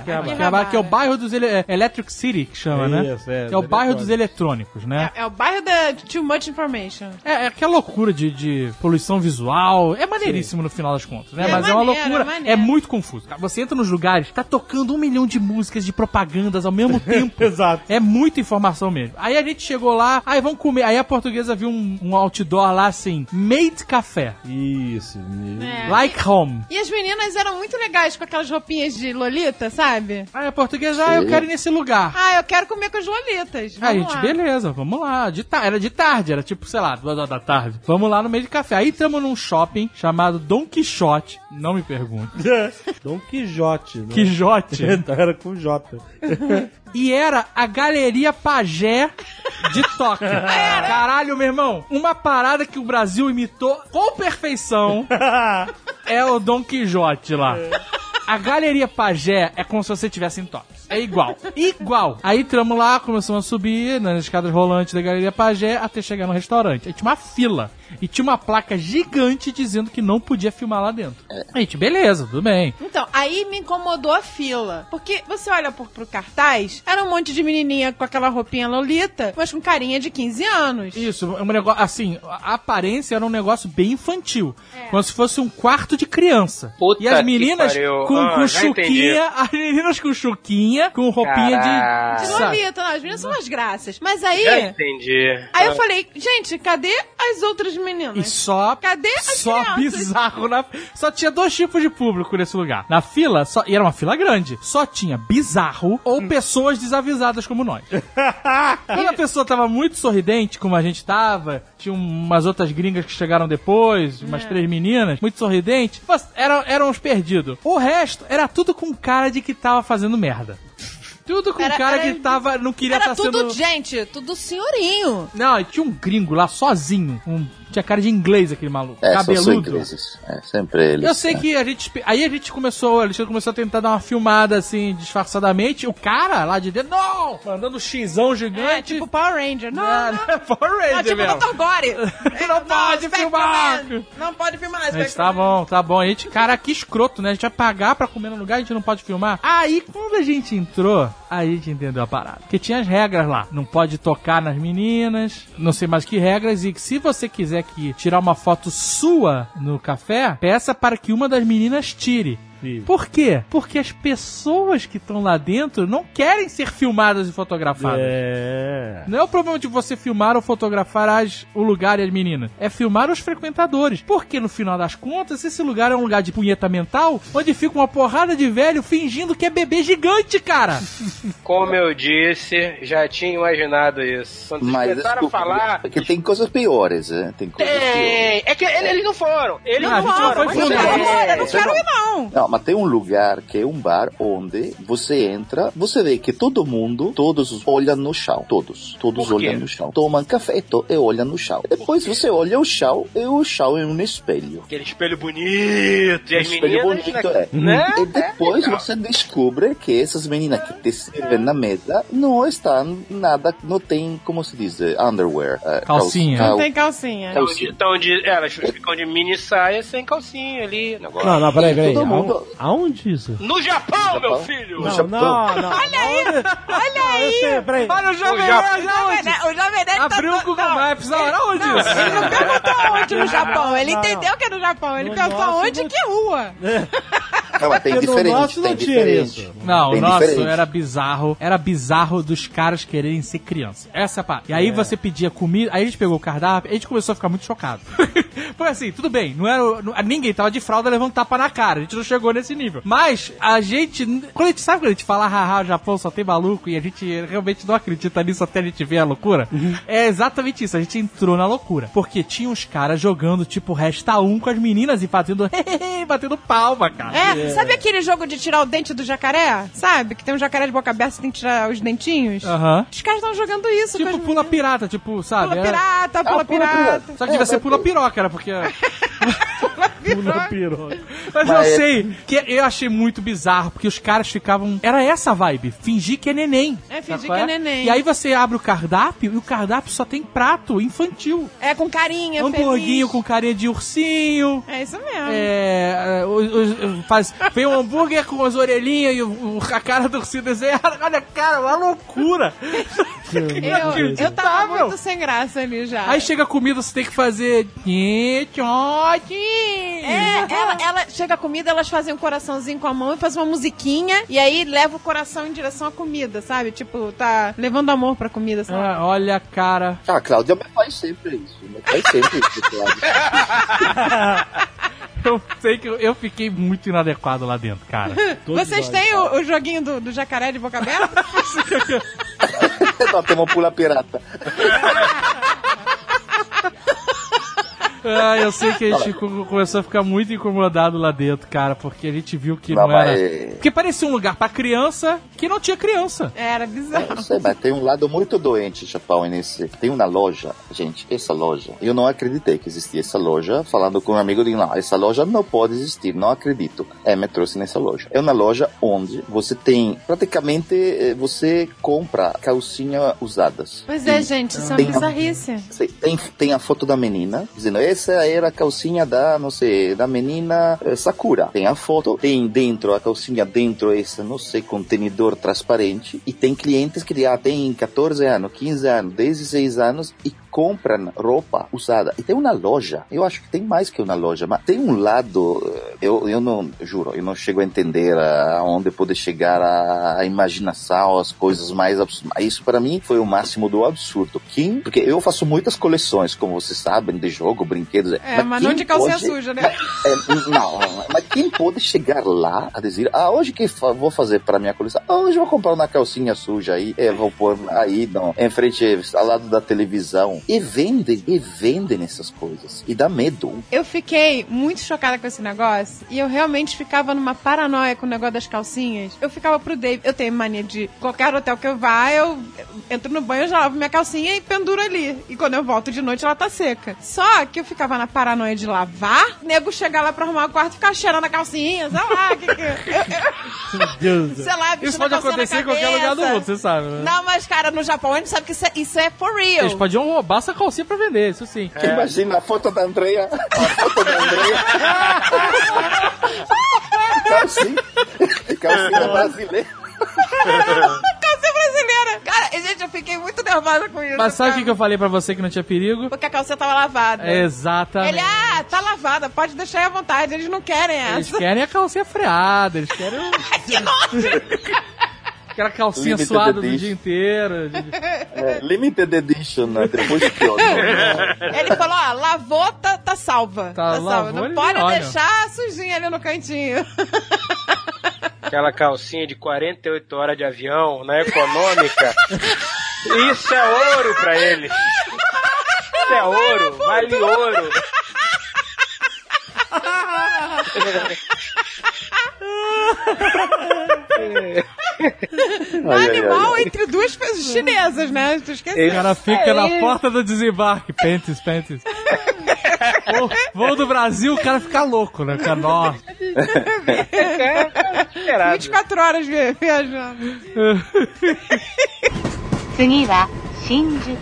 H: Akihabara.
F: Akihabara, que é o bairro dos ele... é Electric City, que chama, né?
H: Isso, é,
F: Que é o
H: dos
F: bairro dos eletrônicos, né?
C: É o bairro da Too Much Information.
F: É, é que é loucura de, de poluição visual. É maneiríssimo no final das contas, né?
C: É
F: Mas é uma
C: maneiro,
F: loucura.
C: é maneiro.
F: É muito confuso. cara. Você entra nos lugares, tá tocando um milhão de músicas, de propagandas ao mesmo tempo. Exato. É muita informação mesmo. Aí a gente chegou lá, aí vamos comer. Aí a portuguesa viu um, um outdoor lá assim, made café.
H: Isso.
C: É.
F: Like home.
C: E as meninas eram muito legais com aquelas roupinhas de Lolita, sabe?
F: Ah, é portuguesa, ah, eu quero ir nesse lugar.
C: Ah, eu quero comer com as Lolitas. Ah,
F: Aí,
C: Vamos
F: Ah, gente,
C: lá.
F: beleza, vamos lá. De ta- Era de tarde, era tipo, sei lá, duas horas da tarde. Vamos lá no meio de café. Aí entramos num shopping chamado Don Quixote. Não me pergunte.
H: Dom Quijote. Né?
F: Quijote.
H: Então era com J.
F: e era a Galeria Pajé de Tóquio. Caralho, meu irmão, uma parada que o Brasil imitou com perfeição é o Dom Quixote lá. A Galeria Pajé é como se você estivesse em Tóquio. É igual. Igual. Aí entramos lá, começamos a subir nas escadas rolantes da Galeria Pajé até chegar no restaurante. Aí tinha uma fila. E tinha uma placa gigante dizendo que não podia filmar lá dentro. Aí, gente, beleza, tudo bem.
C: Então, aí me incomodou a fila. Porque você olha pro, pro cartaz, era um monte de menininha com aquela roupinha Lolita, mas com carinha de 15 anos.
F: Isso, é um negócio. Assim, a aparência era um negócio bem infantil. Como se fosse um quarto de criança.
D: Puta
F: e as
D: que
F: meninas
D: pariu.
F: com,
D: Ah,
F: com
D: já entendi.
F: chuquinha, as meninas com chuquinha, com roupinha
D: Caraca.
F: de.
C: De
F: sabe?
C: Lolita, não, as meninas são umas graças. Mas aí.
F: É.
D: Já entendi.
C: Aí eu falei, gente, cadê as outras meninas?
F: E só.
C: Cadê as
F: Só
C: crianças?
F: bizarro na. Só tinha dois tipos de público nesse lugar. Na fila, só, e era uma fila grande, só tinha bizarro
C: Hum.
F: ou pessoas desavisadas como nós. Quando a pessoa tava muito sorridente, como a gente tava, tinha umas outras gringas que chegaram depois,
C: É.
F: umas três meninas, muito sorridente, mas eram, eram uns perdidos. O resto era tudo com cara de que tava fazendo merda. Tudo com
C: Era-
F: cara
C: era-
F: que tava. não queria
C: Era
F: estar
C: tudo,
F: tá sendo.
C: gente, tudo senhorinho.
F: Não, e tinha um gringo lá sozinho. Um... Tinha cara de inglês aquele maluco.
E: É, só são
F: cabeludo.
E: ingleses. É, sempre eles.
F: Eu sei
E: né?
F: que a gente. Aí a gente começou, o Alexandre começou a tentar dar uma filmada assim, disfarçadamente. O cara lá de dentro, não! Mandando um xizão
C: É,
F: gigante.
C: tipo Power Ranger. Não,
F: Ah,
C: não,
F: né? Power Ranger
C: não, tipo
F: mesmo.
C: Dr. Gore. É, não,
F: pode
C: Spectrum
F: filmar.
C: Man. Não pode filmar.
F: A gente,
C: Spectrum
F: tá bom, tá bom. A gente, cara, que escroto, né? A gente vai pagar pra comer no lugar, a gente não pode filmar. Aí, quando a gente entrou, a gente entendeu a parada. Porque tinha as regras lá. Não pode tocar nas meninas, não sei mais que regras. E que se você quiser que tirar uma foto sua no café, peça para que uma das meninas tire. Por quê? Porque as pessoas que estão lá dentro não querem ser filmadas e fotografadas.
H: É.
F: Não é o problema de você filmar ou fotografar as- o lugar e as meninas. É filmar os frequentadores. Porque no final das contas, esse lugar é um lugar de punheta mental onde fica uma porrada de velho fingindo que é bebê gigante, cara.
D: Como eu disse, já tinha imaginado isso. Quando vocês
E: Mas
D: tentaram
E: desculpa,
D: falar.
E: Porque tem coisas piores, né? Tem coisas piores.
D: Tem! É que ele- eles não foram! Eles
F: Não, Ah, a
D: não,
F: gente não
D: foram!
F: foi
D: mas
F: fundo.
D: tem.
C: Man. Olha, não
E: Você
C: quero
E: não-
C: ir, não.
E: Não, mas tem um lugar que é um bar onde você entra, você vê que todo mundo, todos olham no chão. Todos. Todos
D: Por quê?
E: olham no chão. Tomam café e to- e olham no chão. Depois você olha o chão e o chão é um espelho.
D: Aquele espelho bonito, e as meninas. né?
E: é.
C: Eh?
E: E depois você descobre que essas meninas que te servem na mesa não estão nada, não tem, como se diz, eh, underwear. eh,
F: Calcinha.
E: cal-
C: Não tem calcinha.
D: Então, de, então de, elas ficam de mini saia sem calcinha ali. Negócio.
H: Não, não, Ah, peraí, ah. peraí.
E: Todo mundo-
H: Aonde, aonde isso?
D: No Japão, meu
E: Japão?
D: filho!
E: No
H: Não,
E: Japão.
H: não, não. Olha aí! Olha aí! Sei, peraí.
F: Olha o Jovem
D: O Japão-
F: Nerd aonde?
C: O Jovem Nerd tá
F: Abriu o
C: todo-
F: Google
C: não,
F: Maps na hora. Onde
C: Não,
F: isso?
C: ele não perguntou onde no Japão. Ele
H: não, não.
C: entendeu que é no Japão. Ele
H: No
C: perguntou
H: nosso
C: onde
H: não-
C: que é rua.
E: Não, mas tem
H: Porque no
E: diferente,
H: nosso
E: tem
H: não tinha
E: diferente.
H: isso.
F: Não,
E: Bem
F: nossa,
E: diferente.
F: era bizarro. Era bizarro dos caras quererem ser criança. Essa é a parte. E aí você pedia comida, aí a gente pegou o cardápio, a gente começou a ficar muito chocado. Foi assim, tudo bem, não era. o- não- ninguém tava de fralda levando tapa na cara. A gente não chegou nesse nível. Mas a gente. Quando a gente sabe quando a gente fala, haha, o Japão só tem maluco e a gente realmente não acredita nisso até a gente ver a loucura.
E: Uhum.
F: É exatamente isso, a gente entrou na loucura. Porque tinha uns caras jogando, tipo, resta um com as meninas e fazendo. batendo palma, cara.
C: É, sabe aquele jogo de tirar o dente do jacaré? Sabe? Que tem um jacaré de boca aberta e tem que tirar os dentinhos?
F: Aham.
C: Os caras estão jogando isso. com
F: Tipo
C: as
F: pula pirata, tipo, sabe?
C: Pula
F: Era-
C: pirata, pula
E: pula
C: pirata.
E: pirata.
F: Só que devia ser pula piroca, era porque.
H: Pula piroca.
F: é.
E: Mas
F: Mas, eu
E: é-
F: sei que eu achei muito bizarro, porque os caras ficavam. Era essa a vibe. Fingir que é neném.
C: É, fingir
F: Sabe
C: que
F: qual
C: é neném.
F: E aí você abre o cardápio e o cardápio só tem prato infantil.
C: É com carinha,
F: Hamburguinho
C: feliz.
F: um com carinha de ursinho.
C: É isso mesmo.
F: É, é, os- os- faz, vem um hambúrguer com as orelhinhas e o- o- a cara do ursinho desenhada. Olha, cara, uma loucura.
C: Eu, eu tava
F: Inacreditável.
C: muito sem graça ali já.
F: Aí chega a comida, você tem que fazer.
C: É, ela, ela chega a comida, elas fazem um coraçãozinho com a mão e fazem uma musiquinha e aí leva o coração em direção à comida, sabe? Tipo, tá levando amor pra comida, sabe?
F: Ah, olha, cara.
E: Ah, Cláudia mas faz sempre isso. Mas faz sempre isso, Cláudia.
F: Eu sei que eu, eu fiquei muito inadequado lá dentro, cara.
C: Vocês têm o, o joguinho do, do jacaré de boca aberta?
E: Não, tem uma pula pirata.
F: Ah, eu sei que a gente co- começou a ficar muito incomodado lá dentro, cara, porque a gente viu que não,
E: Não,
F: era.
E: mas-
F: Porque parecia um lugar pra criança que não tinha criança.
C: Era
E: Não
C: bizarro.
E: sei, mas tem um lado muito doente Japão nesse. Tem uma loja, gente, essa loja. Eu não acreditei que existia essa loja. Falando com um amigo, eu digo, não, essa loja não pode existir, não acredito. É, me trouxe nessa loja. É uma loja onde você tem, praticamente, eh, você compra calcinha usadas.
C: Pois é,
E: Tem-
C: gente, isso é uma
E: Tem-
C: bizarrice.
E: sei, Tem, tem a foto da menina dizendo essa era a calcinha da, não sei, da menina eh, Sakura. Tem a foto, tem dentro a calcinha, dentro esse, não sei, contenedor transparente. E tem clientes que ah, tem 14 anos, 15 anos, 16 anos e compram roupa usada. E tem uma loja, eu acho que tem mais que uma loja, mas tem um lado, eh, eu, eu não, juro, eu não chego a entender aonde pode chegar a, a imaginação, as coisas mais absurdas. Isso para mim foi o máximo do absurdo. Quem, porque eu faço muitas coleções, como vocês sabem, de jogo, brinquedos.
C: É, mas não
E: quem
C: de calcinha
E: pode-
C: suja, né?
E: é, não, mas quem pode chegar lá a dizer, ah, hoje que fa- vou fazer para minha coleção? Ah, hoje eu vou comprar uma calcinha suja aí, é, vou pôr aí, não, em frente, ao lado da televisão. E vendem, e vendem essas coisas. E dá medo.
C: Eu fiquei muito chocada com esse negócio e eu realmente ficava numa paranoia com o negócio das calcinhas. Eu ficava pro Dave. Eu tenho mania de qualquer hotel que eu vá, eu entro no banho, eu já lavo minha calcinha e penduro ali. E quando eu volto de noite, ela tá seca. Só que eu ficava na paranoia de lavar, nego chegar lá pra arrumar o quarto e ficar cheirando a calcinha, sei lá, que que. eu- eu- sei lá, bicho
F: Isso
C: na calcinha
F: pode
C: na
F: acontecer em qualquer lugar do
C: cabeça.
F: mundo, você sabe. Né?
C: Não, mas cara, no Japão a gente sabe que isso é, isso é for real.
F: Eles podiam roubar essa calcinha pra vender, isso sim.
E: É.
C: É.
E: Imagina a foto da Andrea, a foto da Andrea. calcinha, calcinha brasileira.
C: Calcinha brasileira! Cara, e, gente, eu fiquei muito nervosa com isso.
F: Mas sabe o que,
C: cara.
F: que eu falei pra você que não tinha perigo?
C: Porque a calcinha tava lavada.
F: Exatamente.
C: Ele, ah, tá lavada, pode deixar aí à vontade, eles não querem
F: Eles
C: essa.
F: querem a calcinha freada, eles querem o-
C: que nojo!
F: aquela calcinha
E: Limited
F: suada do
E: edition.
F: dia inteiro. de-
E: É, limited edition, né? depois que eu...
C: Ele falou, ó, lavou, tá, tá salva.
F: Tá,
C: salva.
F: lavou,
C: Não
F: ele
C: pode
F: olha.
C: deixar sujinha ali no cantinho.
D: Aquela calcinha de 48 horas de avião, na econômica. Isso é ouro pra eles. Isso é ouro, vale ouro.
C: Animal entre duas pessoas chinesas, né? Tu esqueceu.
F: O cara fica na porta do desembarque. Pentes, pentes. Voo- Voo do Brasil, o cara fica louco, né? Fica, nossa.
D: Esperado.
C: 24 horas via- viajando.
I: 次は新宿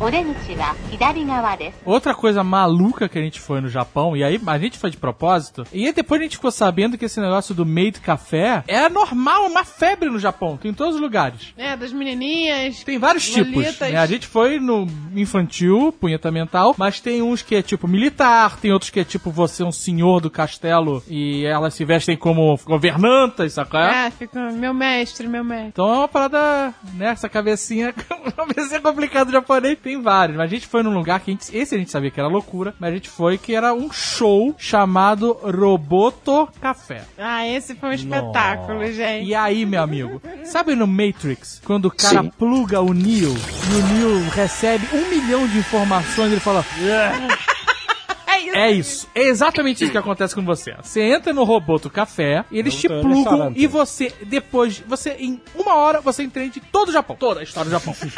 I: オレンジは左側です
F: Outra coisa maluca que a gente foi no Japão, e aí a gente foi de propóito, e aí depois a gente ficou sabendo que esse negócio do made café é normal, é uma febre no Japão, tem em todos os lugares.
C: É, das menininhas.
F: Tem vários tipos.
C: Lolitas.
F: né? A gente foi no infantil, punheta mental, mas tem uns que é tipo militar, tem outros que é tipo você é um senhor do castelo e elas se vestem como governantas, sacou?
C: É, fica, meu mestre, meu mestre.
F: Então é uma parada, né? Essa cabecinha, cabecinha complicada do japonês, tem vários. Mas a gente foi num lugar que a gente, esse a gente sabia que era loucura, mas a gente foi que era um show chamado Roboto Café.
C: Ah, esse foi um espetáculo, gente.
F: E aí, meu amigo, sabe no Matrix, quando o cara
E: Sim.
F: pluga o Neo e o Neo recebe um milhão de informações, ele fala,
C: É isso.
F: é isso, é exatamente isso que acontece com você. Você entra no Roboto Café, e eles te
H: Não tô
F: plugam
H: restaurante.
F: e você, depois, você, em uma hora, você entende todo o Japão, toda a história do Japão.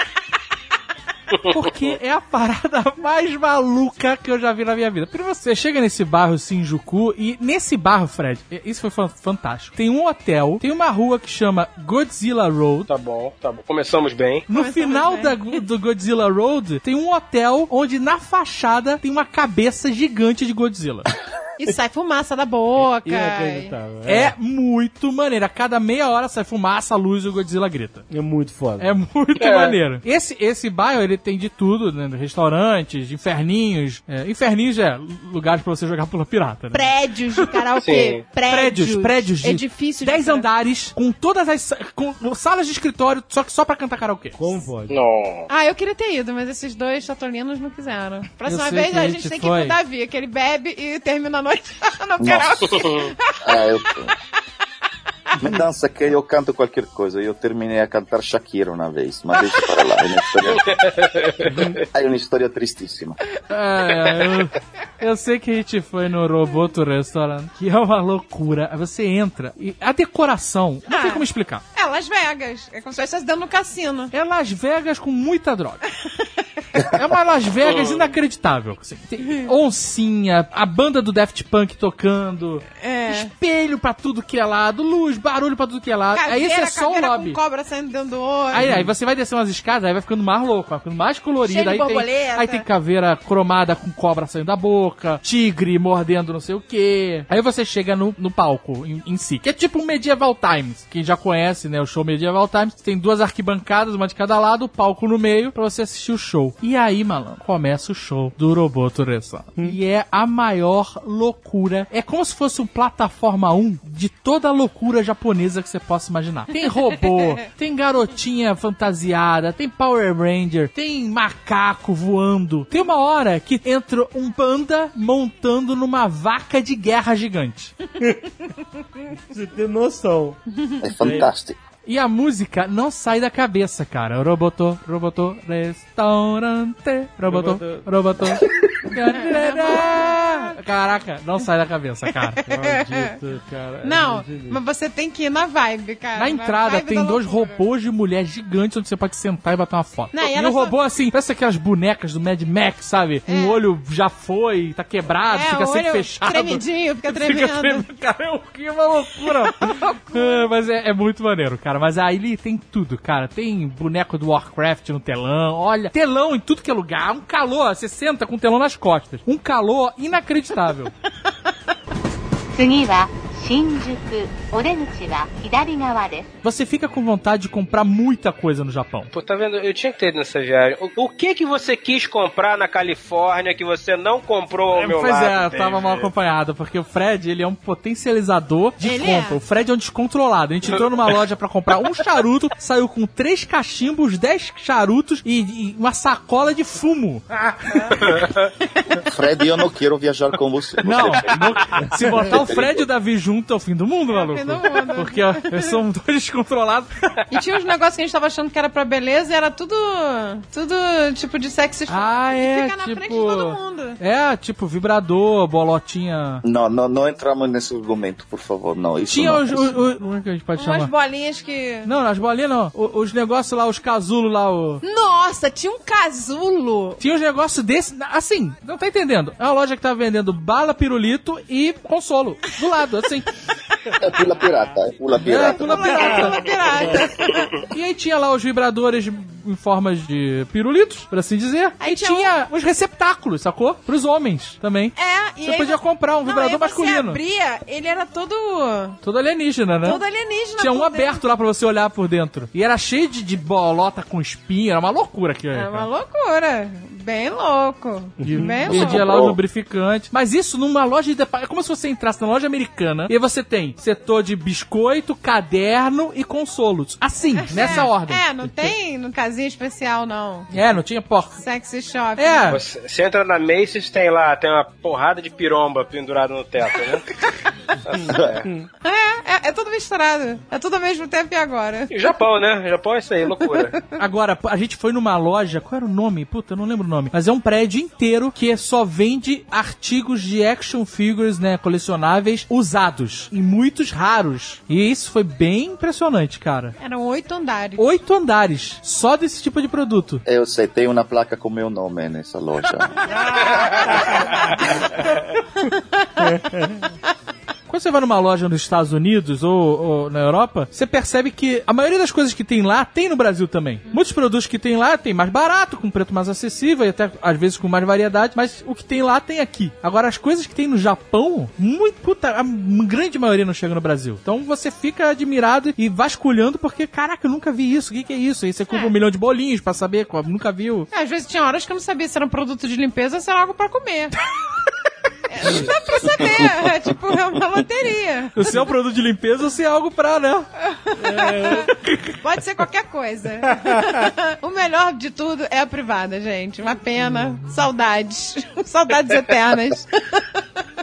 F: Porque é a parada mais maluca que eu já vi na minha vida. Primeiro você chega nesse bairro Shinjuku e nesse bairro, Fred, é, isso foi fan- fantástico. Tem um hotel, tem uma rua que chama Godzilla Road.
D: Tá bom, tá bom. Começamos bem.
F: No final da, do Godzilla Road, tem um hotel onde na fachada tem uma cabeça gigante de Godzilla.
C: E sai fumaça da boca.
F: É. muito maneiro. A cada meia hora sai fumaça, luz e o Godzilla grita.
H: É muito foda.
F: É muito
H: É.
F: maneiro. Esse, esse bairro, ele tem de tudo, né? Restaurantes, inferninhos. É, inferninhos é lugares pra você jogar pula pirata, né?
C: Prédios É de
F: Sim.
C: karaokê. Prédios.
F: Prédios, prédios de
C: Edifícios.
F: 10 andares, com todas as sa- com salas de escritório, só que só pra cantar karaokê.
H: Como pode?
D: Não.
C: Ah, eu queria ter ido, mas esses dois chatolinos não quiseram. Próxima
F: Eu sei
C: vez
F: que
C: a
F: a
C: gente
F: gente
C: tem que
F: foi.
C: ir com o Davi, que ele bebe e termina a noite no
E: Nossa.
C: karaokê.
E: Ah, eu... Me dança que eu canto qualquer coisa. Eu terminei a cantar Shakira uma vez, mas deixa para lá. É uma história, é uma história tristíssima.
F: É, eu, eu sei que a gente foi no Roboto Restaurant, que é uma loucura. Aí Você entra e a decoração, não tem como explicar.
C: É Las Vegas. É como se estivesse dando no cassino.
F: É Las Vegas com muita droga. É uma Las Vegas inacreditável. assim. Tem oncinha, a banda do Daft Punk tocando,
C: É.
F: espelho pra tudo que é lado, luz, barulho pra tudo que é lado. aí esse é só o
C: caveira
F: lobby.
C: com cobra saindo dentro do olho.
F: Aí, aí você vai descer umas escadas, aí vai ficando mais louco, vai ficando mais colorido.
C: Cheio de
F: Aí tem,
C: borboleta.
F: aí tem caveira cromada com cobra saindo da boca, tigre mordendo não sei o quê. Aí você chega no, no palco em, em si, que é tipo um Medieval Times. Quem já conhece, né, o show Medieval Times, tem duas arquibancadas, uma de cada lado, o palco no meio, pra você assistir o show. E aí, malandro, começa o show do Roboto Ressa.
C: Hum.
F: E é a maior loucura. É como se fosse um plataforma 1 de toda a loucura japonesa que você possa imaginar. Tem robô, tem garotinha fantasiada, tem Power Ranger, tem macaco voando. Tem uma hora que entra um panda montando numa vaca de guerra gigante.
H: Você tem noção.
E: É fantástico.
F: E a música não sai da cabeça, cara. Roboto, roboto, restaurante, roboto, roboto. Caraca, não sai da cabeça, cara.
H: Maldito, cara.
C: Não, mas você tem que ir na vibe, cara.
F: Na entrada
C: vibe
F: tem
C: da
F: dois
C: loucura.
F: robôs de mulher gigantes onde você pode sentar e bater uma foto.
C: Não, e
F: e
C: ela
F: o
C: só-
F: robô, assim, parece aquelas bonecas do Mad Max, sabe? Um olho já foi, tá quebrado,
C: É,
F: fica
C: o
F: sempre
C: olho
F: fechado.
C: Tremidinho, fica tremendo.
F: tremendo. Cara, é um- que uma loucura. É, mas é, é muito maneiro, cara. Mas aí ele tem tudo, cara. Tem boneco do Warcraft no telão, olha. Telão em tudo que é lugar. Um calor, você senta com o telão nas costas. Um calor inacreditável.
I: 次は新宿オレンジは左側です
F: Você fica com vontade de comprar muita coisa no Japão.
D: Pô, tá vendo? Eu tinha que ter ido nessa viagem. O, o que que você quis comprar na Califórnia que você não comprou ao
F: É,
D: meu
F: pois
D: lado?
F: é, eu tava
D: David?
F: mal acompanhado, porque o Fred, ele é um potencializador de
C: Ele
F: compra.
C: é.
F: O Fred é um descontrolado. A gente entrou numa loja pra comprar um charuto, saiu com três cachimbos, dez charutos e, e uma sacola de fumo.
E: Fred, eu não quero viajar com você. Você
F: Não, não- se botar o Fred e o Davi junto é o fim do mundo, maluco.
C: fim do mundo.
F: Porque ó, eu sou um dois descontrolado.
C: E tinha uns negócios que a gente tava achando que era pra beleza e era tudo. Tudo tipo de sexo
F: Ah, é,
C: fica na
F: tipo...
C: frente de todo mundo.
F: É, tipo vibrador, bolotinha...
E: Não, não, não entramos nesse argumento, por favor. Não, isso
F: Tinha
E: não.
F: os... o- o- Como é que a gente pode
C: Umas
F: chamar?
C: bolinhas que.
F: Não, as bolinhas não. O- Os negócios lá, os casulos lá, o...
C: Nossa, tinha um casulo.
F: Tinha uns negócios desse. Assim, não tá entendendo. É uma loja que tá vendendo bala, pirulito e consolo. Do lado, assim.
E: É pula pirata, é pula
F: É,
E: pirata.
F: pula pirata.
C: Pirata.
F: E aí tinha lá os vibradores em formas de pirulitos, por assim dizer.
C: Aí
F: e
C: tinha um-
F: tinha os receptáculos, sacou? Pros homens também.
C: É, e
F: Você
C: aí
F: podia comprar um
C: Não,
F: vibrador
C: aí
F: masculino.
C: Você abria, ele era todo.
F: Todo alienígena, né?
C: todo alienígena.
F: Tinha um
C: tudo dentro.
F: aberto lá pra você olhar por dentro. E era cheio de, de bolota com espinho. Era uma loucura aqui.
C: É uma loucura. Bem louco. Bem louco.
F: Vendia lá o lubrificante. Mas isso numa loja de departamento. É como se você entrasse na loja americana e aí você tem setor de biscoito, caderno e consolos. Assim, nessa
C: é,
F: ordem.
C: É, não tem no casinho especial, não.
F: É, não tinha porca.
C: Sexy shop.
F: É.
D: Você, você entra na Macy's, tem lá, tem uma porrada de piromba pendurada no teto, né?
C: É, é, é tudo misturado. É tudo ao mesmo tempo e agora.
D: E o Japão, né? O Japão é isso aí, loucura.
F: Agora, a gente foi numa loja, qual era o nome? Puta, eu não lembro o nome. Mas é um prédio inteiro que só vende artigos de action figures, né, colecionáveis, usados. E muitos raros. E isso foi bem impressionante, cara.
C: Eram oito andares.
F: Oito andares, só moda esse tipo de produto.
E: Eu sei, tem uma placa com meu nome nessa loja.
F: Quando você vai numa loja nos Estados Unidos ou, ou na Europa, você percebe que a maioria das coisas que tem lá tem no Brasil também. Muitos produtos que tem lá tem mais barato, com preço mais acessível e até às vezes com mais variedade, mas o que tem lá tem aqui. Agora, as coisas que tem no Japão, muito, puta, a m- grande maioria não chega no Brasil. Então você fica admirado e vasculhando porque, caraca, eu nunca vi isso, o que, que é isso? Aí você compra um milhão de bolinhos pra saber, qual- nunca viu.
C: É, Às vezes tinha horas que eu não sabia se era um produto de limpeza ou se era algo pra comer. É, não dá pra saber. É tipo, é uma loteria.
F: Se é um produto de limpeza ou se é algo pra, né?
C: Pode ser qualquer coisa. o melhor de tudo é a privada, gente. Uma pena. Saudades. Saudades eternas.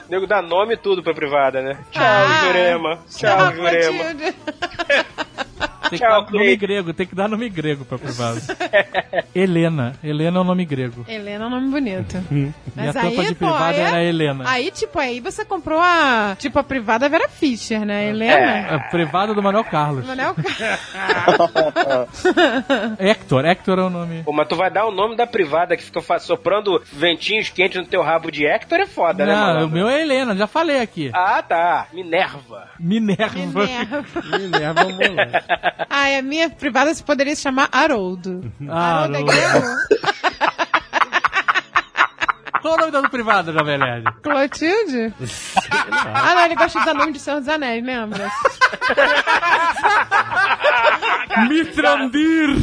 D: O nego dá nome e tudo pra privada, né? Tchau,
C: Ah.
D: Jurema. Tchau, Jurema.
C: Matilde.
F: Tem que
D: Tchau,
F: dar nome
D: Cleide.
F: grego, tem que dar nome grego pra privado. Helena. Helena é o nome grego.
C: Helena é um nome bonito.
F: Minha
C: Mas
F: tampa
C: aí,
F: de
C: pô,
F: privada
C: é-
F: era Helena.
C: Aí, tipo, aí você comprou a. Tipo, a privada Vera Fischer, né? Helena? é
F: A É, privada do Manuel
D: É.
F: Carlos.
C: Manuel Carlos.
F: Hector, Hector é o nome.
D: Pô, mas tu vai dar o nome da privada que fica fa- soprando ventinhos quentes no teu rabo de Hector é foda, né,
F: Não,
D: mano?
F: o meu é Helena, já falei aqui.
D: Ah, tá. Minerva.
F: Minerva.
C: Minerva.
H: Minerva Molan.
C: Ai, a minha privada se poderia se chamar Haroldo.
F: Ah,
C: Haroldo é
F: não.
C: grego?
F: Qual é o nome da privada, na verdade?
C: Clotilde? ah, não, ele gosta de dar nome de Senhor dos Anéis, lembra?
F: Mitrandir.
C: Mifrandir.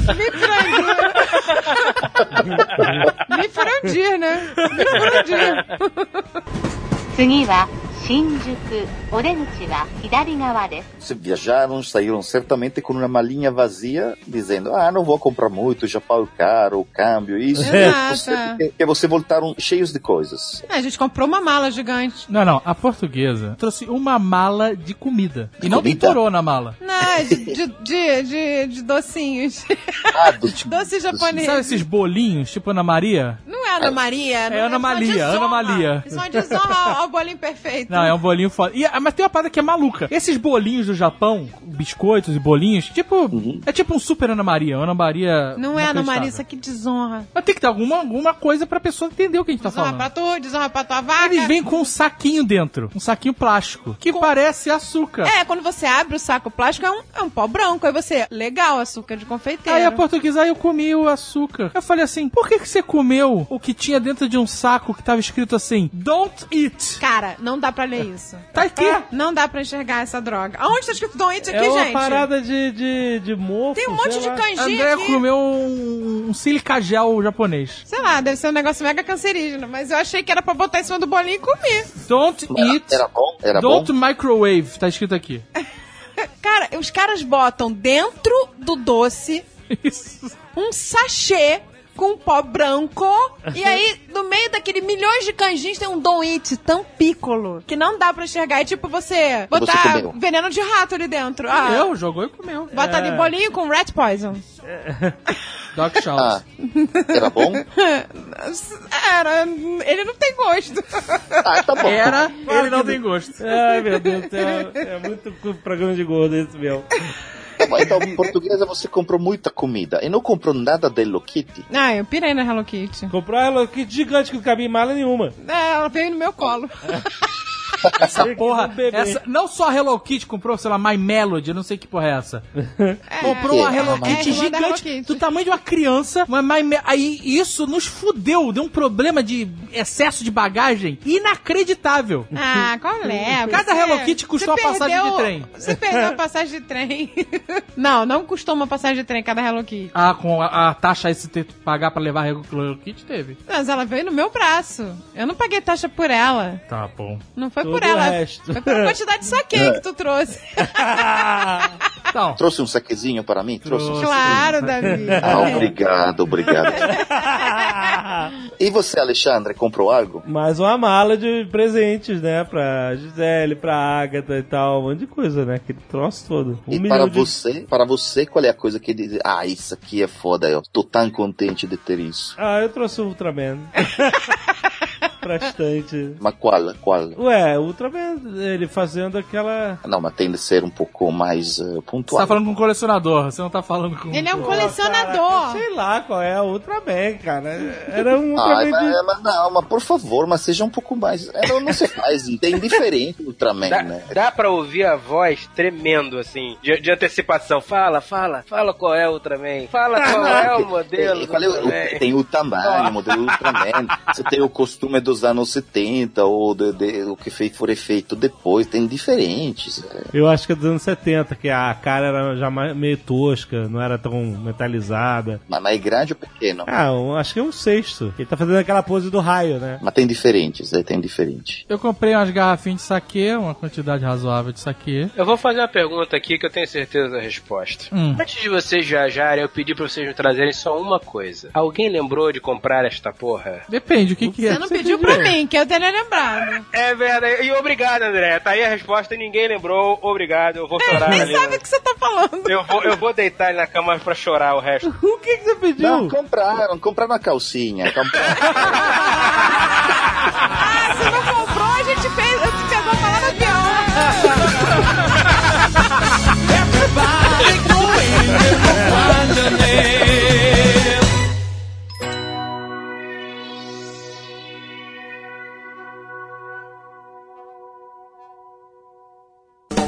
C: Mifrandir, né? Mifrandir.
I: 次は新宿オレンジは左側で
E: Se
I: す
E: viajaram, saíram certamente com uma malinha vazia, dizendo: Ah, não vou comprar muito, já pago caro, o câmbio, isso.
C: Exato.
E: Você, que você voltaram cheios de coisas.
C: Ah, A gente comprou uma mala gigante.
F: Não, não, a portuguesa trouxe uma mala de comida. E não tem
E: Comida?
F: torô na mala.
C: Não, é de, de, de, de- de docinhos.
E: Ah, do,
C: Doce japonês.
F: Sabe esses bolinhos, tipo Ana Maria?
C: Não é Ana Maria, não
F: É
C: isso
F: Ana
C: uma
F: Malia,
C: desonra.
F: Ana Malia.
C: Isso é uma desonra ao, ao bolinho perfeito.
F: Não, é um bolinho foda. E, ah, mas tem uma parada que é maluca. Esses bolinhos do Japão, biscoitos e bolinhos, tipo. É tipo um super Ana Maria. Ana Maria.
C: Não é Ana
F: inacreditável.
C: Maria, isso aqui desonra.
F: Mas tem que ter alguma, alguma coisa pra pessoa entender o que a gente tá
C: Desonra pra
F: falando.
C: tu, desonra pra tua vaca.
F: Eles vêm com um saquinho dentro. Um saquinho plástico. Que parece açúcar.
C: É, quando você abre o saco plástico, é um, é um pó branco. Aí você, legal, açúcar de confeiteiro.
F: Aí a portuguesa, aí eu comi o açúcar. Eu falei assim, por que, que você comeu o que tinha dentro de um saco que tava escrito assim, don't eat?
C: Cara, não dá pra ler isso.
F: Tá aqui.
C: Não dá pra enxergar essa droga. Aonde tá escrito Don't Eat
H: É
C: aqui,
H: uma
C: gente?
H: parada de, de, de mofo.
C: Tem um monte
H: sei
C: de
H: lá.
C: canjinha
F: André
C: aqui.
F: comeu um, um sílica gel japonês.
C: Sei lá, deve ser um negócio mega cancerígeno, mas eu achei que era pra botar em cima do bolinho e comer.
F: Don't eat,
E: Ah, Era bom? Era
F: don't
E: bom?
F: microwave, tá escrito aqui.
C: É Cara, os caras botam dentro do doce
F: Isso.
C: um sachê com pó branco. E aí, no meio daquele milhões de canjins, tem um Don It tão pícolo que não dá pra enxergar. É tipo você botar
E: comeu.
C: veneno de rato ali dentro. Ah,
F: Comeu, jogou e comeu.
H: É.
C: Bota ali bolinho com rat poison.
F: É, Doc
E: Ah,
F: Shout.
E: era bom?
C: Era, ele não tem gosto.
E: Ah, tá bom.
F: Era, ele não tem gosto.
H: Ai, É, meu Deus do céu. É muito cu- programa de gordo esse meu.
E: Tá bom. Então, portuguesa, você comprou muita comida e não comprou nada de Hello Kitty.
C: Ah, eu pirei na Hello Kitty.
H: Comprou ela que gigante que não cabia em mala nenhuma.
C: É, ela veio no meu colo.
F: Essa porra,
H: Um bebê.
F: essa, não só a Hello Kitty comprou, sei lá, My Melody, eu não sei que porra é essa. comprou uma
E: Ah,
F: Hello
C: é,
F: Kitty
C: irmã da Hello
F: gigante,
C: Kitty.
F: do tamanho de uma criança, uma My Me- aí isso nos fudeu, deu um problema de excesso de bagagem inacreditável.
C: Ah, qual é?
F: Cada
C: Você-
F: Hello Kitty custou
C: você
F: uma passagem
C: perdeu-
F: de trem.
C: Você perdeu a passagem de trem. não, não custou uma passagem de trem cada Hello Kitty.
F: Ah, com a, a taxa aí se ter que pagar pra levar a Hello Kitty, teve.
C: Mas ela veio no meu braço. Eu não paguei taxa por ela.
F: Tá bom.
C: Não foi
H: Todo
C: por ela.
H: o resto.
C: Foi pela quantidade de saque que tu trouxe.
F: Então,
E: Trouxe um saquezinho para mim? Trouxe um
C: claro, Davi.
E: Ah, obrigado, obrigado. e você, Alexandre, comprou algo?
H: Mais uma mala de presentes, né? Pra Gisele, pra Agatha e tal. Um monte de coisa, né? Aquele troço todo. Um
E: e
H: milhão
E: para
H: de...
E: você, para você, qual é a coisa que diz? Ah, isso aqui é foda, eu tô tão contente de ter isso.
H: Ah, eu trouxe o Ultraman.
B: pra estante.
E: Mas qual? Qual?
B: Ué, o Ultraman, ele fazendo aquela.
E: Não, mas tem de ser um pouco mais eh,
F: Você tá
E: pontual.
F: falando com um colecionador, você não tá falando com.
C: Ele é um
F: Pô,
C: colecionador.
B: Sei lá qual é o Ultraman, cara. Era um
E: Ah,
B: Ultraman
E: mas,
B: de.
E: mas não, mas por favor, mas seja um pouco mais. É, não, não se faz, tem diferente do Ultraman,
D: Dá,
E: né?
D: dá pra ouvir a voz tremendo, assim, de, de antecipação. Fala, fala, fala qual é o Ultraman. Fala qual é o modelo.
E: Tem,
D: do
E: qual é o-
D: Ultraman.
E: tem o tamanho, o modelo Ultraman. Você tem o costume dos anos 70, ou de- de- o que fe- for feito depois, tem diferentes. é.
B: Eu acho que é dos anos 70, que a cara era já mais- meio tosca, não era tão metalizada.
E: Mas mais grande ou pequeno?
B: Ah, um- acho que é um sexto. Ele tá fazendo aquela pose do raio, né?
E: Mas tem diferentes, aí tem diferente.
F: Eu comprei umas garrafinhas de saquê, uma quantidade razoável de saquê.
D: Eu vou fazer uma pergunta aqui que eu tenho certeza da resposta.
F: Hum.
D: Antes de vocês viajarem, eu pedi pra vocês me trazerem só uma coisa. Alguém lembrou de comprar esta porra?
F: Depende, o que, que é?
C: Você não pediu pra mim, que eu teria lembrado.
D: É verdade. E obrigado, André. Tá aí a resposta. Ninguém lembrou. Obrigado. Eu vou chorar
C: Nem
D: ali.
F: é
D: né?
C: sabe o que você tá falando.
D: Eu vou, eu vou deitar ele na cama pra chorar o resto.
B: O que, que você pediu?
E: Não, compraram, compraram a calcinha. Compraram.
C: Ah, você não comprou, a gente fez, pegou a palavra pior.